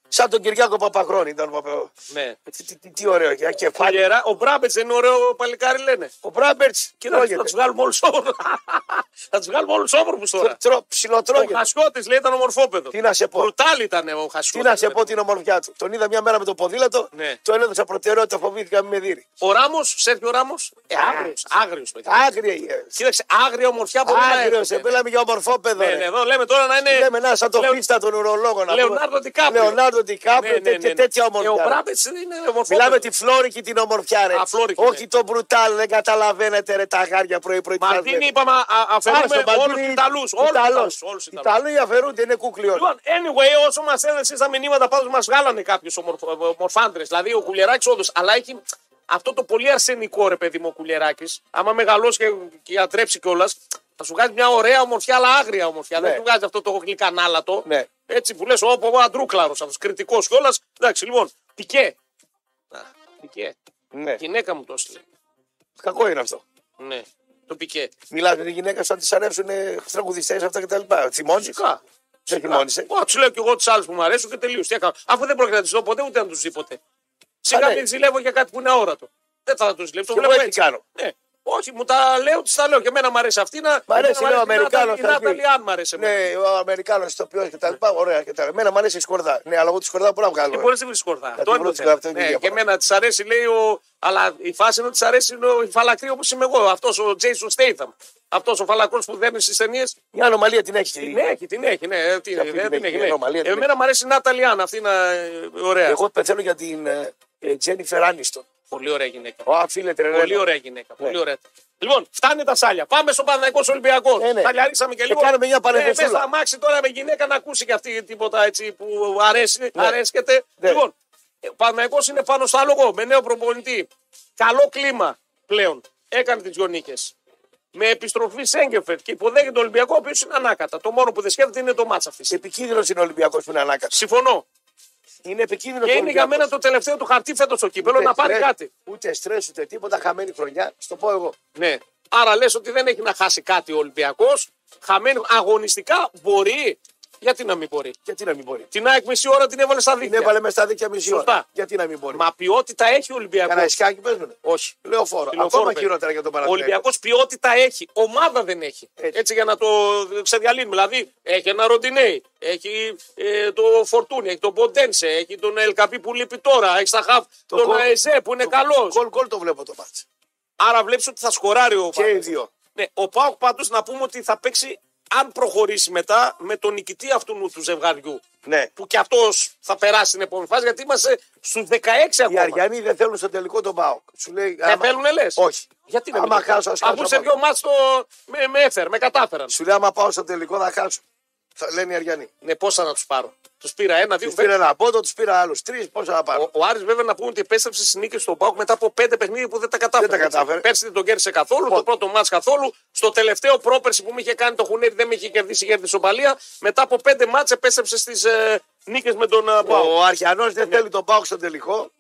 Σαν τον Κυριάκο Παπαχρόνη ήταν. Παπα- Ναι. Τι, τι, τι, τι ωραίο είχε. Κεφάλι. Παλιέρα. Ο Μπράμπετ δεν είναι ωραίο παλικάρι λένε. Ο Μπράμπερτ. Κοίτα, θα τους βγάλουμε όλους όμορφου. θα τους βγάλουμε όλους όμορφους τώρα. Ο Ψιλοτρόγεται. Χασιώτης λέει ήταν ομορφόπεδο. Τι να σε πω. Μπρουτάλι ήταν ο Τι Χασιώτη. να σε πω την ομορφιά του. Τον είδα μια μέρα με το ποδήλατο, Ναι. τον έδωσα προτεραιότητα, φοβήθηκα μη με δει. Ο Ράμος, Σέρχιο Ράμος. Ε, άγριο. Άγριο, παιδιά. Άγρια είναι. Κοίταξε, άγρια ομορφιά μπορεί να Άγριος, έχετε. ε, σε μιλάμε για ομορφό παιδό. Ναι, ρε. ναι, εδώ λέμε τώρα να είναι. Λέμε να σαν το Λεο- φίστα των ουρολόγων. να πούμε. Λεωνάρδο Ντικάπριο. Λεωνάρδο Ντικάπριο Ναι, ναι, ναι, και ναι. τέτοια Ε, ο ομορφιά. ρε. Μπράμπετ είναι ομορφό. Μιλάμε τη φλόρικη την ομορφιά, ρε. Α, φλόρικη, Όχι ναι. το μπρουτάλ, δεν καταλαβαίνετε, ρε, τα γάρια πρωί-πρωί. τι Μαρτίνη, βάζουμε. είπαμε, α- Άστο, αφαιρούμε Μαρτίνη, όλου του Ιταλού. Ιταλός. Όλου του Ιταλού. Ιταλοί αφαιρούνται, είναι κούκλοι όλοι. Λοιπόν, anyway, όσο μας έδωσε εσείς τα μηνύματα, πάντως μας βγάλανε κάποιους ομορφάντρες. Δηλαδή, ο Κουλιεράκη όντως, αλλά έχει αυτό το πολύ αρσενικό ρε παιδί μου ο Κουλιεράκη. Άμα μεγαλώσει και, και ατρέψει κιόλας, θα σου βγάζει μια ωραία ομορφιά, αλλά άγρια ομορφιά. Ναι. Δεν σου βγάζει αυτό το γλυκανάλατο. Ναι. Έτσι που λες, όπου ο αντρούκλαρος αυτός, κριτικός κιόλας. Εντάξει, λοιπόν, τικέ. Α, Πικέ. Ναι. Η γυναίκα μου το έστειλε. Κακό είναι αυτό. Ναι, το πικέ. Μιλάς με τη γυναίκα σαν της αρέσουν τραγουδιστές αυτά κτλ. Θυμώνει. Φυσικά. Δεν ε? θυμώνει. Ω, τους λέω και εγώ του άλλου που μου αρέσουν και τελείως. Τι έκανα. Αφού δεν πρόκειται να του δω ποτέ, ούτε να τους δει ποτέ. Σιγά Α, ναι. μην ζηλεύω για κάτι που είναι αόρατο. Δεν θα τους ζηλέψω. Και Το εγώ βλέπω έτσι έτσι. κάνω. Ναι. Όχι, μου τα λέω, τη τα λέω. Και εμένα μου αρέσει αυτή να. Μ' αρέσει, εμένα λέω, μου αρέσει η Αμερικάνος Νάτα- θα Η Νάταλι, βγει. αν μ' αρέσει. εμένα. Ναι, ο Αμερικάνος ηθοποιό και τα λοιπά. Ωραία και τα λοιπά. Εμένα μου αρέσει η σκορδά. Ναι, αλλά εγώ τη σκορδά μπορώ να βγάλω. Και ε. μπορείς να βρει κορδά. την Αυτό είναι βρω το τη θέμα. σκορδά, αυτό είναι Ναι, η και διαφορά. εμένα της αρέσει, λέει ο. Αλλά η φάση είναι ότι της αρέσει είναι ο φαλακρή όπως είμαι εγώ. Αυτός ο Τζέισον Στέιθαμ. Αυτός ο φαλακρός που δέρνει στις ταινίες. Μια ανομαλία την έχει. Την έχει, την έχει. Ναι, ε, τι- αυτή δεν την την έχει, έχει. η ναι. ανομαλία την Εμένα μου αρέσει η Νάταλιάν, αυτή είναι ε, ωραία. Εγώ πεθαίνω για την ε, Τζένιφερ Άνιστον. Πολύ ωραία γυναίκα. Ω, φίλε τρελέ. Πολύ ωραία γυναίκα. Ναι. Πολύ ωραία. Λοιπόν, φτάνει τα σάλια. Πάμε στον Παναγικό Ολυμπιακός. Ναι, ναι. Θα λιαρίσαμε και Και λίγο. κάνουμε μια Ε, παρενθεσούλα. μέσα αμάξι τώρα με γυναίκα να ακούσει και αυτή τίποτα έτσι που αρέσει, Ναι. αρέσκεται. Ναι. Λοιπόν, ο Παναγικό είναι πάνω στο άλογο με νέο προπονητή. Καλό κλίμα πλέον. Έκανε τις δυο νίκε. Με επιστροφή Σέγκεφερτ και υποδέχεται τον Ολυμπιακό, ο οποίος είναι ανάκατα. Το μόνο που δεν σκέφτεται είναι το μάτσα αυτής. Επικίνδυνος είναι ο Ολυμπιακός που είναι ανάκατος. Συμφωνώ. Είναι επικίνδυνο Και είναι για μένα το τελευταίο του χαρτί φέτος στο κύπελο να πάρει ε, κάτι. Ούτε στρες ούτε τίποτα. Χαμένη χρονιά. Στο πω εγώ. Ναι. Άρα λες ότι δεν έχει να χάσει κάτι ο Ολυμπιακός. Χαμένο αγωνιστικά μπορεί. Γιατί να μην μπορεί. Γιατί να μην μπορεί. Την ΑΕΚ μισή ώρα την έβαλε στα Την δίκτυα. έβαλε με στα δίκια μισή ώρα. Σωστά. Γιατί να μην μπορεί. Μα ποιότητα έχει ο Ολυμπιακός. Καναϊσκάκι παίζουν. Όχι. Λεωφόρο. Λεωφόρο Ακόμα παίζει. χειρότερα για τον Ο Παναγιώτο. Ολυμπιακός ποιότητα έχει. Ομάδα δεν έχει. Έτσι. Έτσι, για να το ξεδιαλύνουμε. Δηλαδή έχει ένα Ροντινέι, έχει ε, το Φορτούνι, έχει τον Ποντένσε, έχει τον Ελκαπή που λείπει τώρα, έχει στα χαφ Το τον γκολ- Αεζέ που είναι καλός. Γκολ γκολ το βλέπω το μάτσο. Άρα βλέπεις ότι θα σκοράρει ο Και οι Πάουκ. δύο. Ναι, ο Πάουκ πάντως να πούμε ότι θα παίξει, αν προχωρήσει μετά, με τον νικητή αυτού του ζευγαριού. Ναι. Που κι αυτός θα περάσει την επόμενη φάση, γιατί είμαστε στους 16 Οι ακόμα. Αριανοί δεν θέλουν στο τελικό τον Πάοκ. Σου λέει. Δεν άμα- θέλουνε λες. Όχι. Γιατί δεν Άμα με- χάσω, ας Αφού χάσω σε πάω. δύο μάτς το- με, με έφερε, με κατάφεραν. Σου λέει άμα πάω στο τελικό θα χάσω. Θα λένε οι Αριανοί. Ναι, πόσα να τους πάρω. Τους πήρα ένα, δύο. Τους πήρα ένα πόντο, τους πήρα άλλους τρεις. Πόσα θα πάρω. Ο, ο Άρης βέβαια να πούμε ότι επέστρεψε στις νίκες στον Πάουκ μετά από πέντε παιχνίδια που δεν τα κατάφερε. Δεν τα κατάφερε. Λοιπόν. Πέρσι δεν τον κέρδισε καθόλου, το πρώτο μάτς καθόλου. Στο τελευταίο πρόπερση που μου είχε κάνει το Χουνέρι δεν με είχε κερδίσει η Σοπαλία. Μετά από πέντε μάτς επέστρεψε στις ε, νίκες με τον ε, Πάουκ. Ο Αριανός δεν θέλει τον Πάοκ στο τελικό.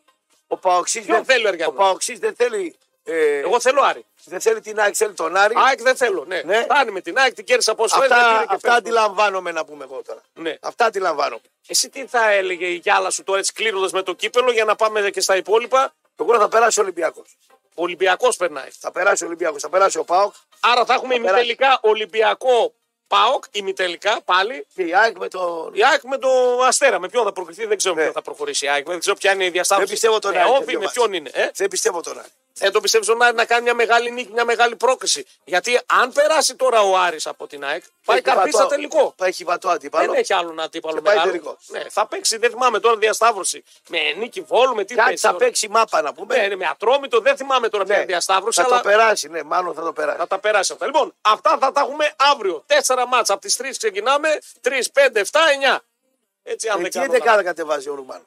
Ο Παοξή Ναι. Ποιον δεν, θέλει ο Αριανός? ο Παοξής δεν θέλει. ε, Εγώ θέλω Άρη. Δεν θέλει την ΑΕΚ, θέλει τον Άρη. ΑΕΚ δεν θέλω. Ναι. Ναι. Φτάνει με την ΑΕΚ, την κέρδισα από όσο αυτά δεν πήρε και αυτά φέρνει. αντιλαμβάνομαι να πούμε εγώ τώρα. Ναι. Αυτά αντιλαμβάνομαι. Εσύ τι θα έλεγε η γυάλα σου τώρα έτσι κλείνοντας με το κύπελο για να πάμε και στα υπόλοιπα. Εγώ θα περάσει ο Ολυμπιακός. Ο Ολυμπιακός περνάει. Θα περάσει ο Ολυμπιακός, θα περάσει ο Πάοκ Άρα θα έχουμε περάσει. ημιτελικά Ολυμπιακό Πάοκ, ημιτελικά πάλι. και η ΑΕΚ με τον. Η ΑΕΚ με το Αστέρα. Με ποιον θα προκριθεί, δεν ξέρω με Ναι. ποιον θα προχωρήσει η ΑΕΚ. Δεν ξέρω ποια είναι η διασταύρωση. Δεν πιστεύω τον με Άρη, όφη, τέτοιο με μάτς. ποιον είναι. Ε? Δεν πιστεύω τον Άρη. Δεν το πιστεύει ο Άρη να κάνει μια μεγάλη νίκη, μια μεγάλη πρόκριση. Γιατί αν περάσει τώρα ο Άρης από την ΑΕΚ, πάει Έχει βατό- καρπίτσα τελικό. Πάει έχει βατό αντίπαλο. Δεν έχει άλλον αντίπαλο Και πάει μεγάλο. τελικό. Ναι, θα παίξει, δεν θυμάμαι τώρα διασταύρωση. Με νίκη βόλου, με τι Κάτι θα τώρα. παίξει μάπα να πούμε. Ναι, ναι, με ατρόμητο, δεν θυμάμαι τώρα ποια Ναι. είναι η διασταύρωση, Θα αλλά το περάσει, ναι, μάλλον θα το περάσει. θα τα περάσει αυτά. Λοιπόν, αυτά θα τα έχουμε αύριο. Τέσσερα μάτσα. Από τις 3 ξεκινάμε. 3, 5, 7, 9. Έτσι, αν δεν Εκεί κάνω. δεν λάθος. κάνει κατεβάζει ο Ρουμάνος.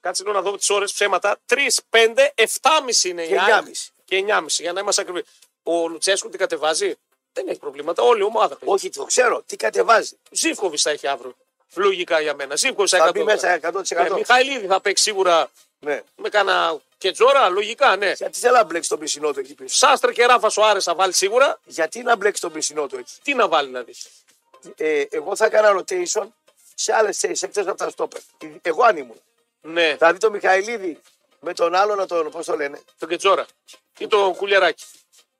Κάτσε λίγο να δω τις ώρες ψέματα. 3, 5, 7,5 είναι η Και ΑΕΚ. 9,5. Και 9,5 για να είμαστε ακριβείς. Ο Λουτσέσκου την κατεβάζει. Δεν έχει προβλήματα. Όλη η ομάδα. παίζει. Όχι, το ξέρω, τι κατεβάζει. Ζήφκοβιτς θα έχει αύριο. Λογικά για μένα. Ζήφκοβιτ Θα μπει μέσα 100%. Ναι, Μιχαηλίδη θα παίξει σίγουρα Ναι. με κάνα κετζόρα, λογικά, ναι. Γιατί θέλει να μπλέξει τον πισινό του εκεί πίσω. Σάστρε και ράφα ο Άρης θα βάλει σίγουρα. Γιατί να μπλέξει τον πισινό του εκεί. Τι να βάλει δηλαδή. Ε, εγώ θα έκανα rotation σε άλλες θέσεις εκτός από τα στόπερ. Ε, Εγώ αν ήμουν. Ναι, Δηλαδή τον Μιχαηλίδη με τον άλλο να τον. Πώς το λένε. τον κετζόρα. Ή τον κουλιαράκι.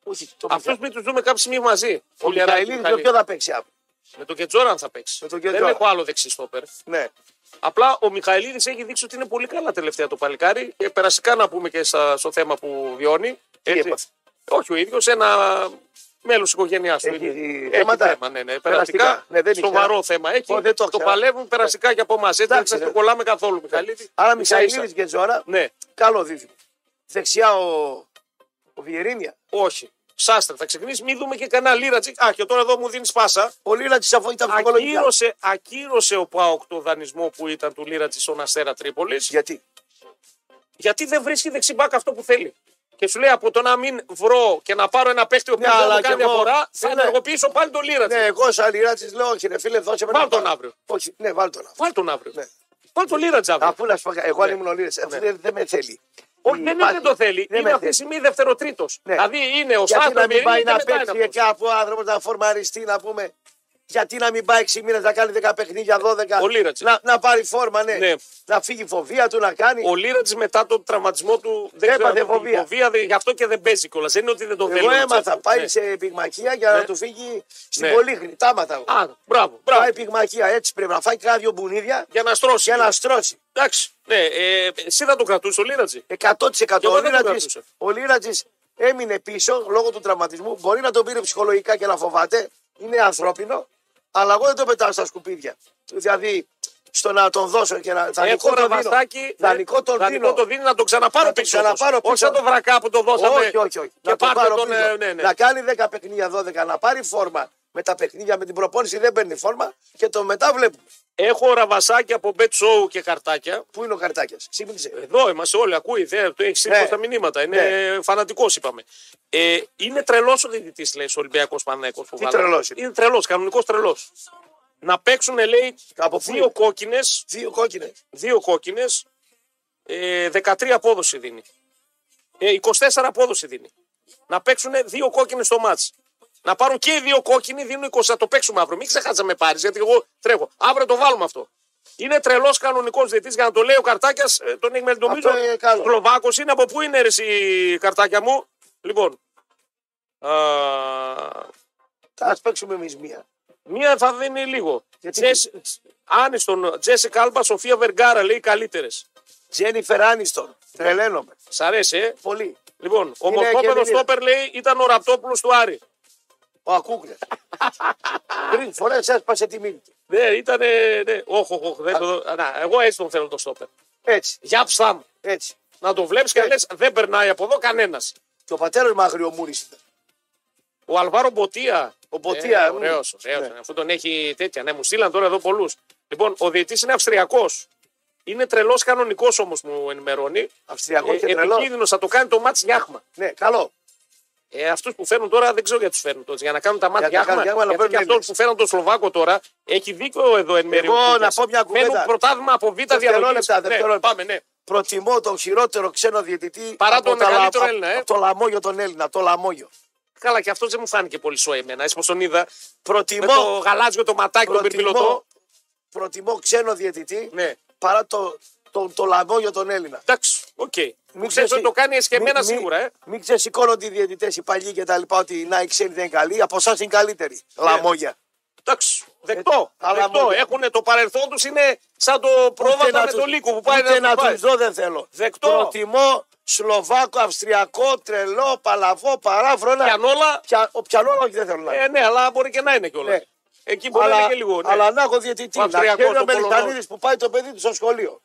Όχι, τον Αυτούς μην τους δούμε κάποια στιγμή μαζί. Ο Κουλιαράκι, Μιχαηλίδη με Μιχαηλίδη. ποιο θα παίξει αύριο. Με τον Κετζόρα αν θα παίξει. Με τον Δεν Κετζόρα. έχω άλλο δεξί στόπερ. Ναι. Απλά ο Μιχαηλίδης έχει δείξει ότι είναι πολύ καλά τελευταία το παλικάρι. Και περαστικά να πούμε και στα- στο θέμα που βιώνει. έπαθε? Όχι ο ίδιος, ένα μέλος οικογένειάς του. Έχει είναι. θέματα? θέμα, ναι, ναι. Περαστικά. Περαστικά. Ναι, δεν σοβαρό ήξερα. θέμα έχει. Ω, δεν το ήξερα. παλεύουν περαστικά και από εμάς. Έτσι δεν Εντάξει, θα ναι. το κολλάμε καθόλου, Μιχαηλίδη. Άρα Ίσα-ίσα. Μιχαηλίδη και Τζόρα. Ναι, Καλό δίδυμο. Δεξιά ο, ο Βιερίνια. όχι. Σάστρε, θα ξεκινήσει. Μην δούμε και κανένα λίρατσικ. Α, και τώρα εδώ μου δίνεις πάσα. Ο Λίλα τη αφού ήταν ψυχολογικά. Ακύρωσε, ακύρωσε ο Πάοκ το δανεισμό που ήταν του Λίρατζη στον Αστέρα Τρίπολης. Γιατί. Γιατί δεν βρίσκει δεξιμπάκ αυτό που θέλει. Και σου λέει από το να μην βρω και να πάρω ένα παίχτη ο οποίος Ναι, δεν αλλά μου και κάνει εγώ- διαφορά, θα Ναι, ναι. ενεργοποιήσω πάλι τον Λίρατζη. Ναι, εγώ σαν Λίλα τη λέω, όχι, ρε φίλε, δώσε με Βάλ να τον πάρω. αύριο. Όχι, ναι, βάλ τον αύριο. Βάλ τον αύριο. Ναι. Βάλ τον Λίρατζη αύριο. Αφού να σου πω, κάτι, εγώ αν ήμουν ο Λίλα, δεν, δεν με θέλει. Όχι, Η δεν είναι πάθη. δεν το θέλει. Ναι. Δεν είναι με αυτή τη θέλει. στιγμή δεύτερο-τρίτο. Ναι. Δηλαδή είναι ο Γιατί Σάντρο να μην πάει Μυρίνη και να μετά είναι παίξει αυτός. κάπου ο άνθρωπος να φορμαριστεί, να πούμε. Γιατί να μην πάει 6 μήνες να κάνει 10 παιχνίδια, 12. Ο Λίρατζης. να, να πάρει φόρμα, ναι. Ναι. Να φύγει η φοβία του, να κάνει. Ο Λίρατζη μετά τον τραυματισμό του δεν Έπαθε ξέρω, φοβία. την δεν- γι' αυτό και δεν παίζει κιόλας. Δεν είναι ότι δεν τον θέλει. Εγώ ο Λίρατζης. έμαθα, πάει Ναι. σε πυγμαχία για Ναι. να του φύγει στην Ναι. Πολύχνη. Τα έμαθα. εγώ. Α, μπράβο, μπράβο. Πάει πυγμαχία, έτσι πρέπει να φάει κάνα δύο μπουνίδια Για να στρώσει. για να στρώσει. Εντάξει. Ναι, ε, εσύ θα τον κρατούσε ο Λίρατζη. 100%. Και εγώ Ο δεν το Λίρατζης, κρατούσα. ο Λίρατζης έμεινε πίσω λόγω του τραυματισμού. Μπορεί να τον πήρε ψυχολογικά και να φοβάται. Είναι ανθρώπινο. Αλλά εγώ δεν το πετάω στα σκουπίδια. Δηλαδή στο να τον δώσω και να. Έχω Δανεικό τον δίνω. ραβαστάκι. Δανεικό τον δίνω. το δίνει να τον ξαναπάρω Να τον πίσω. όμως. ξαναπάρω πίσω. Όχι σαν τον βρακά που τον δώσαμε. Όχι, όχι, όχι. Και να τον πάρτε πάρω τον. πίσω. ε, ναι, ναι. Να κάνει 10 παιχνίδια, 12, να πάρει φόρμα. Με τα παιχνίδια, με την προπόνηση δεν παίρνει φόρμα και το μετά βλέπουμε. Έχω ραβασάκι από Bet Show και χαρτάκια. Πού είναι ο Καρτάκιας. Ξύπνησε. Εδώ είμαστε όλοι. Ακούει, δεν το έχεις σύνδεση Ναι. στα μηνύματα. Είναι Ναι. φανατικός, είπαμε. Ε, είναι τρελός ο διαιτητής, λέει, ο Ολυμπιακός Πανέκος. τρελός είναι? Είναι τρελός, κανονικός τρελός. Να παίξουν, λέει, Από πού δύο είναι? κόκκινες. Δύο κόκκινες. Δύο κόκκινες. Ε, 13 απόδοση δίνει. Ε, 24 απόδοση δίνει. Να παίξουν δύο κόκκινες στο μάτ. Να πάρουν και οι δύο κόκκινοι, δίνουν 20. Το παίξουμε αύριο. Μην ξεχάσαμε πάρει, γιατί εγώ τρέχω. Αύριο το βάλουμε αυτό. Είναι τρελός κανονικός διαιτή για να το λέει ο Καρτάκιας. Τον έχει μελτομίσει. Αυτό είναι καλό. Σλοβάκος είναι από πού είναι ρε, εσύ, Καρτάκια μου. Λοιπόν. Α, Ας παίξουμε εμείς μία. μία θα δίνει λίγο. Γιατί? Τζέσ, Άνιστον, Τζέσι Κάλμπα, Σοφία Βεργάρα λέει καλύτερες. Τζένιφερ Άνιστον. Τρελαίνομαι. Σ' αρέσει, ε. Πολύ. Λοιπόν, ο Είναι Μοσχόπεδο καινούριο. Στόπερ λέει ήταν ο Ραπτόπουλος του Άρη. Ο Ακούκλε. Τρει φορές έσπασε τη μύτη του. Ναι, ήταν. Ναι. Όχι, όχι, δεν το. Να, εγώ έτσι τον θέλω τον Στόπερ. Έτσι. Για ψά μου. Έτσι. Να τον βλέπεις Ε. και λες, δεν περνάει από εδώ κανένας. Και ο πατέρας μου αγριομούρη ήταν. Ο Αλβάρο Μποτία. Ε, Ο Μποτία, μ. Ωραίος, ωραίος. Ναι. Αφού τον έχει τέτοια. Ναι, μου στείλαν τώρα εδώ πολλούς. Λοιπόν, ο διαιτή είναι Αυστριακός. Είναι τρελός κανονικός όμως, μου ενημερώνει. Ε, Αυστριακός και τρελός. Επικίνδυνος, θα το κάνει το μάτι γιάχμα. Ναι, καλό. Ε, Αυτούς που φέρνουν τώρα δεν ξέρω γιατί τους φέρνουν τότε. Για να κάνουν τα μάτια Για να κάνουν γιάχμα. γιάχμα, αλλά Γιατί και αυτός παίρνουν Έλληνες. που φέρνουν τον Σλοβάκο τώρα έχει δίκιο εδώ εν μέρει. Εγώ ο Κούκας. να πω μια κουβέντα. Μένουν πρωτάθλημα από β' διαδρομή. Δευτερόλεπτα, δευτερόλεπτα. πάμε, ναι. Προτιμώ τον χειρότερο ξένο διαιτητή Παρά από τον τα λα- μεγαλύτερο από- Έλληνα, ε. από το λαμόγιο τον Έλληνα, το λαμόγιο. Καλά, και αυτός δεν μου φάνηκε πολύ σοϊ εμένα. Έτσι πω τον είδα. Με Προτιμώ, το γαλάζιο το ματάκι, τον προτιμώ, πυρπιλωτό. προτιμώ ξένο διαιτητή Ναι. παρά το, το, το λαμόγιο τον Έλληνα. Εντάξει, οκ. Μην ξέρει ξεσυ- ότι το κάνει εσκεμμένα μη- μη- σίγουρα, ε. Μην ξεσηκώνονται οι διαιτητές, οι παλιοί και τα λοιπά, ότι να οι ξένοι δεν είναι καλοί. Από εσάς είναι καλύτεροι. Ναι. Λαμόγια. Εντάξει, δεκτό. Ε, αλλά δεκτό. μου- Έχουν το παρελθόν τους είναι σαν το Ούτε πρόβατο να με τους- το λύκο που πάει ούτε να να τους πάει. του δω δεν θέλω. Δεκτό. Προτιμώ Σλοβάκο, Αυστριακό, Τρελό, Παλαβό, Παράφρο. ένα- Πιανόλα, Πια- Ο πιανό όχι δεν θέλω να είναι. ε, ναι, αλλά μπορεί και να είναι κιόλας. Ναι. Εκεί μπορεί να είναι και λίγο. Ναι. αλλά να έχω διαιτητή. Ο Να Αυστριακός, χαίρομαι ο ο Πολωνός. Μελιτανίδης που πάει το παιδί του στο σχολείο.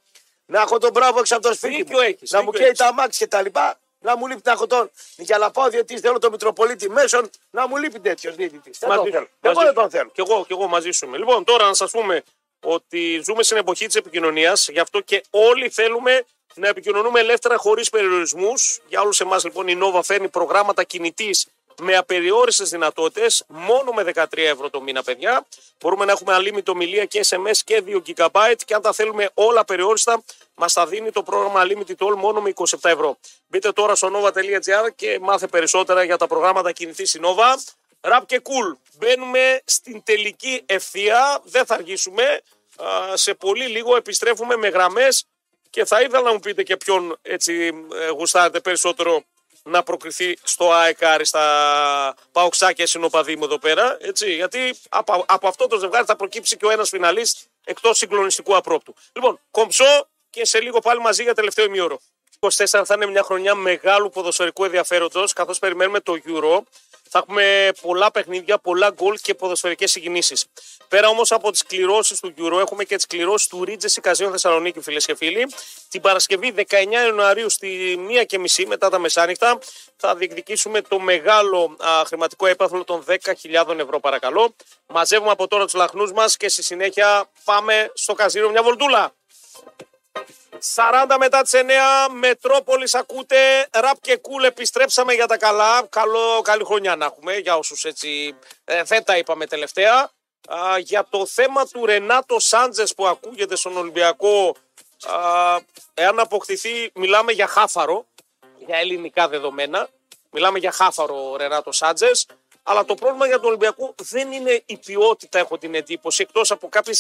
Να έχω τον μπράβο έξω από το σπίτι Δίκιο μου. έχεις, να δίκιο μου καίει έχεις. τα μάξι και τα λοιπά. Να μου λείπει να έχω τον. Για να πάω διαιτητή, θέλω τον Μητροπολίτη μέσον. Να μου λείπει τέτοιος διαιτητή. Δεν Μαζί τον σου, θέλω. μαζί Εγώ δεν σου. τον θέλω. Κι εγώ, κι εγώ μαζί σου είμαι. Λοιπόν, τώρα να σας πούμε ότι ζούμε στην εποχή της επικοινωνίας, γι' αυτό και όλοι θέλουμε να επικοινωνούμε ελεύθερα χωρίς περιορισμούς. Για όλους εμάς, λοιπόν, η Nova φέρνει προγράμματα κινητής με απεριόριστες δυνατότητες, μόνο με 13 ευρώ το μήνα, παιδιά. Μπορούμε να έχουμε unlimited ομιλία και SMS και 2 GB και αν τα θέλουμε όλα περιόριστα, μας τα δίνει το πρόγραμμα Unlimited All μόνο με 27 ευρώ. Μπείτε τώρα στο nova.gr και μάθε περισσότερα για τα προγράμματα κινητής η Nova. Ραπ και κουλ. Μπαίνουμε στην τελική ευθεία. Δεν θα αργήσουμε. Α, σε πολύ λίγο επιστρέφουμε με γραμμές και θα ήθελα να μου πείτε και ποιον έτσι ε, γουστάρετε περισσότερο να προκριθεί στο ΑΕΚ Άρη στα παοξάκια συνοπαδί μου εδώ πέρα. Έτσι, γιατί από, από αυτό το ζευγάρι θα προκύψει και ο ένας φιναλίστ εκτός συγκλονιστικού απρόπτου. Λοιπόν, κομψό και σε λίγο πάλι μαζί για τελευταίο ημιώρο. 24 θα είναι μια χρονιά μεγάλου ποδοσφαιρικού ενδιαφέροντος, καθώς περιμένουμε το Euro. Θα έχουμε πολλά παιχνίδια, πολλά γκολ και ποδοσφαιρικές συγκινήσεις. Πέρα όμως από τις κληρώσεις του Euro, έχουμε και τις κληρώσεις του Ρίτζε Οικαζίων Θεσσαλονίκη, φίλες και φίλοι. Την Παρασκευή 19 Ιανουαρίου στη 1.30 μετά τα μεσάνυχτα θα διεκδικήσουμε το μεγάλο α, χρηματικό έπαθλο των 10.000 ευρώ, παρακαλώ. Μαζεύουμε από τώρα τους λαχνούς μας και στη συνέχεια πάμε στο καζίνο μια βολτούλα. 40 μετά τις 9, Μετρόπολης ακούτε, ραπ και κούλ, επιστρέψαμε για τα καλά. Καλό, καλή χρονιά να έχουμε για όσους έτσι ε, δεν τα είπαμε τελευταία. Α, για το θέμα του Ρενάτο Σάντζες που ακούγεται στον Ολυμπιακό, α, εάν αποκτηθεί μιλάμε για χάφαρο, για ελληνικά δεδομένα. Μιλάμε για χάφαρο ο Ρενάτο Σάντζες. Αλλά το πρόβλημα για τον Ολυμπιακό δεν είναι η ποιότητα, έχω την εντύπωση, εκτός από κάποιες.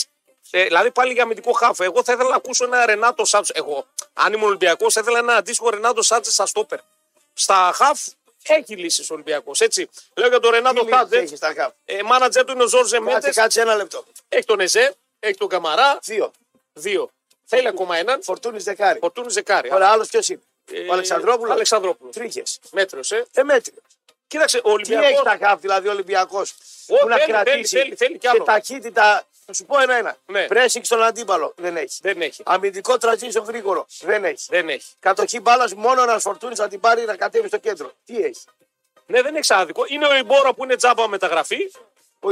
δηλαδή πάλι για αμυντικό χάφο. Εγώ θα ήθελα να ακούσω ένα Ρενάτο Σάντζες. Εγώ, αν ήμουν Ολυμπιακός, θα ήθελα ένα αντίστοιχο Ρενάτο Σάντζες στα στόπερ. Στα χάφ έχει λύσεις ο Ολυμπιακός. Έτσι. Λέω για τον Ρενάτο Σάντζε. Έχεις τα χαφ. Ε, μάνατζερ του είναι ο Ζόρζε Κάτσε, Μέντες. κάτσε ένα λεπτό. Έχει τον Εζέ, έχει τον Καμαρά. Δύο. Δύο. Θέλει ακόμα έναν. Φορτούνης δεκάρι. Φορτούνη Ζεκάρη. Τώρα άλλος ποιος είναι. Ε, Ο Αλεξανδρόπουλος. Αλεξανδρόπουλος. Τρίχες. Μέτριος, ε. Ε, μέτριος. Κοίταξε, ο Τι έχει Ολυμπιακός. τα χαφ, δηλαδή ο Ολυμπιακός. Ω, θέλει, θέλει, θέλει, θέλει κι άλλο. Και ταχύτητα. Θα σου πω ένα-ένα. Ναι. Πρέσικ στον αντίπαλο. Δεν έχει. Δεν έχει. Ναι. Αμυντικό τραζίσιο γρήγορο. Δεν έχει. Δεν έχει. Κατοχή μπάλας μόνο να φορτούνη να την πάρει να κατέβει στο κέντρο. Τι έχει. Ναι, δεν έχει άδικο. Είναι ο Ιμπόρα που είναι τζάμπα μεταγραφή. Ο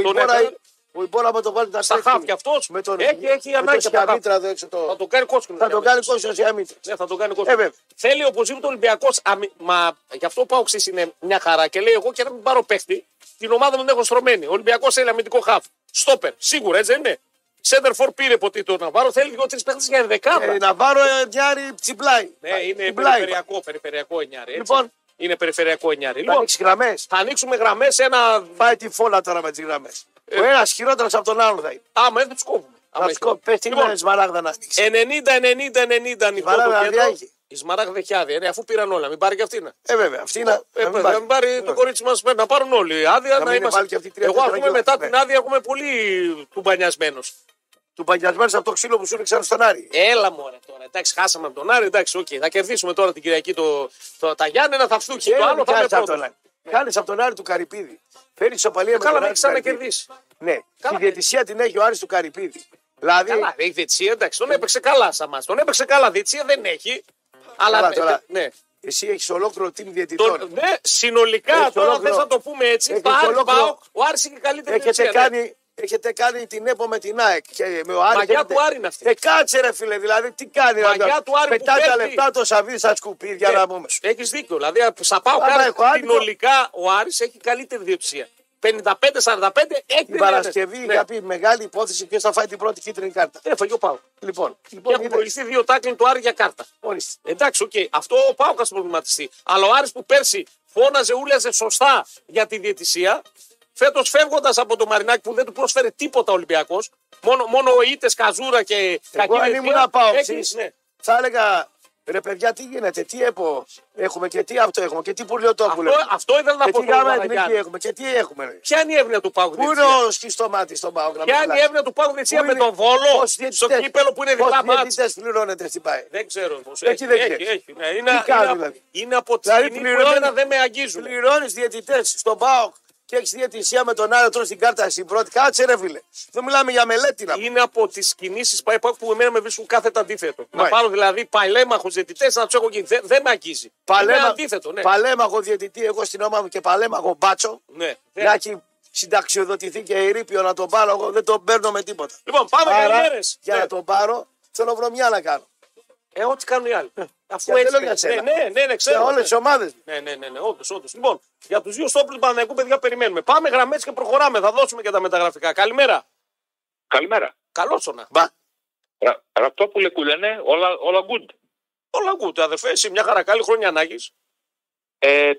Τον Ιμπόρα, έκανε. ο Ιμπόρα με το βάλει τα Στα χαφ κι αυτός. Με τον Έχει, έχει με τον ανάγκη. από τα χαφ. Σιαμίτρα εδώ έξω το- Θα τον κάνει κόσκινο. Θα τον κάνει κόσμο Σιαμίτρας. Ναι, θα τον κάνει Ε, κόσκινο. βέβαια. Θέλει οπωσδήποτε ο Ολυμπιακό. Μα γι' αυτό ο Πάοξη είναι μια χαρά και λέει: Εγώ και να μην πάρω παίχτη, την ομάδα μου την έχω στρωμένη. Ο Ολυμπιακός θέλει αμυντικό χαφ. Στόπερ, σίγουρα έτσι δεν είναι. Σέντερφορ πήρε ποτέ τον Ναβάρο, θέλει δύο-τρει παίχτες για ενδεκάδα. Ε, Να πάρω ε, διάρη τσιμπλάι. ναι, είναι Τσιμπλάι. περιφερειακό, περιφερειακό εννιάρι. έτσι. Λοιπόν. είναι περιφερειακό εννιάρι. Θα Λοιπόν, ανοίξει γραμμές. θα ανοίξουμε γραμμές ένα. Πάει τη φόλα τώρα με τις γραμμές. Ε. Ο ένας χειρότερος από τον άλλον θα είναι. Άμα δεν τους κόβουμε. Άμα Να έχει σου πω, κόβει. πες τι Λοιπόν, είναι σμαράγδα να ανοίξεις. 90-90-90 ανοιχτό το Σμαράγδα κέντρο. Αδιάκη. Η Σμαράγδα έχει άδεια, ναι, αφού πήραν όλα. Μην πάρει και αυτή. να. Ε, βέβαια, αυτή είναι. Ε, παιδιά, να μην πάρει το κορίτσι μας πρέπει να πάρουν όλοι. Άδεια να, Ναι. μην είναι είμαστε. πάλι και αυτή η τρία, Εγώ, α τέσσερα πούμε, μετά κιλά. Ναι. την άδεια έχουμε πολύ τουμπανιασμένο. του παγιασμένου από το ξύλο που σου ρίξαν στον Άρη. Έλα μωρέ τώρα. Εντάξει, χάσαμε από τον Άρη. Εντάξει, οκ. Θα κερδίσουμε τώρα την Κυριακή το, το, τα Γιάννενα. Θα φθούκι. Το άλλο θα είναι από τον πρώτο. Άρη. Κάνει από τον Άρη του Καρυπίδη. Φέρει ισοπαλία με τον Ε, Καλά, να Άρη. έχει του Καρυπίδη. ξανακερδίσει. Ναι, Καλά. ε. τη διαιτησία την έχει ο Άρης του Καρυπίδη. Δηλαδή, Καλά, έχει διετσία. Εντάξει, τον έπαιξε καλά σαν μας. Τον έπαιξε καλά. Διετσία δεν έχει. Αλλά Καλά, τώρα. ναι. εσύ έχεις ολόκληρο team διαιτητών. Τον, ναι, συνολικά Έχεις τώρα ολόκληρο- θες να το πούμε έτσι. έχεις Πάρ, ολόκληρο- πάω, ο Άρης είχε καλύτερη Έχετε, διετσία. ναι. κάνει, έχετε κάνει την ΕΠΟ με την ΑΕΚ. Και με ο Άρης Μαγιά έχετε- του Άρη είναι αυτή. Ε, κάτσε ρε φίλε, δηλαδή τι κάνει. Μαγιά δηλαδή, του Άρη που Πετά τα παίρνει. λεπτά το σαβίδι στα σκουπίδια Ναι. να πούμε. Έχεις δίκιο. Δηλαδή, θα πάω Άμα κάτω. έχω άδικο- Συνολικά ο Άρης έχει καλύτερη διετσία. 55-45 έχει Την Παρασκευή Ναι. Ε, είχα πει μεγάλη υπόθεση ποιος θα φάει την πρώτη κίτρινη κάρτα. Έφαγε ο Πάουκ. Λοιπόν, Και λοιπόν έχουν είδε, προηγηθεί δύο τάκλιν του Άρη για κάρτα. ορίστε. Εντάξει, οκ. Αυτό ο Πάουκ θα προβληματιστεί. Αλλά ο Άρης που πέρσι φώναζε, ούλιαζε σωστά για τη διαιτησία, φέτος φεύγοντας από το Μαρινάκι που δεν του πρόσφερε τίποτα ο Ολυμπιακός, μόνο, μόνο ήττε, καζούρα και Εγώ αν διαιτησία, ήμουν να πάω έχει- ψης, ναι. θα έλεγα ρε παιδιά τι γίνεται, τι ΕΠΟ έχουμε και τι αυτό έχουμε και τι πουρλιοτόπουλο Αυτό, έχουμε. αυτό ήθελα να Και πω. τι στον γάμα Παναγιάννη. εθνική έχουμε και τι έχουμε. ρε. Ποια είναι η εύνοια του Πάουκ Πού είναι Διετσία. ο σκιστομάτι στον Πάο Ποια είναι η εύνοια του Πάουκ Διετσία με τον Βόλο στο κύπελο που είναι δικά Πόσοι μάτς. διαιτητές πληρώνεται στην ΠΑΕ. Δεν ξέρω πώς Εκεί δεν έχει, ξέρεις. έχει, ναι. Είναι, είναι, κάνει δηλαδή. είναι από τη Δηλαδή, στιγμή που πληρώνει- εμένα δεν με αγγίζουν. Πληρώνεις διαιτητές στον ΠΑΟΚ και έχεις διαιτησία με τον άλλο τρως την κάρτα στην πρώτη. Κάτσε ρε φίλε. Δεν μιλάμε για μελέτη να πούμε. είναι από τις κινήσεις πάει πάω που εμένα με βρίσκουν κάθετα αντίθετο. Να Μάλιστα. πάρω δηλαδή παλέμαχου διαιτητές να τους έχω εκεί. Δεν, δεν με αγγίζει. Είναι αντίθετο, ναι. Παλέμαχο διαιτητή, εγώ στην ομάδα μου και παλέμαχο μπάτσο. ναι. Δεν- Να έχει συνταξιοδοτηθεί και ερήπιο να τον πάρω, εγώ δεν τον παίρνω με τίποτα. Λοιπόν, πάμε Ναι. καλημέρε. για να τον πάρω, θέλω βρωμιά να κάνω. Ε, ό,τι κάνουν οι άλλοι. Αφού δεν έτσι. λέω για Ναι, σένα. ναι, ναι, ναι, Σε ξέρω. όλε τις ομάδες. Ναι, ναι, ναι, ναι όντως, όντως. Λοιπόν, για τους δύο στόπλου του Παναγιακού, παιδιά, περιμένουμε. Πάμε γραμμές και προχωράμε. Θα δώσουμε και τα μεταγραφικά. Καλημέρα. Καλημέρα. Καλότσονα. Ρα, Ραπτόπουλε κουλενέ, όλα, όλα good. Όλα ακούτε, αδερφέ. Εσύ μια χαρά. Καλή χρόνια ανάγκη. Ε,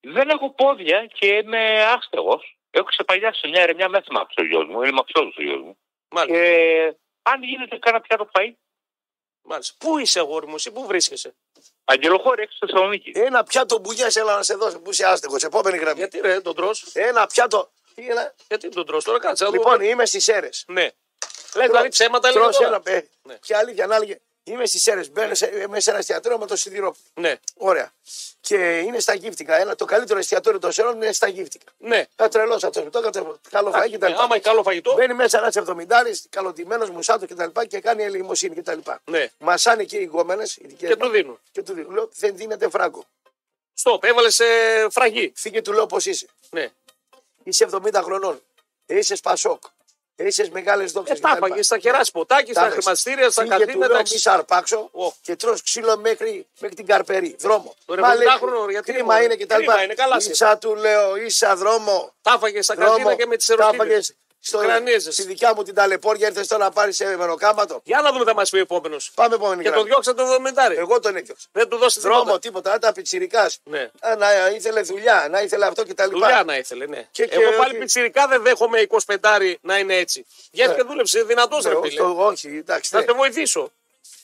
δεν έχω πόδια και είμαι άστεγος. Έχω ξεπαγιάσει σε μια ερεμιά μέσα με ο γιος μου. Είναι μαψός ο γιος μου. Μάλιστα. Ε, αν γίνεται κάνα πιάτο φαΐ, μάλιστα. Πού είσαι, αγόρι μου, εσύ πού βρίσκεσαι. αγγελοχώρη έξω στη Θεσσαλονίκη. Ένα πιάτο μπουγιά, έλα να σε δώσω που είσαι άστεγος. Επόμενη γραμμή. Γιατί ρε, τον τρώ. Ένα πιάτο. Τι είναι, Γιατί τον τρώ τώρα, κάτσε. να δούμε. Λοιπόν, είμαι στις αίρες. Ναι. Λέει δηλαδή ψέματα, λέει τώρα. ένα πέ. Ναι. Ποια αλήθεια να έλεγε. Είμαι στις αίρε. Μπαίνω σε, ε, μέσα σε ένα εστιατόριο με το σιδηρό. Ναι, Ωραία. Και είναι στα γύφτικα. Ένα, το καλύτερο εστιατόριο των Σέρων είναι στα γύφτικα. ναι. Θα τρελός αυτό. Το κατεβω- καλό φαγητό κτλ. Ναι, άμα έχει καλό φαγητό. Μπαίνει μέσα ένας εβδομηντάρης, καλοντημένο μουσάτο κτλ. Και, τα λοιπά και κάνει ελεημοσύνη κτλ. Ναι. Μασάνε και οι γκόμενες. Και του δίνουν. Και του δίνουν. Λέω, δεν δίνεται φράγκο. Στοπ, έβαλες ε, φραγή. Φύγε του λέω πώς είσαι. Ναι. Ε, Είσαι 70 χρονών. Είσαι σπασόκ. Είσαι μεγάλες δόξες. Ε, τα έφαγε, θα κεράσει ποτάκι, στα Τάχες. χρηματιστήρια, στα Φύγε του λέω καθήματα. μη σαρπάξω Ω. και τρως ξύλο μέχρι, μέχρι την Καρπερή. Δρόμο. Ωραία, Μα λέει, 70χρονο, γιατί είναι κρίμα μόνο. είναι και τα λοιπά. Κρίμα είναι, καλά Ίσα του λέω, ίσα δρόμο. Τα έφαγε στα Δρόμο. καθήματα και με τις Τα ερωτήσει. έφαγες στο- Ουκρανίζες. Στη δικιά μου την ταλαιπώρια ήρθες τώρα να πάρεις σε μεροκάματο. Για να δούμε, θα μας πει ο επόμενος. Πάμε επόμενη Και το γραμμή. διώξατε το δομεντάρι. Εγώ τον έδιωξα. Δεν του δώσετε Δρόμο, τίποτα. τίποτα, άντα πιτσιρικάς. Ναι. Α, Να ήθελε δουλειά, να ήθελε αυτό κτλ. Δουλειά να ήθελε, ναι. Και- και Εγώ πάλι ότι- πιτσιρικά δεν δέχομαι 25 να είναι έτσι. Ε. Γιατί και δούλεψε, δυνατός Ναι, ρε όχι, φίλε. Όχι, εντάξει. Να ναι. σε βοηθήσω.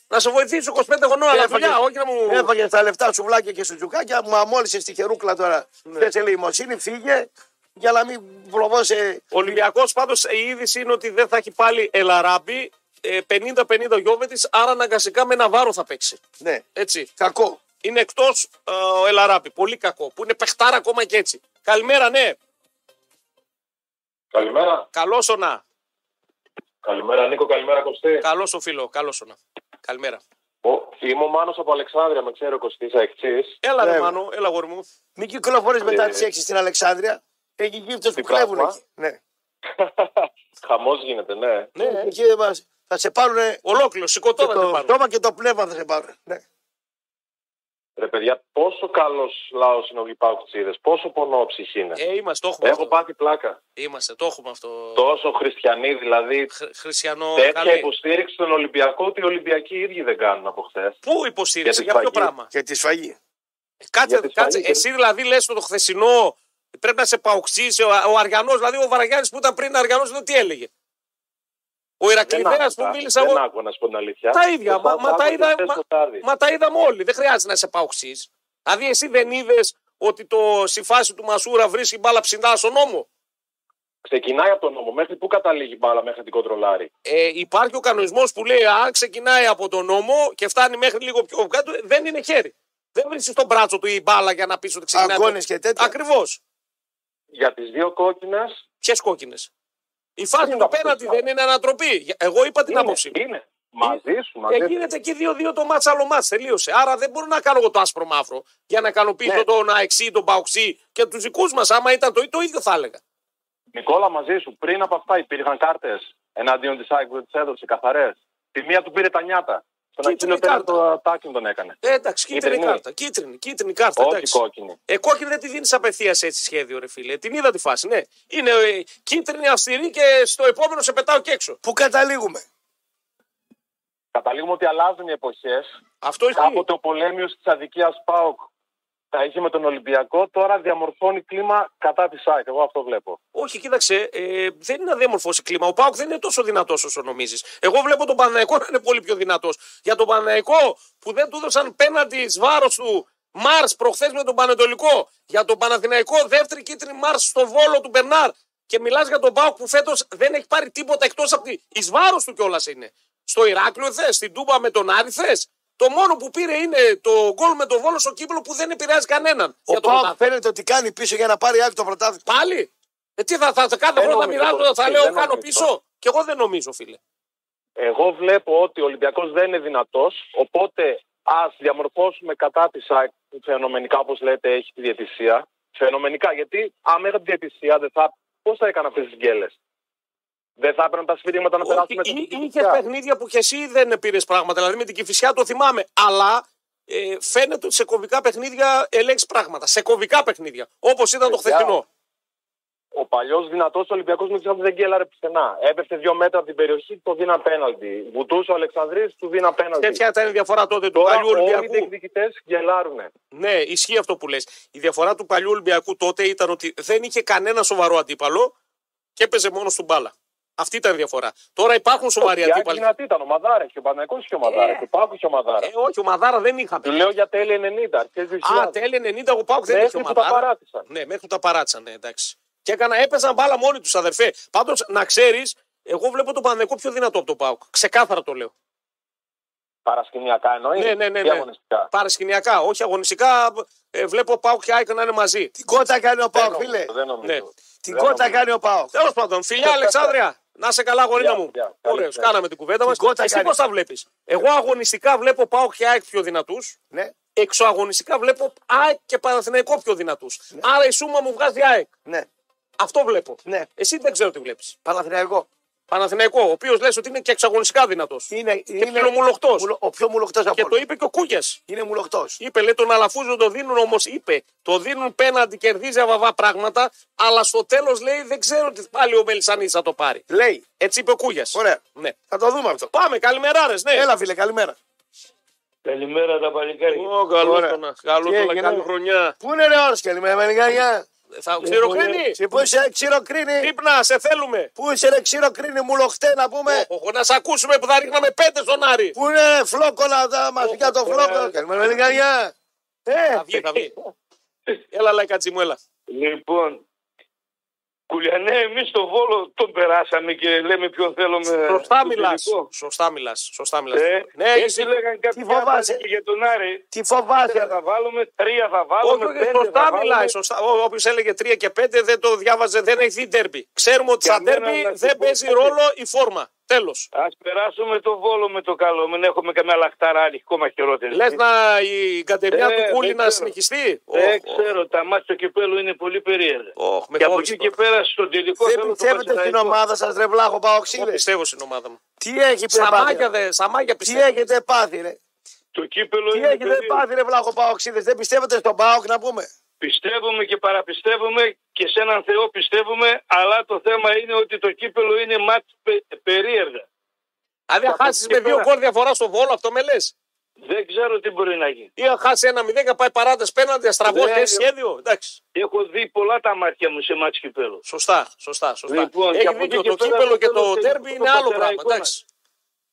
Να σε βοηθήσω 25 χρονών, αλλά Έφαγες- δουλειά, όχι να μου. Έφαγε τα λεφτά σου βλάκια και σου τζουκάκια, μου αμόλυσε στη χερούκλα τώρα. Ναι. Θες ελεημοσύνη, φύγε για να μην προβώσει. Ο Ολυμπιακός πάντως η είδηση είναι ότι δεν θα έχει πάλι Ελαράμπη. ε, 50-50 ο Γιώβετης, άρα αναγκαστικά με ένα βάρο θα παίξει. Ναι, Έτσι. κακό. Είναι εκτός ο Ελαράμπη. Πολύ κακό. Που είναι παιχτάρα ακόμα και έτσι. Καλημέρα, ναι. Καλημέρα. Καλό να. Καλημέρα Νίκο, καλημέρα Κωστή. Καλό ο φίλο. Καλό να. Καλημέρα. Ο, είμαι ο Μάνος από Αλεξάνδρεια, με ξέρω Κωστής Αεξής. Έλα, ρε Βέβαια. Μάνο, έλα, γόρι μου. Μην κυκλοφορείς μετά Ε, τις 6 στην Αλεξάνδρεια. Έχει γύπτο που Τι κλέβουν πράγμα. εκεί. Ναι. Χαμός γίνεται, ναι. Ναι. Εκεί μας, θα σε πάρουν Ολόκληρο, σηκωτόρα το δεν πάρω. στόμα και το πνεύμα θα σε πάρουν. Ναι. Ρε παιδιά, πόσο καλός λαός είναι ο Γυπάουκτσίδες, πόσο πονόψυχη είναι. Ε, είμαστε, το έχουμε Έχω αυτό. πάθει πλάκα. Είμαστε, το έχουμε αυτό. Τόσο χριστιανοί, δηλαδή Χρ- Χριστιανό, τέτοια καλέ. υποστήριξη στον Ολυμπιακό ότι οι Ολυμπιακοί οι ίδιοι δεν κάνουν από χθες. Πού υποστήριξε, Για για τη ποιο σφαγή. πράγμα. Και τη σφαγή. Κάτσε, Για τις κάτσε. φαγές. Εσύ δηλαδή λες το χθεσινό πρέπει να σε παοξίσει. Ο, ο Αριανό, δηλαδή ο Βαραγιάννης που ήταν πριν Αριανό, δεν τι έλεγε. Ο Ηρακλειδέα που μίλησα δεν εγώ. άκουγα να σου πω την αλήθεια. Τα ίδια. Το Μα, μα, τα άκουγα είδα, χθες μα, το βράδυ. μα τα είδαμε όλοι. Δεν χρειάζεται να σε παοξεί. Δηλαδή εσύ δεν είδες ότι το στη φάση του Μασούρα βρίσκει μπάλα ψηλά στον νόμο. Ξεκινάει από τον νόμο. Μέχρι πού καταλήγει η μπάλα μέχρι να την κοντρολάρει. Ε, υπάρχει ο κανονισμός που λέει αν ξεκινάει από τον νόμο και φτάνει μέχρι λίγο πιο κάτω, δεν είναι χέρι. Δεν βρίσκεις τον μπράτσο του ή μπάλα για να πεις ότι ξεκινάει. Αγκώνες και τέτοια. Ακριβώς. Για τις δύο κόκκινες. Ποιες κόκκινες. Η φάση Είναι του αυτό πέναντι το δεν είναι ανατροπή. Εγώ είπα την Είναι, Ε, άποψή μου. είναι. Μαζί σου, μαζί Ε, σου. γίνεται και 2-2 το μάτσα, άλλο μάτσα. Τελείωσε. Άρα δεν μπορώ να κάνω εγώ το άσπρο μαύρο για να ικανοποιήσω Ναι. τον ΑΕΞΙ, τον Παοξή και τους δικούς μας. Άμα ήταν το, το ίδιο θα έλεγα. Νικόλα, μαζί σου. Πριν από αυτά υπήρχαν κάρτες εναντίον της ΑΕΚ που τις έδωσε καθαρές. Τη μία του πήρε τα νιάτα. Στον Κίτρινη Ακίνο πέρα κάρτα. το τάκιν τον έκανε. Ε, εντάξει, κίτρινη Κίτρινη. κάρτα. Κίτρινη, κίτρινη κάρτα. Όχι εντάξει. κόκκινη. Ε, κόκκινη δεν τη δίνεις απευθείας έτσι σχέδιο, ρε φίλε. Την είδα τη φάση, ναι. Είναι ε, κίτρινη, αυστηρή και στο επόμενο σε πετάω και έξω. Πού καταλήγουμε. Καταλήγουμε ότι αλλάζουν οι εποχές. Αυτό ισχύει. Κάποτε ο πολέμιος της αδικίας ΠΑΟΚ θα είχε με τον Ολυμπιακό. Τώρα διαμορφώνει κλίμα κατά της ΑΕΚ. Εγώ αυτό βλέπω. Όχι, κοίταξε, ε, δεν είναι αδιαμορφώσει κλίμα. Ο Πάουκ δεν είναι τόσο δυνατός όσο νομίζεις. Εγώ βλέπω τον Παναϊκό να είναι πολύ πιο δυνατός. Για τον Παναϊκό που δεν του έδωσαν πέναντι εις βάρος του Μάρ προχθές με τον Πανετολικό. Για τον Παναθηναϊκό δεύτερη κίτρινη Μάρ στο βόλο του Μπερνάρ. Και μιλάς για τον Πάουκ που φέτος δεν έχει πάρει τίποτα εκτός από τη. εις βάρος του κιόλας είναι. Στο Ηράκλειο θες, στην Τούμπα με τον Άρη θες. Το μόνο που πήρε είναι το γκολ με τον βόλο στο κύπλο που δεν επηρεάζει κανέναν. Ο για το Πάοκ πρωτάθλημα. φαίνεται ότι κάνει πίσω για να πάρει άκρη το πρωτάθλημα. Πάλι. Ε, τι θα, θα, θα κάθε Δεν φορά θα νομίζω μοιράζω, το- ε, θα δεν λέω νομίζω κάνω το. πίσω. Και εγώ δεν νομίζω, φίλε. Εγώ βλέπω ότι ο Ολυμπιακός δεν είναι δυνατός. Οπότε ας διαμορφώσουμε κατά της ΑΕΚ που φαινομενικά, όπως λέτε, έχει τη διαιτησία. Φαινομενικά, γιατί άμα είχα τη διαιτησία, δεν θα... πώς θα έκανα αυτές τις γκέλες. Δεν θα έπαιρναν τα σφυρίγματα να Ότι περάσουμε εί- την είχε παιχνίδια που και εσύ δεν πήρες πράγματα. Δηλαδή με την κυφισιά το θυμάμαι. Αλλά ε, φαίνεται ότι σε κομβικά παιχνίδια ελέγξει πράγματα. Σε κομβικά παιχνίδια. Όπως ήταν το Παιδιά. χθεσινό. Ο παλιός δυνατός Ολυμπιακός με του δεν γκέλαρε πουθενά. Έπεφτε δύο μέτρα από την περιοχή, το δίνα πέναλτι. Βουτούσε ο Αλεξανδρής, του δίνα πέναλτι. Τέτοια ήταν η διαφορά τότε του Τώρα παλιού όλοι οι Ολυμπιακού. διεκδικητές γκελάρουν. Ναι, ισχύει αυτό που λες. Η διαφορά του παλιού Ολυμπιακού τότε ήταν ότι δεν είχε κανένα σοβαρό αντίπαλο και έπαιζε μόνος του μπάλα. Αυτή ήταν η διαφορά. Τώρα υπάρχουν σοβαροί Η αντίπαλοι. δυνατή ήταν, ο Μαδάρας και ο Παναγικό και ο Μαδάρας. Και ο Πάκος και ο Μαδάρας. Ε, όχι, ο Μαδάρα δεν είχαμε. Του λέω για τέλη 90, αρχέ 2000. Α, τέλει 90 ο Πάουκ δεν είχε Μέχρι που τα ομάδα. παράτησαν. Ναι, μέχρι που τα παράτησαν, ναι, εντάξει. Και έκανα, έπαιζαν μπάλα μόνοι τους, αδερφέ. Πάντως, να ξέρεις, εγώ βλέπω τον Παναγενικό πιο δυνατό από τον Πάουκ. Ξεκάθαρα το λέω. Παρασκηνιακά εννοείς. Ναι, ναι, ναι, ή ναι. αγωνιστικά. Παρασκηνιακά, όχι αγωνιστικά. ε, βλέπω Πάουκ και Άικο να είναι μαζί. Την κότα κάνει ο Πάοκ, Δεν φίλε. νομίζω, Ε, Δεν νομίζω. Ναι. Την δεν κότα νομίζω. κάνει ο Πάοκ. Τέλος πάντων, φιλιά Αλεξάνδρεια, να είσαι καλά, γορίνα Γεια, μου. γεια. Καλή Ωραίος, συνέχεια. κάναμε την κουβέντα μας. Την κότα Εσύ κάνει. πώς τα βλέπεις. Εγώ αγωνιστικά βλέπω Πάουκ και Άικ πιο δυνατούς. Ναι, Εξωαγωνιστικά βλέπω ΑΕΚ και Παναθηναϊκό πιο δυνατούς. Ναι. Άρα η σούμα μου βγάζει ΑΕΚ. ναι, Αυτό βλέπω. ναι. Εσύ δεν ξέρω τι βλέπεις. Παναθηναϊκό. Παναθηναϊκό, ο οποίος λες ότι είναι και εξαγωνιστικά δυνατός. Είναι, είναι ψιλομουλοχτός. μουλο- ο πιο μουλοχτός Και από το όλους. είπε και ο Κούγιας. Είναι μουλοχτός. Είπε, λέει, τον Αλαφούζο το δίνουν όμως, είπε. Το δίνουν πέναντι, κερδίζει αβαβά πράγματα, αλλά στο τέλος λέει δεν ξέρω τι πάλι ο Μελισανής θα το πάρει. Λέει. Έτσι είπε ο Κούγιας. Ωραία. Ναι. Θα το δούμε αυτό. Πάμε, καλημεράρες, ναι. Έλα, φίλε, καλημέρα. Καλημέρα τα παλικάρια. Ω, καλό Ωραία. τον, καλό Τι τον, έγινε, καλή ρε? χρονιά. Πού είναι ρε όρος, καλημέρα, μενιγάνια. Θα ξηροκρίνει. Σε πού είσαι, ξηροκρίνη. Ξύπνα, Ε, σε θέλουμε. Πού είσαι, ρε, ξηροκρίνη, μουλοχτέ να πούμε. Οχ, να σε ακούσουμε που θα ρίχναμε πέντε στον Άρη. Πού είναι ρε, φλόκολα, τα μαθηκιά το φλόκολα. Καλημέρα, μενιγάνια. Ε, Θα βγει, θα βγει. Έλα, λαϊκατζή μου, έλα. Λοιπόν, Κουλιανέ, εμεί τον Βόλο τον περάσαμε και λέμε ποιον θέλουμε. Σωστά Ε, στο μιλά. τελικό. Σωστά μιλάς. Σωστά μιλάς. Ε, Ναι, έχεις έτσι δίκιο. λέγανε κάποιοι φοβάσαι? άλλοι για τον Άρη. τι Τέσσερα φοβάσαι. θα βάλουμε, τρία θα βάλουμε, Όχι, όχι, πέντε θα σωστά βάλουμε. μιλάει. Σωστά. Όποιος έλεγε 3 και 5 δεν το διάβαζε, δεν έχει δει ντέρμπι. Ξέρουμε ότι Για στα μένα ντέρμπι να δεν σου πω παίζει κάτι. ρόλο η φόρμα. Τέλος. Ας περάσουμε το Βόλο με το καλό, μην έχουμε καμιά λαχτάρα άλλη, ακόμα χειρότερη. Λες να η κατεμιά Ε, του κούλι δεν να ξέρω. συνεχιστεί. Οχ, Δεν οχ, Ε, ξέρω, τα μάτια του κυπέλου είναι πολύ περίεργα. Οχ, με και από εκεί φόβησε. και τώρα. πέρα στον τελικό Δεν θέλω το πιστεύετε στην Παναθηναϊκό. ομάδα σας, ρε βλάχο Εγώ Παοξίδε. πιστεύω στην ομάδα μου. Τι έχει Ε, Στα μάγια, πάθει. δε, στα μάγια Τι πιστεύω. έχετε πάθει, ρε. Το κύπελο Τι είναι έχετε περίεργο. πάθει, ρε βλάχο Παοξίδε. Δεν πιστεύετε στον Πάοκ να πούμε. Πιστεύουμε και παραπιστεύουμε και σε έναν Θεό πιστεύουμε, αλλά το θέμα είναι ότι το κύπελο είναι μάτς πε- περίεργα. Δηλαδή, Αν δεν Από χάσει εκεί με και δύο πέρα. γκολ διαφορά στο βόλο, αυτό με λες. Δεν ξέρω τι μπορεί να γίνει. Ή αν χάσει ένα μηδέν και πάει παράτες πέναντι, αστραβό Ναι, και ρε. σχέδιο. Εντάξει. Έχω δει πολλά τα μάτια μου σε μάτς κυπέλου. Σωστά, σωστά. σωστά. Λοιπόν, και έχει από δίκιο. εκεί Το και πέρα κύπελο και θέλω το το- ντέρμπι το είναι άλλο πράγμα. Παναθηναϊκό να- Εντάξει.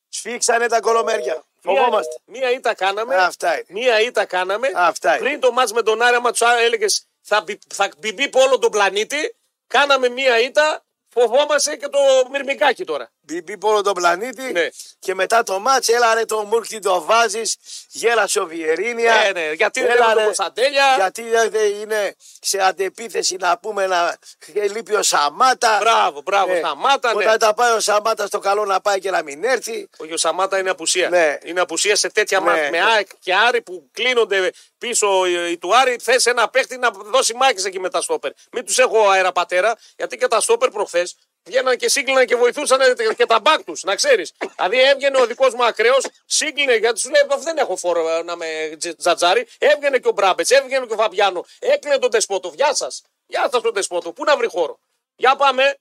Σφίξανε τα κολομέρια. Φοβόμαστε. Μία, μία ήττα κάναμε. Α, αυτά είναι. Μία ήττα κάναμε. Αυτά είναι. Πριν το μάτς με τον Άρη, άμα τους έλεγες θα, μπι, θα μπιμπίπω όλο τον πλανήτη, κάναμε μία ήττα, Φοβόμαστε και το μυρμικάκι τώρα. Μπει- Μπει όλο τον πλανήτη Ναι. και μετά το μάτς έλα ρε το Μούρκι το βάζεις, γέλασε ο Βιερίνια. Ε, ναι, γιατί δεν λέμε τον Κωνσταντέλια. Γιατί ε, δεν είναι σε αντεπίθεση να πούμε να ε, λείπει ο Σαμάτα. Μπράβο, μπράβο, Ναι. Σαμάτα, ναι. Όταν τα πάει ο Σαμάτα στο καλό να πάει και να μην έρθει. Όχι, ο Σαμάτα είναι απουσία. Ναι. Είναι απουσία σε τέτοια Ναι, μάτια. Με ναι. ΑΕΚ και Άρη που κλείνονται πίσω ε, οι του Άρη, θες ένα παίχτη να δώσει μάχη εκεί με τα στόπερ. Μην τους έχω αέρα πατέρα, γιατί και τα στόπερ προχθές βγαίναν και σύγκλιναν και βοηθούσαν και τα μπακ τους, να ξέρεις. δηλαδή έβγαινε ο δικός μου ακραίος, σύγκλινε γιατί σου λέει: «Εγώ Δεν έχω φόρο ε, να με τζι- τζατζάρει. Έβγαινε και ο Μπράμπετ, έβγαινε και ο Φαβιάνο. Έκλεινε τον Τεσπότο. Γεια σας. Γεια σας τον Τεσπότο. Πού να βρει χώρο. Για πάμε.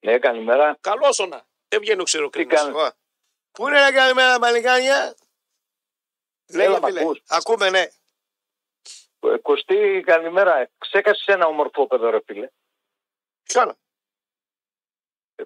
Ναι, καλημέρα. Καλό όνα. Δεν βγαίνει ο ξηροκρίνος. κάνεις? Ω. Πού είναι να κάνουμε ένα μαλλικάνια. Λέγε, μ' φίλε. ακούς. Ακούμε, ναι. Ε, Κωστή, καλημέρα. Ξέκασε ένα όμορφο παιδό, ρε φίλε. Ποιο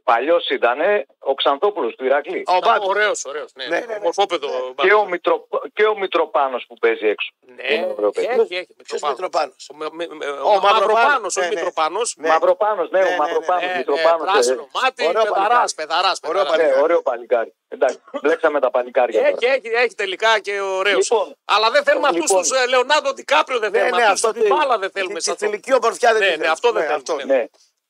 Παλιό ήταν ο Ξανθόπουλος του Ηρακλή. Ο Μπάμπη. Ωραίος, ωραίος. Ναι, Ναι, ναι, ναι. Μορφόπεδο. Και ο, Μητρο... και ο Μητροπάνος που παίζει έξω. Ναι, Είναι ωραίο παιδί. έχει, έχει. Ποιος Μητροπάνος. Μητροπάνος. Ο με- με- με- Ο Ο Μαυροπάνος, Μαυροπάνος, ο ναι, ναι. Μητροπάνος. Ναι. Μαυροπάνος, ναι, Ναι, ναι, ο Μαυροπάνος. ναι, ναι, Μητροπάνος, Ε, Πράσινο μάτι, Ωραίο πεδαράς, παλικάρι. πεδαράς. Ωραίο ε. παλικάρι. Ναι, ωραίο παλικάρι. Εντάξει, μπλέξαμε τα παλικάρια. τώρα. Έχει, Ε, έχει, έχει τελικά και ωραίος. Λοιπόν. Αλλά δεν θέλουμε αυτούς Λοιπόν. τους Λεωνάρντο Ντικάπριο, δεν Ναι, θέλουμε. ναι, Αυτούς αυτό την μπάλα δεν θέλουμε. σε Τη αυτό. θηλυκή ομορφιά δεν Ναι, τη ναι, θέλουμε. αυτό δεν θέλουμε, αυτό. ναι. Ναι.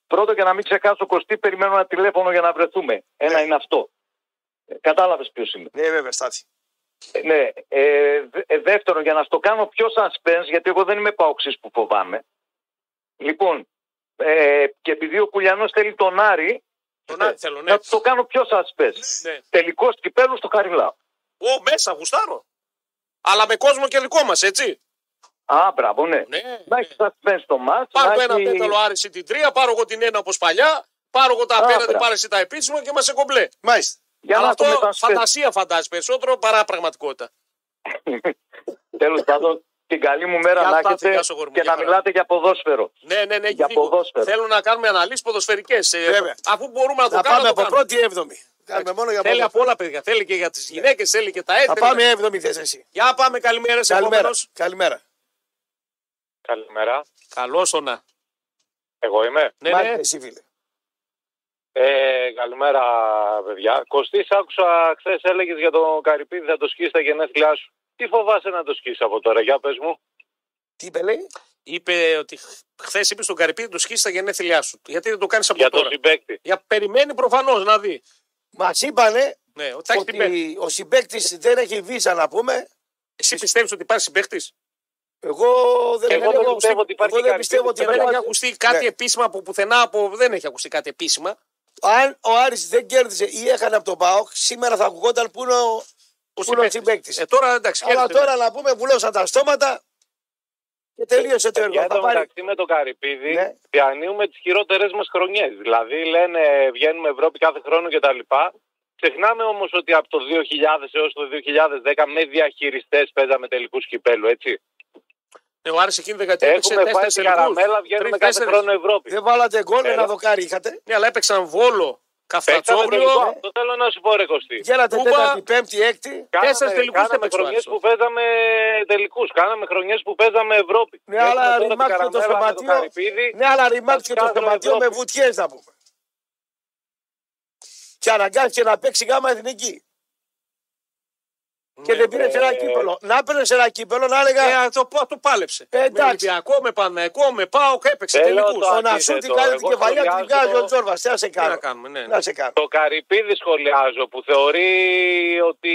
Πρώτο και να μην ξεχάσω, Κωστή, περιμένω ένα τηλέφωνο για να βρεθούμε. Ένα είναι αυτό. Κατάλαβες ποιος είμαι. Ναι, βέβαια, Στάθη. Ε, Ναι. Ε, δε- ε, δεύτερον, για να στο κάνω πιο suspense, γιατί εγώ δεν είμαι παοξή που φοβάμαι. Λοιπόν, ε, και επειδή ο Κουλιανό θέλει τον Άρη, Τον Άρη θέλω, ναι. να το κάνω πιο suspense. Ναι. Τελικό κυπέλου στο Χαριλάο. Ω, μέσα, γουστάρω. Αλλά με κόσμο και δικό μας, έτσι. Α, μπράβο, ναι. Ναι. Να έχεις suspense το μάτς. Πάρω να το ένα έχει- πέταλο Άρη ή την τρία, πάρω εγώ την ένα όπως παλιά, πάρω εγώ τα Α, απέναντι, μπράβο. πάρε εσύ τα επίσημα και είμαστε κομπλέ. Μάλιστα. Για Αλλά να το αυτό μετασπέσω. φαντασία φαντάζεις περισσότερο παρά πραγματικότητα. Τέλος πάντων, την καλή μου μέρα Γεια να Στάθη, έχετε γεια σου, γορμί, και γεια να χαρά. μιλάτε για ποδόσφαιρο. Ναι, ναι, ναι, έχει Για δίκιο. ποδόσφαιρο. Θέλω να κάνουμε αναλύσεις ποδοσφαιρικές. Βέβαια. Αφού μπορούμε να το Θα πάμε κάνουμε. από να το κάνουμε. πρώτη έβδομη. Κάνουμε μόνο για Θέλει πρώτη. από όλα, παιδιά. Θέλει και για τις γυναίκες, θέλει και τα έθνη. Θα πάμε έβδομη θες εσύ. Για πάμε, καλημέρα σε Καλημέρα. επόμενος. Καλημέρα. Καλημέρα. Καλό όνα. Εγώ είμαι. Ναι, Μάλιστα, ναι. εσύ, φίλε. Ε, καλημέρα, παιδιά. Κωστής, άκουσα χθες έλεγες για τον Καρυπίδη θα το σκίσει τα γενέθλιά σου. Τι φοβάσαι να το σκίσει από τώρα, για πες μου. Τι είπε, λέει. Είπε ότι χθες είπε στον Καρυπίδη του σκίσει τα γενέθλιά σου. Γιατί δεν το κάνεις από για τώρα. τον συμπέκτη. Για περιμένει προφανώς να δει. Μας είπανε Ναι, ότι θα έχει την πέμπτη. ότι ο συμπέκτης δεν έχει βίζα να πούμε. Εσύ πιστεύεις ότι υπάρχει συμπαίχτη. Εγώ δεν Εγώ εγώ δεν πιστεύω ότι υπάρχει εγώ δεν κάτι πιστεύω ότι τέτοιο. Δεν υπάρχει. έχει ακουστεί κάτι Ναι. επίσημα από πουθενά. Από... Δεν έχει ακουστεί κάτι επίσημα. Αν ο Άρης δεν κέρδισε ή έχανε από τον ΠΑΟΚ, σήμερα θα ακουγόταν που είναι ο, που είναι ο συμπαίκτης. Ε, τώρα εντάξει. Αλλά χαίρετε, ναι. τώρα να πούμε, βουλώσαν τα στόματα και τελείωσε το έργο. Για Θα το πάρει... μεταξύ με τον Καρυπίδη, Ναι. διανύουμε τις χειρότερες μας χρονιές. Δηλαδή, λένε βγαίνουμε Ευρώπη κάθε χρόνο κτλ. Ξεχνάμε όμως ότι από το 2000 έως το 2010 με διαχειριστές παίζαμε τελικούς κυπέλου, έτσι. Ναι, ο Άρης εκείνη την δεκαετία έπαιξε Έχουμε πάει τέσσερις στην τελικούς. καραμέλα, βγαίνουμε κάθε Τρεις-τέσσερις. χρόνο Ευρώπη. Δεν βάλατε γκολ, ένα Έλα. δοκάρι είχατε. Ναι, αλλά έπαιξαν Βόλο, Παίξαμε τελικό. Καφτατσόβριο. Αυτό θέλω να σου πω, ρε Κωστή. Γέλατε Κούπα. τέταρτη, πέμπτη, έκτη. Τέσσερις Κάναμε- τελικούς δεν Κάναμε παίξαμε χρονιέ άξονα. που παίζαμε τελικούς. Κάναμε χρονιές που παίζαμε Ευρώπη. Ναι, αλλά Έχουμε τώρα την ρημάξτε το καραμέλα με τον σωματείο. Καρυπίδη. Ναι, αλλά ρημάξτε το Κάτω σωματείο με Ευρώπη. βουτιέ να πούμε. Και αναγκάστηκε να παίξει γάμα εθνική. Και δεν πήρε ένα κύπελο. Να πήρε ένα κύπελο, να έλεγα. Ε, το, το πάλεψε. Ε, με εντάξει. Ολυμπιακό, με Παναϊκό, με ΠΑΟΚ, έπαιξε Θέλω τελικούς. το Ο Τι αντίθετο. Νασούτη κάνει την Εγώ κεφαλιά, σχολιάζω- τριγάζει ο Τζόρβας. Τι να σε να κάνω. κάνουμε, ναι. Να σε κάνω. Το Καρυπίδη σχολιάζω που θεωρεί ότι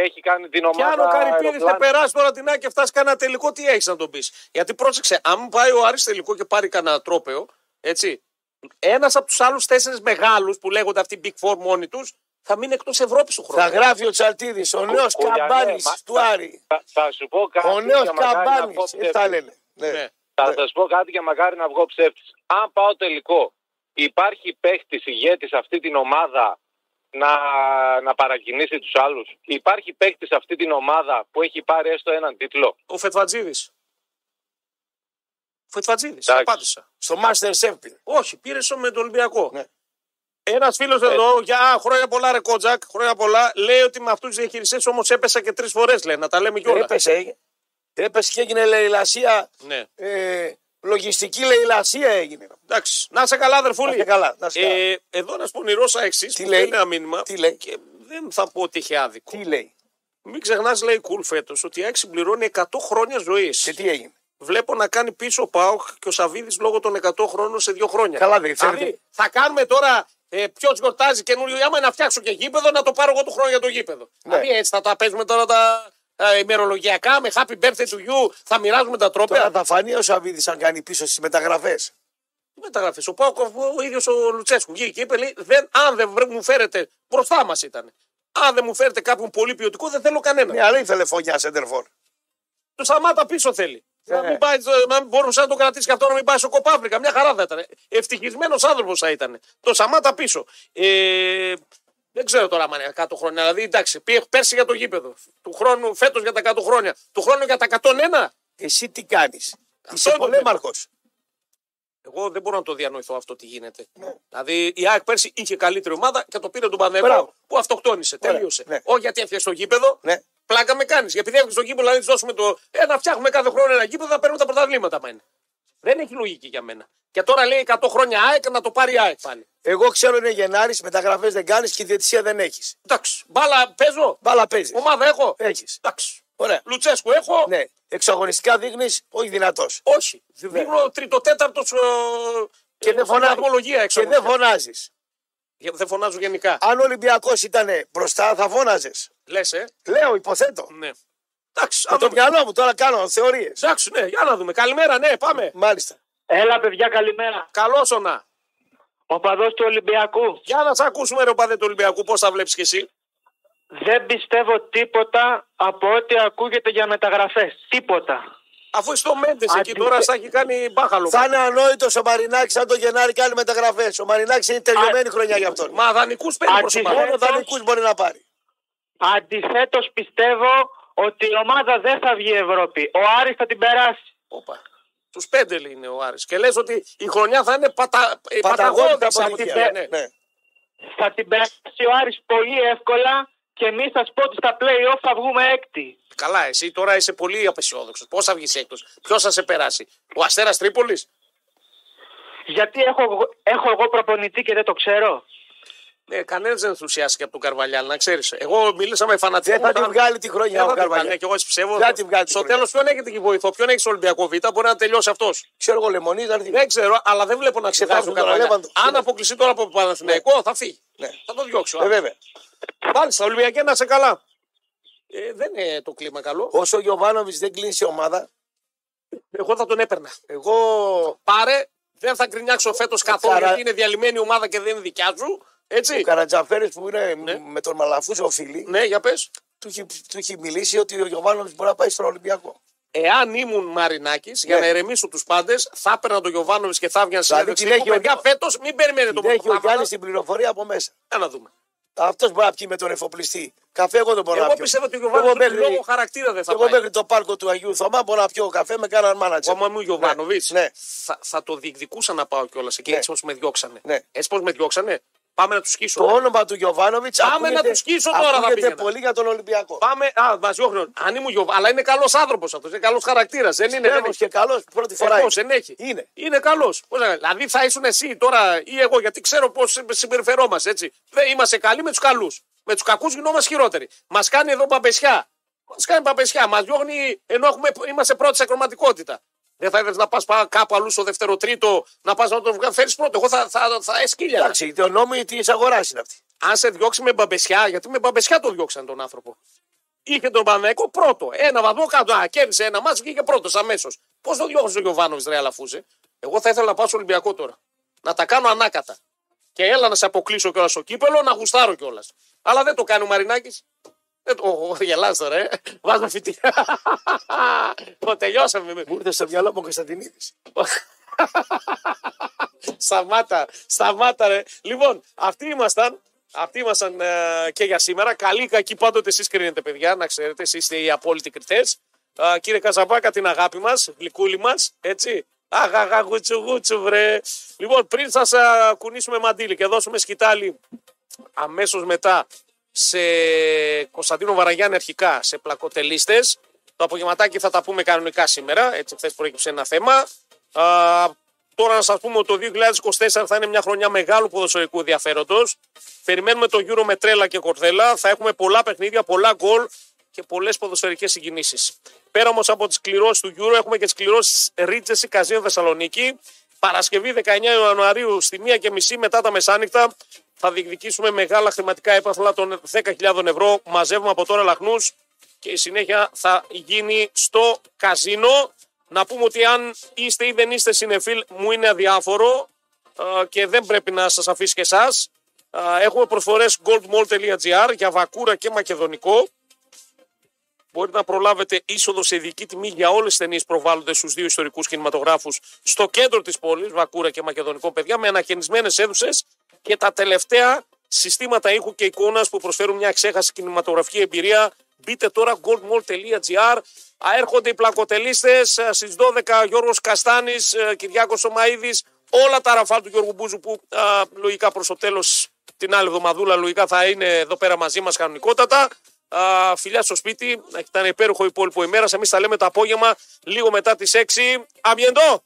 έχει κάνει την Και ομάδα. αν ο Καρυπίδης αεροπλάνο. θα περάσει τώρα την Άκη και φτάσει κανένα τελικό, τι έχεις να τον πεις. Γιατί πρόσεξε, αν πάει ο Άρης τελικό και πάρει κανένα τρόπεο, έτσι, ένας από τους άλλους τέσσερις μεγάλους που λέγονται αυτοί οι Big Four μόνοι τους θα μείνει εκτός Ευρώπης του χρόνου. Θα γράφει ο Τσαλτίδης, ο νέος Ο- ο καμπάνη Γιάννη, του Άρη. Θα, θα σου πω κάτι. Ο νέος και μακάρι να καμπάνης. βγω ψεύτης. Τα λένε. Ναι. Ναι. Θα σας πω κάτι και μακάρι να βγω ψεύτης. Αν πάω τελικό, υπάρχει παίχτης ηγέτης αυτή την ομάδα να, να παρακινήσει τους άλλους. Υπάρχει παίχτης αυτή την ομάδα που έχει πάρει έστω έναν τίτλο. Ο Φετφατζίδη. Φετφατζίδη, Εντάξει. απάντησα. Στο Master Chef. Όχι, πήρε στο με τον Ολυμπιακό. Ναι. Ένας φίλος εδώ, για α, χρόνια πολλά ρε Κότζακ, χρόνια πολλά, λέει ότι με αυτούς τους διαχειριστές όμως έπεσα και τρεις φορές, λέει, να τα λέμε κιόλας. Έπεσε. Έπεσε και έγινε λαϊλασία Ναι. ε, Λογιστική λαϊλασία έγινε. Εντάξει. Να είσαι καλά, αδερφούλη. Να είστε καλά, να είστε Ε, εδώ ένα πονηρόσα εξής Τι που λέει? λέει ένα μήνυμα. Τι λέει? Και δεν θα πω ότι είχε άδικο. Τι λέει Μην ξεχνάς, λέει κουλ φέτος, ότι η ΑΕΚ συμπληρώνει 100 χρόνια ζωής. και τι έγινε. Βλέπω να κάνει πίσω ο Πάοκ και ο Σαββίδης λόγω των 100 χρόνων σε δύο χρόνια. Καλά, δεν ξέρετε. Δηλαδή, θα κάνουμε τώρα ε, ποιος γιορτάζει καινούριο. Άμα να φτιάξω και γήπεδο, να το πάρω εγώ του χρόνου για το Ναι. γήπεδο. Δηλαδή, έτσι θα τα παίζουμε τώρα τα ε, ημερολογιακά με happy birthday to you. Θα μοιράζουμε τα τρόπια. Τώρα θα φανεί ο Σαββίδης αν κάνει πίσω στις μεταγραφές. Τι μεταγραφές. Ο Πάοκ, ο ίδιος ο Λουτσέσκου βγήκε και είπε: λέει, δεν, Αν δεν βρε- μου φέρετε, μπροστά μας ήταν. Αν δεν μου φέρετε κάποιον πολύ ποιοτικό, δεν θέλω κανένα. Ναι, αλλά ήθελε φωνιά σέντερφορ. Το Σαμάτα πίσω θέλει. Να μην πάει, ε, να μην μπορούσε να το κρατήσει και αυτό να μην πάει στο Κοπάφρικα. Μια χαρά θα ήταν. Ευτυχισμένος άνθρωπος θα ήταν. Το Σαμάτα πίσω. Ε, δεν ξέρω τώρα αν είναι 100 χρόνια. Δηλαδή, εντάξει, πήγε πέρσι για το γήπεδο. Του χρόνου, φέτος για τα 100 χρόνια. Του χρόνου για τα 101. Εσύ τι κάνεις. Είσαι είναι το πολέμαρχος. Εγώ δεν μπορώ να το διανοηθώ αυτό τι γίνεται. Δηλαδή η ΑΕΚ πέρσι είχε καλύτερη ομάδα και το πήρε τον Πανδέκο Μπράβο. που αυτοκτόνησε. Τελείωσε. ναι. Όχι γιατί έφτιαξε το γήπεδο. Ναι. Πλάκα με κάνεις. Επειδή έφτιαξε το γήπεδο, δηλαδή της δώσουμε το. Ε, να φτιάχνουμε κάθε χρόνο ένα γήπεδο, να παίρνουμε τα πρωταβλήματα μα είναι. Δεν έχει λογική για μένα. Και τώρα λέει 100 χρόνια ΑΕΚ να το πάρει η ΑΕΚ πάλι. Εγώ ξέρω είναι Γενάρης, μεταγραφές δεν κάνεις και διαιτησία δεν έχεις. Εντάξει. Μπάλα παίζω. Μπάλα παίζεις. Ομάδα έχω. Έχεις. Εντάξει. Ωραία. Λουτσέσκου έχω. Ναι. Εξαγωνιστικά δείχνεις όχι δυνατός. Όχι. Δείχνω ε, τριτοτέταρτο. Και ε, δεν φωνάζει. Και δεν φωνάζει. δεν φωνάζω γενικά. Αν ο Ολυμπιακό ήταν μπροστά θα φώναζες. Λες, ε. Λέω, υποθέτω. Ναι. Εντάξει, Με άμα- το μυαλό μου τώρα κάνω θεωρίες. Εντάξει, ναι, για να δούμε. Καλημέρα, ναι, πάμε. Μάλιστα. Έλα, παιδιά, καλημέρα. Καλό να. Ο παδός του Ολυμπιακού. Για να σε ακούσουμε, ρε παδέ του Ολυμπιακού, πώς θα βλέπεις κι εσύ. Δεν πιστεύω τίποτα από ό,τι ακούγεται για μεταγραφές. Τίποτα. Αφού είσαι στο Μέντες εκεί Αντιθε- τώρα, θα έχει κάνει μπάχαλο. Θα είναι ανόητος ο Μαρινάκης αν το Γενάρη κάνει μεταγραφές. Ο Μαρινάκης είναι τελειωμένη Α, χρονιά για αυτόν. Μα δανεικούς παίρνει Αντιθε- προσωπικά. Μόνο δανεικούς μπορεί να πάρει. Αντιθέτως, πιστεύω ότι η ομάδα δεν θα βγει Ευρώπη. Ο Άρης θα την περάσει. Τους πέντε λέει, είναι ο Άρης. Και λες ότι η χρονιά θα είναι πατα... ε, Παταγώδη παταγώδης από την αποτυχία. πέρα. Ναι. ναι. Θα την περάσει ο Άρης πολύ εύκολα και εμείς θα σου πω ότι στα play-off θα βγούμε έκτη. Καλά, εσύ τώρα είσαι πολύ απεσιόδοξος. Πώς θα βγεις έκτος, ποιος θα σε περάσει, Ο Αστέρας Τρίπολης. Γιατί έχω, εγώ- έχω εγώ προπονητή και δεν το ξέρω. Ναι, κανένας δεν ενθουσιάστηκε από τον Καρβαλιάλ, να ξέρεις. Εγώ μίλησα με φανατικό. Δεν θα τη βγάλει τη χρονιά Ε, ο Καρβαλιά. Καρβαλιά. Και εγώ έτσι ψεύω. Δεν θα τη βγάλει τη Στο χρονιά. τέλος, ποιον έχετε εκεί βοηθό, ποιον έχεις στο Ολυμπιακό Β, μπορεί να τελειώσει αυτός. Ξέρω εγώ λεμονή, θα έρθει. Δεν ξέρω, αλλά δεν βλέπω να ξεχάσει τον τον Καρβαλιά. Λέβαντο. Αν Ναι. αποκλειστεί τώρα από το Παναθηναϊκό, θα φύγει. Ναι. Θα το διώξω. Ε, βέβαια. Μάλιστα, Ολυμπιακέ να σε καλά. Ε, δεν είναι το κλίμα καλό. Όσο ο Γιωβάνοβιτ δεν κλείσει ομάδα, Εγώ θα τον έπαιρνα. εγώ. Πάρε, δεν θα γκρινιάξω φέτος καθόλου Καρα- γιατί είναι διαλυμένη η ομάδα και δεν είναι δικιά σου. Ο Έτσι. Καρατζαφέρης που είναι με τον Μαλαφούζο φίλη, Ναι, για πες. του, έχει, του έχει μιλήσει ότι ο Γιωβάνοβιτ μπορεί να πάει στον Ολυμπιακό. Εάν ήμουν Μαρινάκης, για Ναι. να ηρεμήσω τους πάντες, θα έπαιρνα τον Γιωβάνοβη και θα έβγαινα σε Δηλαδή, την έχει ο- παιδιά φέτος, μην περιμένετε Δεν έχει ο το Γιάννης την πληροφορία από μέσα. Για να δούμε. Αυτός μπορεί να πιει με τον εφοπλιστή. Καφέ εγώ δεν μπορώ να Εγώ πιω. πιστεύω ότι ο Εγώ Γιωβάνοβιτ μέχρι- λόγω χαρακτήρα δεν θα Εγώ πάει. μέχρι το πάρκο του Αγίου Θωμά μπορώ να πιω καφέ με κανέναν μάνατζερ. Εγώ, άμα μου Γιωβάνοβιτ, Ναι, ναι. θα, θα το διεκδικούσα να πάω κιόλας εκεί Ναι. έτσι όπως με διώξανε. Ναι. Έτσι πώς με διώξανε. Πάμε να τους σκίσω. Το όνομα του Γιωβάνοβιτ Πάμε να τους σκίσω τώρα, θα Ακούγεται πήγαινα. πολύ για τον Ολυμπιακό. Πάμε. Α, μα διώχνουν. Αν ήμουν Γιωβάνοβιτ, αλλά είναι καλός άνθρωπος αυτός. Είναι καλός χαρακτήρας. Δεν είναι. δεν Τέλος και καλός πρώτη φορά. Ευτυχώς, είναι. δεν έχει. Είναι. Είναι καλός. Δηλαδή θα ήσουν εσύ τώρα ή εγώ, γιατί ξέρω πώς συμπεριφερόμαστε έτσι. Δεν είμαστε καλοί με τους καλούς. Με τους κακούς γινόμαστε χειρότεροι. Μας κάνει εδώ παπεσιά. Μας κάνει παπεσιά. Μας διώχνει ενώ έχουμε, είμαστε πρώτοι σε ακροματικότητα. Δεν θα ήθελες να πας κάπου αλλού στο δεύτερο τρίτο, να πας να τον φέρεις πρώτο. Εγώ θα, θα, θα, έσκυλιαρα. Εντάξει, το νόμο της αγοράς είναι αυτή. Αν σε διώξει με μπαμπεσιά, γιατί με μπαμπεσιά τον διώξαν τον άνθρωπο. Είχε τον Παναγικό πρώτο. Ένα βαθμό κάτω. Α, κέρδισε ένα μάτσο και είχε πρώτος αμέσως. Πώς το διώχνει ο Γιωβάνοβιτ, ρε Αλαφούζε. Εγώ θα ήθελα να πάω στο Ολυμπιακό τώρα. Να τα κάνω ανάκατα. Και έλα να σε αποκλείσω κιόλας στο κύπελο, να γουστάρω κιόλας. Αλλά δεν το κάνει ο Μαρινάκης. Δεν το. Ο, ο, γελάς τώρα, ε. Βάζω φοιτή. το τελειώσαμε. Μου ήρθε στο μυαλό μου ο Κωνσταντινίδης. σταμάτα, σταμάτα ρε. Λοιπόν, αυτοί ήμασταν. Αυτοί ήμασταν ε, και για σήμερα. Καλή ή κακή πάντοτε εσείς κρίνετε, παιδιά, να ξέρετε. Εσείς είστε οι απόλυτοι κριτές. κύριε Καζαμπάκα, την αγάπη μας, γλυκούλη μας, έτσι. Αγαγα γουτσου γουτσου, βρε. Λοιπόν, πριν σας κουνήσουμε μαντίλι και δώσουμε σκητάλι αμέσως μετά σε Κωνσταντίνο Βαραγιάννη αρχικά σε πλακοτελίστες. Το απογευματάκι θα τα πούμε κανονικά σήμερα. Έτσι, χθες προέκυψε ένα θέμα. Α, τώρα να σας πούμε ότι το 2024 θα είναι μια χρονιά μεγάλου ποδοσφαιρικού ενδιαφέροντος. Περιμένουμε το Euro με τρέλα και κορδέλα. Θα έχουμε πολλά παιχνίδια, πολλά γκολ και πολλές ποδοσφαιρικές συγκινήσεις. Πέρα όμως από τις κληρώσεις του Euro έχουμε και τις κληρώσεις Ρίτζεση Καζίνο Θεσσαλονίκη. Παρασκευή 19 Ιανουαρίου στη 1.30 μετά τα μεσάνυχτα θα διεκδικήσουμε μεγάλα χρηματικά έπαθλα των 10.000 ευρώ. Μαζεύουμε από τώρα λαχνούς και η συνέχεια θα γίνει στο καζίνο. Να πούμε ότι αν είστε ή δεν είστε συνεφίλ μου είναι αδιάφορο ε, και δεν πρέπει να σας αφήσει και εσάς. Ε, Έχουμε προσφορές goldmall.gr για βακούρα και μακεδονικό. Μπορείτε να προλάβετε είσοδο σε ειδική τιμή για όλες τις ταινίες προβάλλονται στους δύο ιστορικούς κινηματογράφους στο κέντρο της πόλης, Βακούρα και Μακεδονικό Παιδιά, με ανακαινισμένε αίθουσες και τα τελευταία συστήματα ήχου και εικόνας που προσφέρουν μια ξέχαση κινηματογραφική εμπειρία. Μπείτε τώρα goldmall.gr. Α, Έρχονται οι ε, πλακοτελίστε στι 12 Γιώργος Καστάνης, Κυριάκο Ομαίδη, ε, όλα τα ραφάλ του Γιώργου Μπούζου που α, λογικά προς το τέλος την άλλη εβδομαδούλα λογικά θα είναι εδώ πέρα μαζί μας κανονικότατα. Α, φιλιά στο σπίτι, να κοιτάνε υπέροχο υπόλοιπο ημέρας. Εμείς τα λέμε το απόγευμα, λίγο μετά τις 6. Αμιεντό!